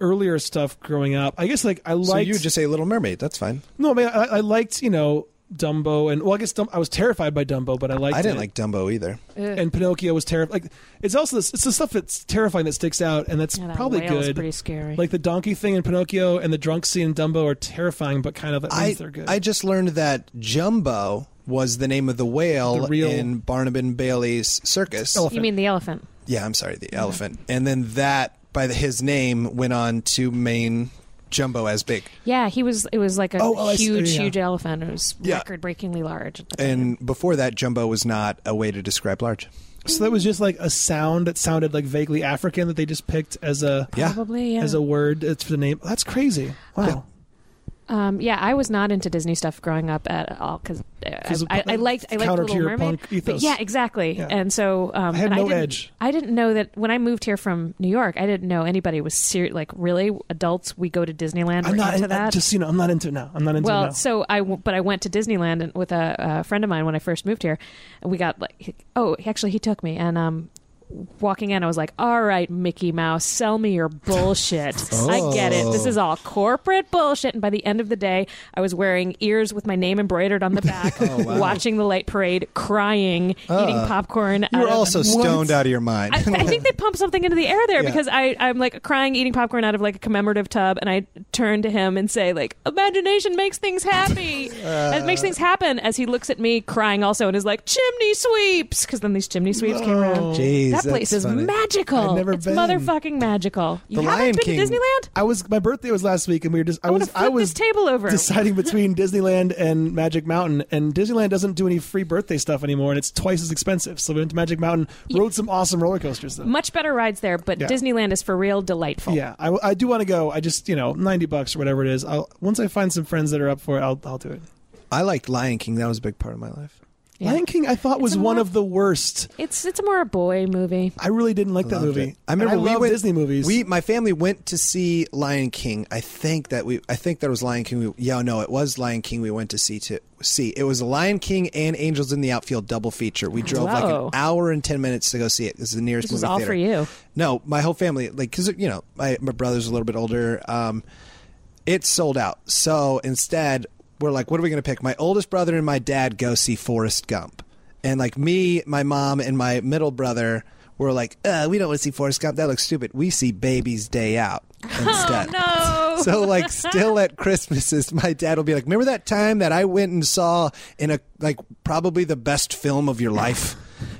[SPEAKER 2] earlier stuff growing up. I guess like I liked
[SPEAKER 3] So you would just say Little Mermaid. That's fine.
[SPEAKER 2] no, I, mean, I, I liked you know Dumbo and well, I guess Dum- I was terrified by Dumbo, but I liked.
[SPEAKER 3] I didn't
[SPEAKER 2] it.
[SPEAKER 3] like Dumbo either.
[SPEAKER 4] Ugh.
[SPEAKER 2] And Pinocchio was terrifying. Like it's also this, it's the stuff that's terrifying that sticks out, and that's
[SPEAKER 4] Yeah, that
[SPEAKER 2] probably
[SPEAKER 4] whale is
[SPEAKER 2] good.
[SPEAKER 4] pretty scary.
[SPEAKER 2] Like the donkey thing in Pinocchio and the drunk scene in Dumbo are terrifying, but kind of that means
[SPEAKER 3] I
[SPEAKER 2] they're good.
[SPEAKER 3] I just learned that Jumbo was the name of the whale
[SPEAKER 2] The real-
[SPEAKER 3] in Barnum and Bailey's circus.
[SPEAKER 2] Elephant.
[SPEAKER 4] you mean the elephant?
[SPEAKER 3] Yeah, I'm sorry, the elephant. And then that by the, his name went on to main Jumbo as big.
[SPEAKER 4] Yeah, he was. It was like a
[SPEAKER 2] Oh, oh, I see.
[SPEAKER 4] huge,
[SPEAKER 2] Yeah.
[SPEAKER 4] huge elephant. It was
[SPEAKER 3] Yeah.
[SPEAKER 4] record-breakingly large. at the time.
[SPEAKER 3] And before that, Jumbo was not a way to describe large.
[SPEAKER 2] so that was just like a sound that sounded like vaguely African that they just picked as a
[SPEAKER 3] Yeah.
[SPEAKER 4] Probably. Yeah.
[SPEAKER 2] as a word. It's the name. That's crazy. Wow.
[SPEAKER 4] um, yeah, I was not into Disney stuff growing up at all because
[SPEAKER 2] 'Cause
[SPEAKER 4] I, I, I liked I liked
[SPEAKER 2] counter to
[SPEAKER 4] Little
[SPEAKER 2] your punk
[SPEAKER 4] Mermaid. but
[SPEAKER 2] ethos.
[SPEAKER 4] yeah, exactly.
[SPEAKER 2] Yeah.
[SPEAKER 4] And so um,
[SPEAKER 2] I had
[SPEAKER 4] and
[SPEAKER 2] no
[SPEAKER 4] didn't-
[SPEAKER 2] edge.
[SPEAKER 4] I didn't know that when I moved here from New York, I didn't know anybody was serious. Like really, adults, we go to Disneyland.
[SPEAKER 2] I'm
[SPEAKER 4] we're
[SPEAKER 2] not
[SPEAKER 4] into
[SPEAKER 2] in,
[SPEAKER 4] that.
[SPEAKER 2] just you know I'm not into it now. I'm not into it now.
[SPEAKER 4] Well, so I w- but I went to Disneyland and- with a, a friend of mine when I first moved here, and we got like he- oh actually he took me and um walking in I was like all right Mickey Mouse sell me your bullshit
[SPEAKER 3] Oh.
[SPEAKER 4] I get it this is all corporate bullshit and by the end of the day I was wearing ears with my name embroidered on the back
[SPEAKER 3] Oh,
[SPEAKER 4] watching the light parade crying eating popcorn
[SPEAKER 3] Uh. You were
[SPEAKER 4] out of-
[SPEAKER 3] also stoned out of your mind.
[SPEAKER 4] I, I think they pumped something into the air there
[SPEAKER 3] Yeah.
[SPEAKER 4] because I, I'm like crying, eating popcorn out of like a commemorative tub, and I turn to him and say like, "Imagination makes things happy. and it makes things happen." As he looks at me crying, also, and is like, "Chimney sweeps," because then these chimney sweeps came
[SPEAKER 2] Oh,
[SPEAKER 4] around.
[SPEAKER 3] Jeez,
[SPEAKER 4] that place
[SPEAKER 3] that's
[SPEAKER 4] is
[SPEAKER 3] funny.
[SPEAKER 4] magical.
[SPEAKER 2] I've never
[SPEAKER 4] it's
[SPEAKER 2] been.
[SPEAKER 4] motherfucking magical. You
[SPEAKER 3] The
[SPEAKER 4] haven't
[SPEAKER 3] Lion
[SPEAKER 4] been
[SPEAKER 3] King-
[SPEAKER 4] to Disneyland?
[SPEAKER 2] I was my birthday was last week, and we were just I,
[SPEAKER 4] wanna
[SPEAKER 2] was
[SPEAKER 4] flip
[SPEAKER 2] I was
[SPEAKER 4] this table over.
[SPEAKER 2] deciding between Disneyland and Magic Mountain, and Disneyland doesn't do any free birthday stuff anymore, and it's twice as expensive. So we went to Magic Mountain, rode some awesome roller coasters though.
[SPEAKER 4] Much better rides there, but
[SPEAKER 2] Yeah.
[SPEAKER 4] Disneyland is for real delightful.
[SPEAKER 2] Yeah, I, I do want to go. I just you know ninety bucks or whatever it is. I'll once I find some friends that are up for it, I'll I'll do it.
[SPEAKER 3] I liked Lion King. That was a big part of my life.
[SPEAKER 4] Yeah.
[SPEAKER 2] Lion King I thought was
[SPEAKER 4] a
[SPEAKER 2] one
[SPEAKER 4] lot-
[SPEAKER 2] of the worst.
[SPEAKER 4] It's it's more a boy movie.
[SPEAKER 2] I really didn't like that
[SPEAKER 3] Loved
[SPEAKER 2] movie.
[SPEAKER 3] it. I remember
[SPEAKER 2] And
[SPEAKER 3] we
[SPEAKER 2] love
[SPEAKER 3] went,
[SPEAKER 2] Disney movies.
[SPEAKER 3] We my family went to see Lion King. I think that we I think that was Lion King. We, yeah, no, it was Lion King. We went to see to see. It was Lion King and Angels in the Outfield double feature. We drove like an
[SPEAKER 4] Whoa.
[SPEAKER 3] hour and ten minutes to go see it. This is the nearest
[SPEAKER 4] This is
[SPEAKER 3] movie
[SPEAKER 4] all
[SPEAKER 3] theater.
[SPEAKER 4] for you.
[SPEAKER 3] No, my whole family, like, because you know, my my brother's a little bit older. Um, it sold out. So instead, we're like, what are we going to pick? My oldest brother and my dad go see Forrest Gump, and like me, my mom, and my middle brother were like, uh, we don't want to see Forrest Gump. That looks stupid. We see Baby's Day Out instead.
[SPEAKER 4] Oh, No.
[SPEAKER 3] so like still at Christmases, my dad will be like, "Remember that time that I went and saw in a like probably the best film of your life?"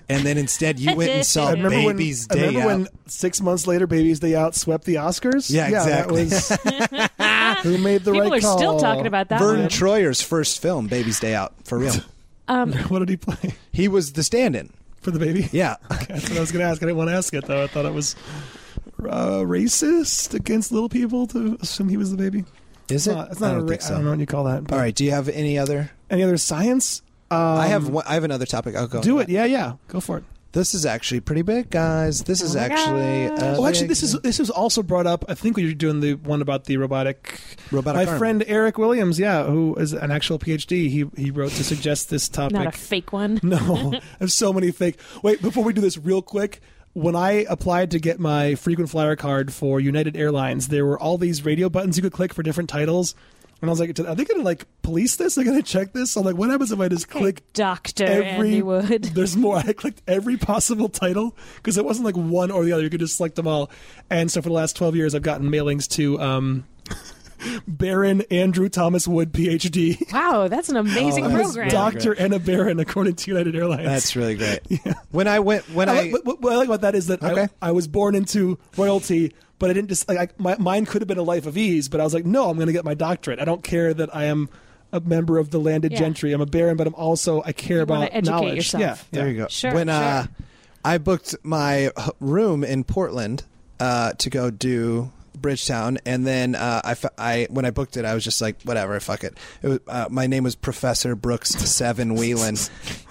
[SPEAKER 3] And then instead you went and saw
[SPEAKER 2] I remember
[SPEAKER 3] Baby's
[SPEAKER 2] when,
[SPEAKER 3] Day
[SPEAKER 2] I remember
[SPEAKER 3] Out.
[SPEAKER 2] when six months later, Baby's Day Out swept the Oscars.
[SPEAKER 3] Yeah, exactly.
[SPEAKER 2] That was, who made the
[SPEAKER 4] People
[SPEAKER 2] right
[SPEAKER 4] are
[SPEAKER 2] call?
[SPEAKER 4] still talking about that
[SPEAKER 3] Vern
[SPEAKER 4] one.
[SPEAKER 3] Troyer's first film, Baby's Day Out, for real.
[SPEAKER 2] What did he play
[SPEAKER 3] He was the stand-in.
[SPEAKER 2] for the baby?
[SPEAKER 3] Yeah.
[SPEAKER 2] That's what I was going to ask. I didn't want to ask it though. I thought it was uh, racist against little people to assume he was the baby.
[SPEAKER 3] Is
[SPEAKER 2] It's not, it's not
[SPEAKER 3] I
[SPEAKER 2] a
[SPEAKER 3] don't
[SPEAKER 2] ra-
[SPEAKER 3] think so.
[SPEAKER 2] I don't know what you call that. But
[SPEAKER 3] All right. Do you have any other?
[SPEAKER 2] Any other science? Um,
[SPEAKER 3] I have. One, I have another topic. I'll go.
[SPEAKER 2] Do
[SPEAKER 3] on
[SPEAKER 2] it.
[SPEAKER 3] that.
[SPEAKER 2] Yeah, yeah. Go for it.
[SPEAKER 3] This is actually pretty big, guys. This is
[SPEAKER 4] my
[SPEAKER 3] actually. uh,
[SPEAKER 4] gosh.
[SPEAKER 3] a
[SPEAKER 2] Well, Oh, actually,
[SPEAKER 3] big-
[SPEAKER 2] this is this was also brought up. I think we were doing the one about the robotic. My
[SPEAKER 3] Robotic arm.
[SPEAKER 2] friend Eric Williams, yeah, who is an actual PhD, he he wrote to suggest this topic.
[SPEAKER 4] Not a fake one.
[SPEAKER 2] no, there's so many fake. Wait, before we do this, real quick. When I applied to get my frequent flyer card for United Airlines, there were all these radio buttons you could click for different titles. And I was like, are they going to like police this? Are they going to check this? So I'm like, what happens if I just click
[SPEAKER 4] Doctor
[SPEAKER 2] every
[SPEAKER 4] Andy Wood.
[SPEAKER 2] There's more. I clicked every possible title because it wasn't like one or the other. You could just select them all. And so for the last 12 years, I've gotten mailings to um, Baron Andrew Thomas Wood, PhD,
[SPEAKER 4] Wow, that's an amazing
[SPEAKER 3] Oh, that is
[SPEAKER 4] program.
[SPEAKER 3] doc-
[SPEAKER 2] Doctor and a Baron, according to United Airlines.
[SPEAKER 3] That's really great. When I went, when
[SPEAKER 2] I
[SPEAKER 3] I,
[SPEAKER 2] like, what, what- what I like about that is that I-
[SPEAKER 3] Okay.
[SPEAKER 2] I, was born into royalty, but I didn't just like I, my, mine could have been a life of ease, but I was like, no, I'm going to get my doctorate. I don't care that I am a member of the landed
[SPEAKER 4] Yeah.
[SPEAKER 2] gentry. I'm a baron, but I'm also I care
[SPEAKER 4] wanna
[SPEAKER 2] about
[SPEAKER 4] educate
[SPEAKER 2] knowledge.
[SPEAKER 4] yourself.
[SPEAKER 2] Yeah,
[SPEAKER 3] There
[SPEAKER 2] yeah.
[SPEAKER 3] you go.
[SPEAKER 4] Sure,
[SPEAKER 3] When uh,
[SPEAKER 4] sure.
[SPEAKER 3] I booked my h- room in Portland uh, to go do Bridgetown, and then uh, I, f- I- when I booked it, I was just like, whatever, fuck it. it was, uh, my name was Professor Brooks Seven Whelan.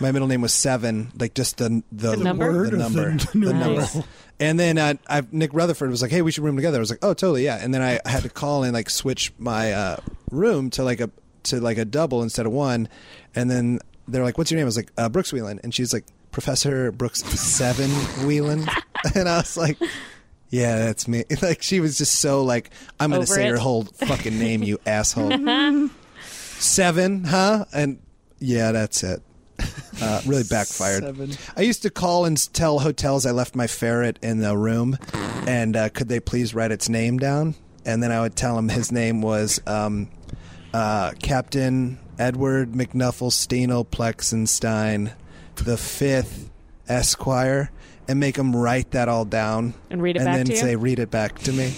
[SPEAKER 3] my middle name was Seven, like just the the,
[SPEAKER 4] number?
[SPEAKER 2] Word
[SPEAKER 3] the
[SPEAKER 2] or the
[SPEAKER 3] number, the,
[SPEAKER 2] numeral?
[SPEAKER 3] number.
[SPEAKER 4] Nice.
[SPEAKER 3] And then uh, I, Nick Rutherford was like, "Hey, we should room together." I was like, "Oh, totally, yeah." And then I had to call and like switch my uh, room to like a to like a double instead of one. And then they're like, "What's your name?" I was like, uh, "Brooks Whelan," and she's like, "Professor Brooks Seven Whelan," and I was like. Yeah, that's me. Like she was just so like, I'm gonna
[SPEAKER 4] Over
[SPEAKER 3] say
[SPEAKER 4] it.
[SPEAKER 3] your whole fucking name, you asshole. Seven, huh? And yeah, that's it. Uh, really backfired.
[SPEAKER 2] Seven.
[SPEAKER 3] I used to call and s- tell hotels I left my ferret in the room, and uh, could they please write its name down? And then I would tell them his name was um, uh, Captain Edward McNuffel Steno Plexenstein the Fifth Esquire, and make them write that all down
[SPEAKER 4] And read it
[SPEAKER 3] and
[SPEAKER 4] back
[SPEAKER 3] then
[SPEAKER 4] to you?
[SPEAKER 3] say, "Read it back to me."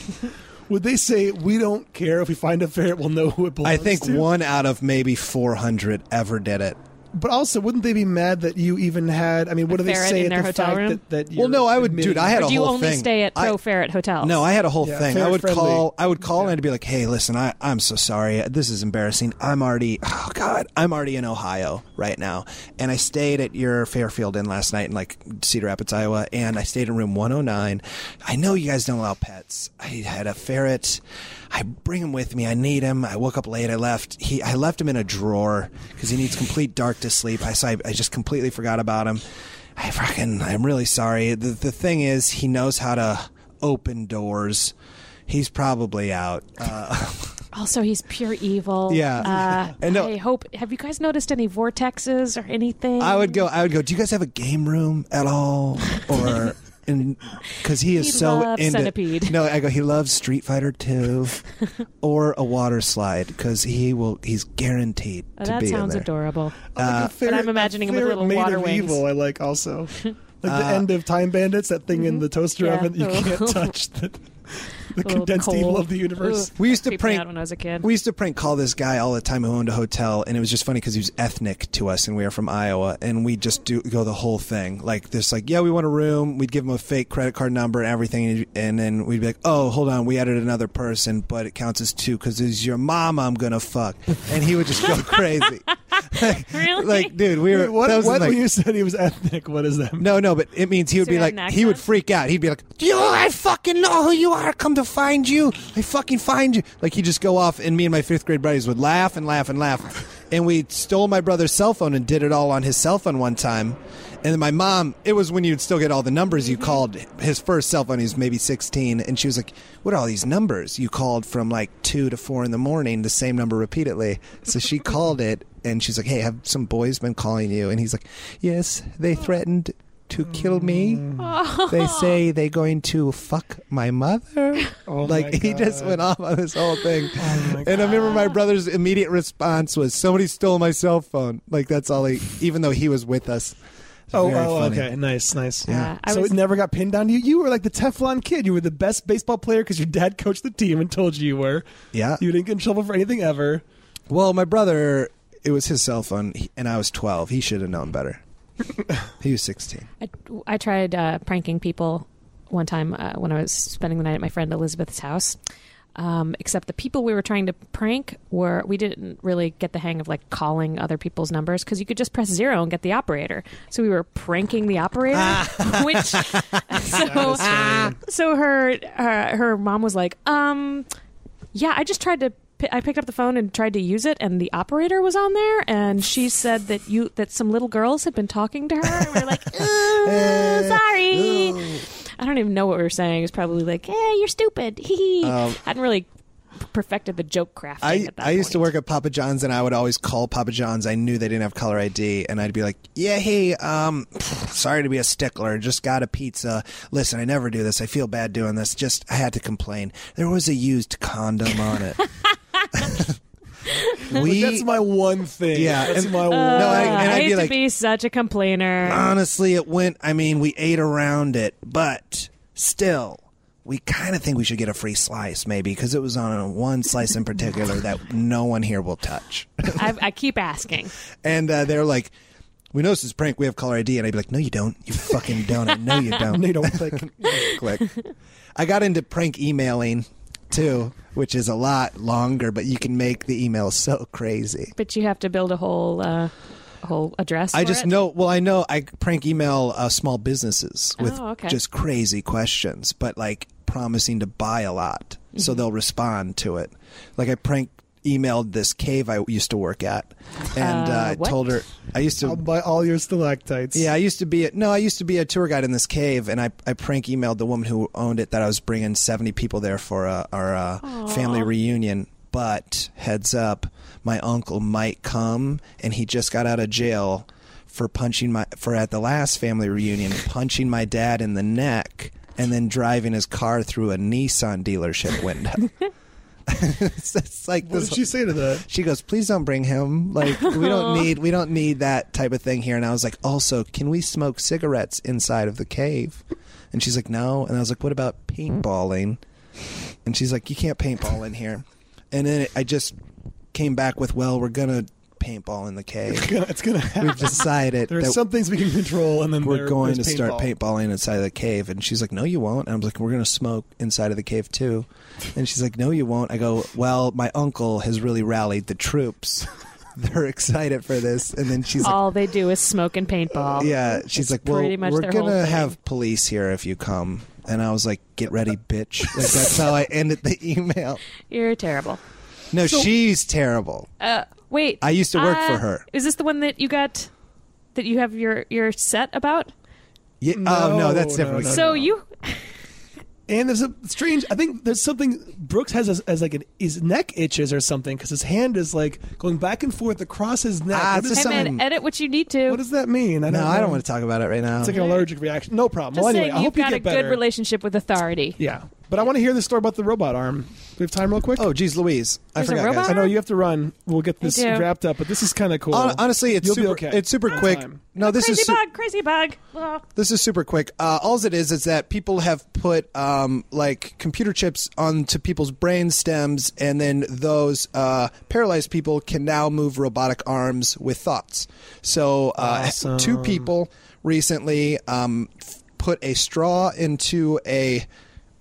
[SPEAKER 2] Would they say we don't care if we find a ferret? We'll know who it belongs
[SPEAKER 3] I think
[SPEAKER 2] to.
[SPEAKER 3] one out of maybe four hundred ever did it.
[SPEAKER 2] but also, wouldn't they be mad that you even had? I mean, what do they
[SPEAKER 4] ferret
[SPEAKER 2] say
[SPEAKER 4] in
[SPEAKER 2] at
[SPEAKER 4] their
[SPEAKER 2] the
[SPEAKER 4] hotel
[SPEAKER 2] fact
[SPEAKER 4] room?
[SPEAKER 2] that, that you're
[SPEAKER 3] Well, no, I would,
[SPEAKER 2] admitting-
[SPEAKER 3] dude. I had
[SPEAKER 4] Or
[SPEAKER 3] a
[SPEAKER 4] do you
[SPEAKER 3] whole
[SPEAKER 4] only
[SPEAKER 3] thing.
[SPEAKER 4] stay at
[SPEAKER 3] I-
[SPEAKER 4] pro ferret hotels?
[SPEAKER 3] No, I had a whole
[SPEAKER 2] Yeah,
[SPEAKER 3] thing. I
[SPEAKER 2] ferret
[SPEAKER 3] would
[SPEAKER 2] friendly.
[SPEAKER 3] call. I would call and I'd be like, "Hey, listen, I, I'm so sorry. This is embarrassing. I'm already, oh god, I'm already in Ohio right now, and I stayed at your Fairfield Inn last night in like Cedar Rapids, Iowa, and I stayed in room 109. I know you guys don't allow pets. I had a ferret. I bring him with me. I need him. I woke up late. I left. He, I left him in a drawer because he needs complete dark to sleep. I so I, I just completely forgot about him. I fucking, I'm really sorry. The, the thing is, he knows how to open doors. He's probably out. Uh,
[SPEAKER 4] Also, he's pure evil.
[SPEAKER 3] Yeah.
[SPEAKER 4] Uh,
[SPEAKER 3] And no-
[SPEAKER 4] I hope. Have you guys noticed any vortexes or anything?
[SPEAKER 3] I would go. I would go. Do you guys have a game room at all? Or because he is
[SPEAKER 4] He
[SPEAKER 3] so
[SPEAKER 4] loves
[SPEAKER 3] into
[SPEAKER 4] Centipede.
[SPEAKER 3] No, I go. He loves Street Fighter Two, or a water slide because he will. He's guaranteed
[SPEAKER 4] Oh,
[SPEAKER 3] to
[SPEAKER 4] that
[SPEAKER 3] be in
[SPEAKER 4] sounds
[SPEAKER 3] there.
[SPEAKER 4] adorable.
[SPEAKER 2] Like a ferret-
[SPEAKER 4] I'm imagining
[SPEAKER 2] a
[SPEAKER 4] him with
[SPEAKER 2] ferret
[SPEAKER 4] little
[SPEAKER 2] made
[SPEAKER 4] water
[SPEAKER 2] of
[SPEAKER 4] wings.
[SPEAKER 2] Evil, I like also. Like
[SPEAKER 3] Uh,
[SPEAKER 2] the end of Time Bandits, that thing in the toaster
[SPEAKER 4] Mm-hmm. Yeah.
[SPEAKER 2] oven that you can't touch. The, the
[SPEAKER 4] Little
[SPEAKER 2] condensed
[SPEAKER 4] coal.
[SPEAKER 2] evil of the universe.
[SPEAKER 4] Ooh,
[SPEAKER 3] We used to
[SPEAKER 4] creeped me
[SPEAKER 3] prank-
[SPEAKER 4] out when I was a kid.
[SPEAKER 3] We used to prank call this guy all the time who owned a hotel, and it was just funny because he was ethnic to us, and we were from Iowa, and we just do go the whole thing like this, like yeah, we want a room. We'd give him a fake credit card number and everything, and, and then we'd be like, oh, hold on, we added another person, but it counts as two because it's your mom I'm gonna fuck, and he would just go crazy.
[SPEAKER 4] really?
[SPEAKER 3] like, dude, we were
[SPEAKER 2] Wait, what
[SPEAKER 3] that was in,
[SPEAKER 2] what
[SPEAKER 3] like-
[SPEAKER 2] when you said he was ethnic, what is that?
[SPEAKER 3] no, no, but it means he would
[SPEAKER 4] So
[SPEAKER 3] be
[SPEAKER 4] he had
[SPEAKER 3] like,
[SPEAKER 4] an
[SPEAKER 3] he would
[SPEAKER 4] accent?
[SPEAKER 3] freak out. He'd be like, "You, I fucking know who you are. Come to find you. I fucking find you." Like he'd just go off, and me and my fifth grade buddies would laugh and laugh and laugh. And we stole my brother's cell phone and did it all on his cell phone one time. And then my mom, it was when you'd still get all the numbers you called his first cell phone. He was maybe 16. And she was like, What are all these numbers? You called from like 2 to 4 in the morning, the same number repeatedly. So she called it and she's like, Hey, have some boys been calling you? And he's like, Yes, they threatened to kill me. They say they're going to fuck my mother.
[SPEAKER 2] Oh
[SPEAKER 3] like
[SPEAKER 2] my
[SPEAKER 3] he just
[SPEAKER 2] God.
[SPEAKER 3] went off on this whole thing.
[SPEAKER 2] Oh my
[SPEAKER 3] and I remember my brother's immediate response was, "Somebody stole my cell phone." Like that's all he, even though he was with us. It's
[SPEAKER 2] Oh,
[SPEAKER 3] very
[SPEAKER 2] oh,
[SPEAKER 3] funny.
[SPEAKER 2] okay, nice, nice.
[SPEAKER 4] Yeah. I
[SPEAKER 2] so
[SPEAKER 4] was-
[SPEAKER 2] it never got pinned down to you. You were like the Teflon kid. You were the best baseball player because your dad coached the team and told you you were.
[SPEAKER 3] Yeah.
[SPEAKER 2] You didn't get in trouble for anything ever.
[SPEAKER 3] Well, my brother, it was his cell phone, he- and I was twelve. He should have known better. he was sixteen.
[SPEAKER 4] I, I tried uh, pranking people one time uh, when I was spending the night at my friend Elizabeth's house. Um, except the people we were trying to prank were we didn't really get the hang of like calling other people's numbers because you could just press zero and get the operator. So we were pranking the operator, which so so her, her her mom was like, um, yeah, I just tried to. pi- I picked up the phone and tried to use it, and the operator was on there, and she said that you that some little girls had been talking to her, and we are like,
[SPEAKER 3] Eh,
[SPEAKER 4] ooh, sorry. I don't even know what we were saying. It was probably like, hey, you're stupid. Hee hee. hadn't really perfected the joke crafting.
[SPEAKER 3] Um, I,
[SPEAKER 4] at that
[SPEAKER 3] I used to
[SPEAKER 4] point.
[SPEAKER 3] work at Papa John's and I would always call Papa John's. I knew they didn't have caller ID and I'd be like, "Yeah, hey, um sorry to be a stickler. Just got a pizza. Listen, I never do this. I feel bad doing this. Just I had to complain. There was a used condom on it." we
[SPEAKER 2] Like, that's my one thing.
[SPEAKER 3] Yeah,
[SPEAKER 2] that's
[SPEAKER 3] and-
[SPEAKER 2] my one.
[SPEAKER 3] No, I, and
[SPEAKER 4] I
[SPEAKER 3] I'd
[SPEAKER 4] used
[SPEAKER 3] be
[SPEAKER 4] to
[SPEAKER 3] like,
[SPEAKER 4] be such a complainer.
[SPEAKER 3] honestly, it went. I mean, we ate around it, but still, we kind of think we should get a free slice, maybe, because it was on one slice in particular that no one here will touch.
[SPEAKER 4] I, I keep asking.
[SPEAKER 3] And uh, they're like, "We know this is a prank. We have caller ID." And I'd be like, "No, you don't. You fucking don't. I know you don't.
[SPEAKER 2] No, you don't click.
[SPEAKER 3] click." I got into prank emailing too, which is a lot longer, but you can make the email so crazy.
[SPEAKER 4] But you have to build a whole uh, whole address.
[SPEAKER 3] I
[SPEAKER 4] for
[SPEAKER 3] just
[SPEAKER 4] it.
[SPEAKER 3] know. Well, I know I prank email uh, small businesses with
[SPEAKER 4] Oh, okay.
[SPEAKER 3] just crazy questions, but like promising to buy a lot,
[SPEAKER 4] Mm-hmm.
[SPEAKER 3] so they'll respond to it. Like I prank emailed this cave I used to work at, and
[SPEAKER 4] Uh,
[SPEAKER 3] uh, I
[SPEAKER 4] what?
[SPEAKER 3] told her I used to
[SPEAKER 2] I'll buy all your stalactites.
[SPEAKER 3] yeah, I used to be a, no, I used to be a tour guide in this cave, and I, I prank emailed the woman who owned it that I was bringing seventy people there for uh, our uh, family reunion. But heads up, my uncle might come, and he just got out of jail for punching my for at the last family reunion punching my dad in the neck and then driving his car through a Nissan dealership window. it's, it's like
[SPEAKER 2] What
[SPEAKER 3] this
[SPEAKER 2] did she say to that?
[SPEAKER 3] she goes, "Please don't bring him. Like we don't need we don't need that type of thing here." And I was like, "Also, can we smoke cigarettes inside of the cave?" And she's like, "No." And I was like, "What about paintballing?" And she's like, "You can't paintball in here." And then I just came back with, "Well, we're gonna paintball in the cave.
[SPEAKER 2] Gonna- It's gonna happen.
[SPEAKER 3] We've decided
[SPEAKER 2] There are
[SPEAKER 3] that
[SPEAKER 2] some things we can control, and then
[SPEAKER 3] we're
[SPEAKER 2] there-
[SPEAKER 3] going to
[SPEAKER 2] there's
[SPEAKER 3] start
[SPEAKER 2] paintball.
[SPEAKER 3] paintballing inside of the cave. And she's like, No, you won't. And I'm like, We're going to smoke inside of the cave too. And she's like, No, you won't. I go, Well, my uncle has really rallied the troops. They're excited for this. And then she's like,
[SPEAKER 4] all they do is smoke and paintball.
[SPEAKER 3] Yeah. She's like, Well,
[SPEAKER 4] pretty much
[SPEAKER 3] we're
[SPEAKER 4] their
[SPEAKER 3] going
[SPEAKER 4] whole
[SPEAKER 3] to
[SPEAKER 4] thing.
[SPEAKER 3] have police here if you come. And I was like, Get ready, bitch. Like, that's how I ended the email.
[SPEAKER 4] You're terrible.
[SPEAKER 3] No, she's terrible.
[SPEAKER 4] Uh, wait.
[SPEAKER 3] I used to work for
[SPEAKER 4] uh,
[SPEAKER 3] her.
[SPEAKER 4] Is this the one that you got? That you have your your set about?
[SPEAKER 3] Yeah, oh, no,
[SPEAKER 2] No,
[SPEAKER 3] that's different.
[SPEAKER 2] no, no,
[SPEAKER 4] so you
[SPEAKER 2] And there's a strange. I think there's something Brooks has as, as like an, his neck itches or something because his hand is like going back and forth across his neck.
[SPEAKER 3] Ah,
[SPEAKER 2] what,
[SPEAKER 3] it's
[SPEAKER 2] does,
[SPEAKER 3] a
[SPEAKER 4] hey
[SPEAKER 3] Some-
[SPEAKER 4] man, edit what you need to.
[SPEAKER 2] what does that mean?
[SPEAKER 3] No, I
[SPEAKER 2] know.
[SPEAKER 3] don't want to talk about it right now.
[SPEAKER 2] It's like an allergic reaction. No problem.
[SPEAKER 4] Just
[SPEAKER 2] well, anyway,
[SPEAKER 4] saying,
[SPEAKER 2] I
[SPEAKER 4] you've
[SPEAKER 2] hope you
[SPEAKER 4] got
[SPEAKER 2] get
[SPEAKER 4] a
[SPEAKER 2] better.
[SPEAKER 4] good relationship with authority.
[SPEAKER 2] Yeah, but I want to hear the story about the robot arm. Do we have time, real quick?
[SPEAKER 3] Oh, geez, Louise. I
[SPEAKER 4] There's a
[SPEAKER 3] forgot. guys.
[SPEAKER 4] robot?
[SPEAKER 2] I know you have to run. We'll get this
[SPEAKER 4] do.
[SPEAKER 2] wrapped up, but this is kind of cool.
[SPEAKER 3] Hon- honestly, it's
[SPEAKER 2] You'll be
[SPEAKER 3] super.
[SPEAKER 2] okay.
[SPEAKER 3] It's super
[SPEAKER 2] On
[SPEAKER 3] quick.
[SPEAKER 2] time.
[SPEAKER 3] No, this
[SPEAKER 4] crazy
[SPEAKER 3] is su-
[SPEAKER 4] bug, crazy bug. Ugh.
[SPEAKER 3] this is super quick. Uh, all it is is that people have put um, like computer chips onto people's brain stems, and then those uh, paralyzed people can now move robotic arms with thoughts. So, uh,
[SPEAKER 2] Awesome.
[SPEAKER 3] two people recently um, f- put a straw into a.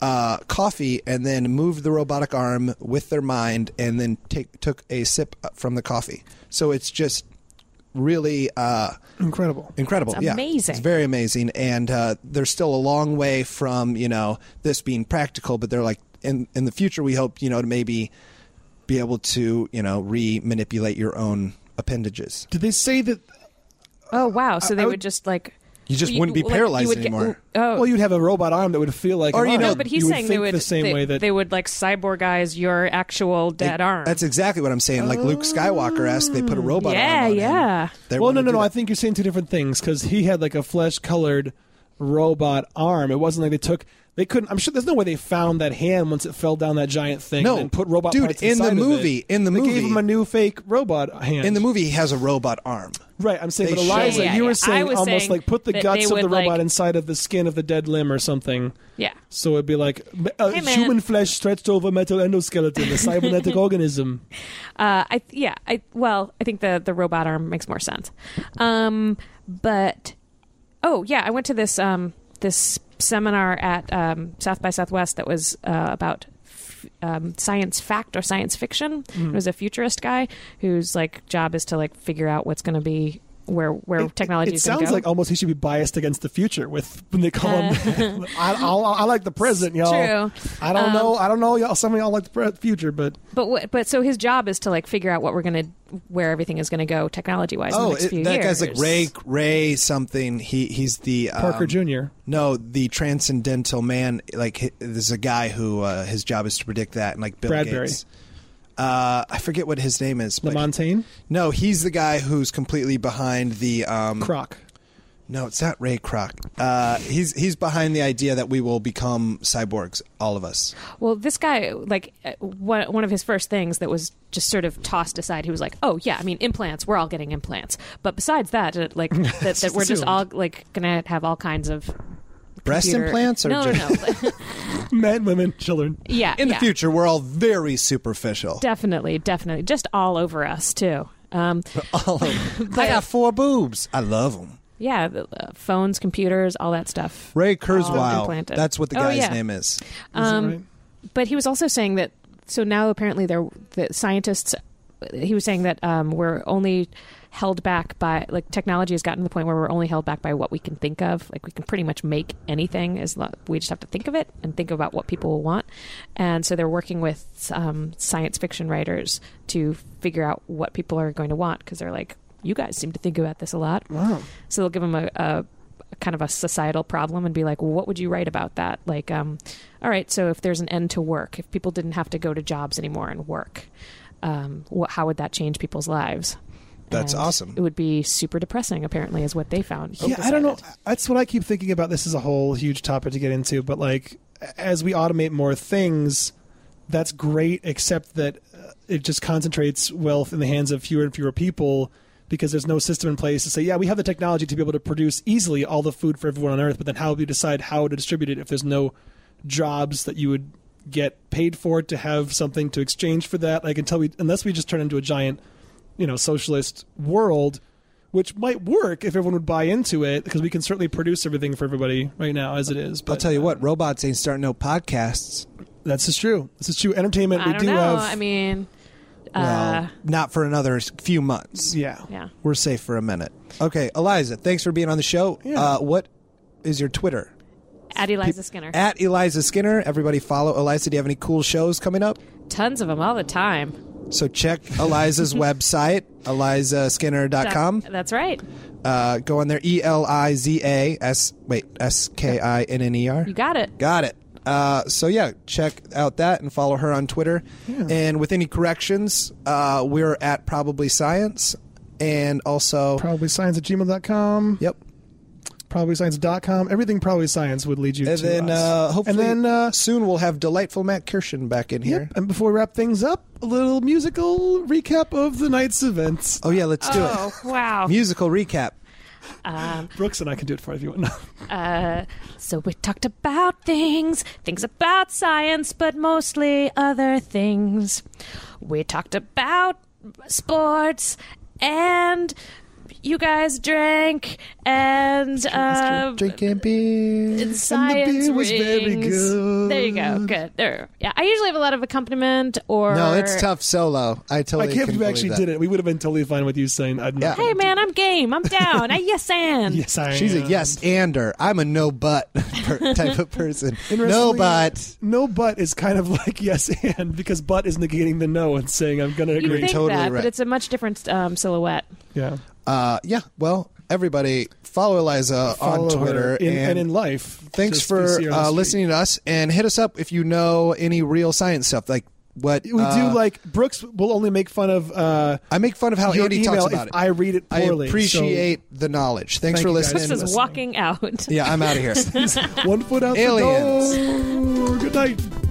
[SPEAKER 3] Uh, coffee and then moved the robotic arm with their mind and then take, took a sip from the coffee. So it's just really uh,
[SPEAKER 2] Incredible.
[SPEAKER 3] incredible.
[SPEAKER 4] It's
[SPEAKER 3] yeah.
[SPEAKER 4] amazing.
[SPEAKER 3] It's very amazing, and uh, they're still a long way from you know this being practical. But they're like in in the future, we hope you know to maybe be able to you know re manipulate your own appendages.
[SPEAKER 2] Did they say that?
[SPEAKER 4] Oh wow! So
[SPEAKER 2] I
[SPEAKER 4] they
[SPEAKER 2] would-
[SPEAKER 4] would just like
[SPEAKER 3] You just
[SPEAKER 4] You-
[SPEAKER 3] wouldn't be
[SPEAKER 4] like, you
[SPEAKER 3] paralyzed
[SPEAKER 4] would get-
[SPEAKER 3] anymore.
[SPEAKER 4] oh,
[SPEAKER 2] Well, you'd have a robot arm that would feel like
[SPEAKER 3] Or,
[SPEAKER 2] an
[SPEAKER 3] you
[SPEAKER 2] arm.
[SPEAKER 3] know,
[SPEAKER 4] no, but he's
[SPEAKER 2] You would
[SPEAKER 4] saying
[SPEAKER 2] think
[SPEAKER 4] they would
[SPEAKER 2] the same
[SPEAKER 4] they,
[SPEAKER 2] way that
[SPEAKER 4] they would like cyborgize your actual dead arm.
[SPEAKER 3] That's exactly what I'm saying. Like Luke Skywalker esque, they put a robot.
[SPEAKER 4] yeah,
[SPEAKER 3] arm on him.
[SPEAKER 4] yeah.
[SPEAKER 3] They
[SPEAKER 2] well,
[SPEAKER 3] wanna
[SPEAKER 2] no, no,
[SPEAKER 3] do
[SPEAKER 2] no. I
[SPEAKER 3] that.
[SPEAKER 2] think you're saying two different things because he had like a flesh colored robot arm. It wasn't like they took. They couldn't. I'm sure there's no way they found that hand once it fell down that giant thing.
[SPEAKER 3] No,
[SPEAKER 2] and then put robot
[SPEAKER 3] dude,
[SPEAKER 2] parts
[SPEAKER 3] in the
[SPEAKER 2] inside of it.
[SPEAKER 3] movie- in the
[SPEAKER 2] they gave
[SPEAKER 3] movie-
[SPEAKER 2] him a new fake robot hand.
[SPEAKER 3] In the movie, he has a robot arm.
[SPEAKER 2] right? I'm saying,
[SPEAKER 3] they
[SPEAKER 2] but Eliza,
[SPEAKER 3] showed- Yeah,
[SPEAKER 2] you
[SPEAKER 4] yeah.
[SPEAKER 2] were
[SPEAKER 4] I
[SPEAKER 2] saying
[SPEAKER 4] was
[SPEAKER 2] almost
[SPEAKER 4] saying
[SPEAKER 2] like put the
[SPEAKER 4] that
[SPEAKER 2] guts
[SPEAKER 4] they
[SPEAKER 2] of the
[SPEAKER 4] would, like-
[SPEAKER 2] robot inside of the skin of the dead limb or something.
[SPEAKER 4] Yeah.
[SPEAKER 2] So it'd be like uh,
[SPEAKER 4] Hey, man.
[SPEAKER 2] human flesh stretched over metal endoskeleton, a cybernetic organism.
[SPEAKER 4] Uh, I yeah, I well, I think the the robot arm makes more sense. Um, but oh yeah, I went to this um this seminar at um, South by Southwest that was uh, about f- um, science fact or science fiction.
[SPEAKER 3] Mm-hmm.
[SPEAKER 4] It was a futurist guy whose like job is to like figure out what's going to be where where
[SPEAKER 2] It-
[SPEAKER 4] technology
[SPEAKER 2] It, it
[SPEAKER 4] is
[SPEAKER 2] sounds
[SPEAKER 4] going to go.
[SPEAKER 2] like almost he should be biased against the future with when they call him. I, I, I like the present, y'all.
[SPEAKER 4] Uh. True.
[SPEAKER 2] I don't
[SPEAKER 4] Um,
[SPEAKER 2] know. I don't know, y'all. Some of y'all like the pre- future, but
[SPEAKER 4] But what, but so his job is to like figure out what we're gonna where everything is gonna go technology wise. in the
[SPEAKER 3] Oh,
[SPEAKER 4] next
[SPEAKER 3] it-
[SPEAKER 4] few
[SPEAKER 3] that
[SPEAKER 4] years.
[SPEAKER 3] guy's like Ray Ray something. He he's the um,
[SPEAKER 2] Parker Jr.
[SPEAKER 3] No, the transcendental man. Like hi- there's a guy who uh, his job is to predict that, and like Bill
[SPEAKER 2] Bradbury.
[SPEAKER 3] Gates. Uh, I forget what his name is. But
[SPEAKER 2] Lamontagne,
[SPEAKER 3] no, he's the guy who's completely behind the um,
[SPEAKER 2] Croc.
[SPEAKER 3] No, it's not Ray Kroc. Uh, he's he's behind the idea that we will become cyborgs, all of us.
[SPEAKER 4] Well, this guy, like uh, one one of his first things that was just sort of tossed aside. He was like, "Oh yeah, I mean implants. We're all getting implants." But besides that, uh, like that, that we're just
[SPEAKER 2] assumed.
[SPEAKER 4] all like gonna have all kinds of
[SPEAKER 3] Breast
[SPEAKER 4] computer-
[SPEAKER 3] implants, or
[SPEAKER 4] no, no,
[SPEAKER 3] just-
[SPEAKER 4] no.
[SPEAKER 2] Men, women, children.
[SPEAKER 4] yeah,
[SPEAKER 3] in the
[SPEAKER 4] yeah.
[SPEAKER 3] future we're all very superficial.
[SPEAKER 4] definitely, definitely, just all over us too. Um,
[SPEAKER 3] all of I got four boobs. I love them.
[SPEAKER 4] yeah, the, uh, phones, computers, all that stuff.
[SPEAKER 3] Ray Kurzweil.
[SPEAKER 4] Oh, implanted.
[SPEAKER 3] That's what the
[SPEAKER 4] Oh,
[SPEAKER 3] guy's
[SPEAKER 4] yeah.
[SPEAKER 3] name is.
[SPEAKER 2] Is that
[SPEAKER 4] Um,
[SPEAKER 2] right?
[SPEAKER 4] but he was also saying that so now apparently there the scientists he was saying that um, we're only held back by like technology has gotten to the point where we're only held back by what we can think of like we can pretty much make anything as lo- we just have to think of it and think about what people will want and so they're working with um, science fiction writers to figure out what people are going to want because they're like you guys seem to think about this a lot
[SPEAKER 2] Wow.
[SPEAKER 4] so they'll give them a, a kind of a societal problem and be like, well, what would you write about that? Like, um, all right, so if there's an end to work, if people didn't have to go to jobs anymore and work, um, what, how would that change people's lives?
[SPEAKER 3] That's awesome.
[SPEAKER 4] It would be super depressing, apparently, is what they found.
[SPEAKER 2] Yeah, I don't know. That's what I keep thinking about. This is a whole huge topic to get into, but like as we automate more things, that's great. Except that uh, it just concentrates wealth in the hands of fewer and fewer people because there's no system in place to say, yeah, we have the technology to be able to produce easily all the food for everyone on Earth. But then how do you decide how to distribute it if there's no jobs that you would get paid for to have something to exchange for that? Like until we, unless we just turn into a giant, you know, socialist world which might work if everyone would buy into it because we can certainly produce everything for everybody right now as it is. But
[SPEAKER 3] I'll tell you what, robots ain't starting no podcasts.
[SPEAKER 2] that's just true. This is true. Entertainment,
[SPEAKER 4] I
[SPEAKER 2] we
[SPEAKER 4] don't
[SPEAKER 2] do
[SPEAKER 4] know.
[SPEAKER 2] have.
[SPEAKER 4] I mean, uh,
[SPEAKER 3] Well, not for another s- few months.
[SPEAKER 2] yeah.
[SPEAKER 4] yeah.
[SPEAKER 3] We're safe for a minute. Okay, Eliza, thanks for being on the show.
[SPEAKER 2] Yeah.
[SPEAKER 3] Uh, what is your Twitter?
[SPEAKER 4] At Eliza Skinner.
[SPEAKER 3] At Eliza Skinner. Everybody follow Eliza. Do you have any cool shows coming up?
[SPEAKER 4] Tons of them all the time.
[SPEAKER 3] So check Eliza's website, elizaskinner.com.
[SPEAKER 4] That's right.
[SPEAKER 3] Uh, go on there, E L I Z A S, wait, S K I N N E R.
[SPEAKER 4] You got it.
[SPEAKER 3] Got it. Uh, so yeah, check out that and follow her on Twitter. And with any corrections, uh, we're at probably science, and also
[SPEAKER 2] Probably science at gmail.com.
[SPEAKER 3] yep.
[SPEAKER 2] Probably science.com. Everything probably science would lead you
[SPEAKER 3] And
[SPEAKER 2] to.
[SPEAKER 3] then
[SPEAKER 2] us.
[SPEAKER 3] uh, hopefully,
[SPEAKER 2] And then. Uh,
[SPEAKER 3] soon we'll have delightful Matt Kirshen back in here.
[SPEAKER 2] yep. And before we wrap things up, a little musical recap of the night's events.
[SPEAKER 3] Oh yeah, let's do
[SPEAKER 4] Oh, wow.
[SPEAKER 3] it. Musical recap.
[SPEAKER 2] Brooks and I can do it for you if you want.
[SPEAKER 4] Uh, so we talked about things, things about science, but mostly other things. We talked about sports and you guys drank and uh,
[SPEAKER 3] Drinking beer.
[SPEAKER 4] and science
[SPEAKER 2] beer was
[SPEAKER 4] rings.
[SPEAKER 2] very good.
[SPEAKER 4] There you go. Good. There. Yeah, I usually have a lot of accompaniment or
[SPEAKER 3] No, it's tough solo. I
[SPEAKER 2] I
[SPEAKER 3] totally.
[SPEAKER 2] can't believe
[SPEAKER 3] couldn't
[SPEAKER 2] we actually
[SPEAKER 3] that.
[SPEAKER 2] did it. We would have been totally fine with you saying, I'd not.
[SPEAKER 3] Yeah.
[SPEAKER 4] Hey man, I'm game. I'm down. I yes and.
[SPEAKER 2] Yes, I
[SPEAKER 3] She's a
[SPEAKER 2] am.
[SPEAKER 3] yes ander. I'm a no but per- type of person. No
[SPEAKER 2] Interestingly,
[SPEAKER 3] but.
[SPEAKER 2] No but is kind of like yes and because but is negating the no and saying I'm going to
[SPEAKER 4] You
[SPEAKER 2] agree.
[SPEAKER 4] think
[SPEAKER 3] totally
[SPEAKER 4] that,
[SPEAKER 3] right.
[SPEAKER 4] but it's a much different um, silhouette.
[SPEAKER 2] yeah.
[SPEAKER 3] Uh, yeah. Well, everybody follow Eliza
[SPEAKER 2] Follow
[SPEAKER 3] on
[SPEAKER 2] her
[SPEAKER 3] Twitter
[SPEAKER 2] in, and, in life.
[SPEAKER 3] thanks
[SPEAKER 2] just to
[SPEAKER 3] for
[SPEAKER 2] see her on the
[SPEAKER 3] uh,
[SPEAKER 2] street.
[SPEAKER 3] listening to us and hit us up if you know any real science stuff like what
[SPEAKER 2] We
[SPEAKER 3] uh,
[SPEAKER 2] do like Brooks will only make fun of uh,
[SPEAKER 3] I make fun of how
[SPEAKER 2] your
[SPEAKER 3] Andy
[SPEAKER 2] email
[SPEAKER 3] talks
[SPEAKER 2] if
[SPEAKER 3] about it.
[SPEAKER 2] I read it poorly.
[SPEAKER 3] I appreciate the knowledge. Thanks
[SPEAKER 2] Thank
[SPEAKER 3] for
[SPEAKER 2] you guys.
[SPEAKER 3] listening.
[SPEAKER 4] This is walking out.
[SPEAKER 3] yeah, I'm out of here.
[SPEAKER 2] so, one foot out
[SPEAKER 3] Aliens.
[SPEAKER 2] the door. Good night.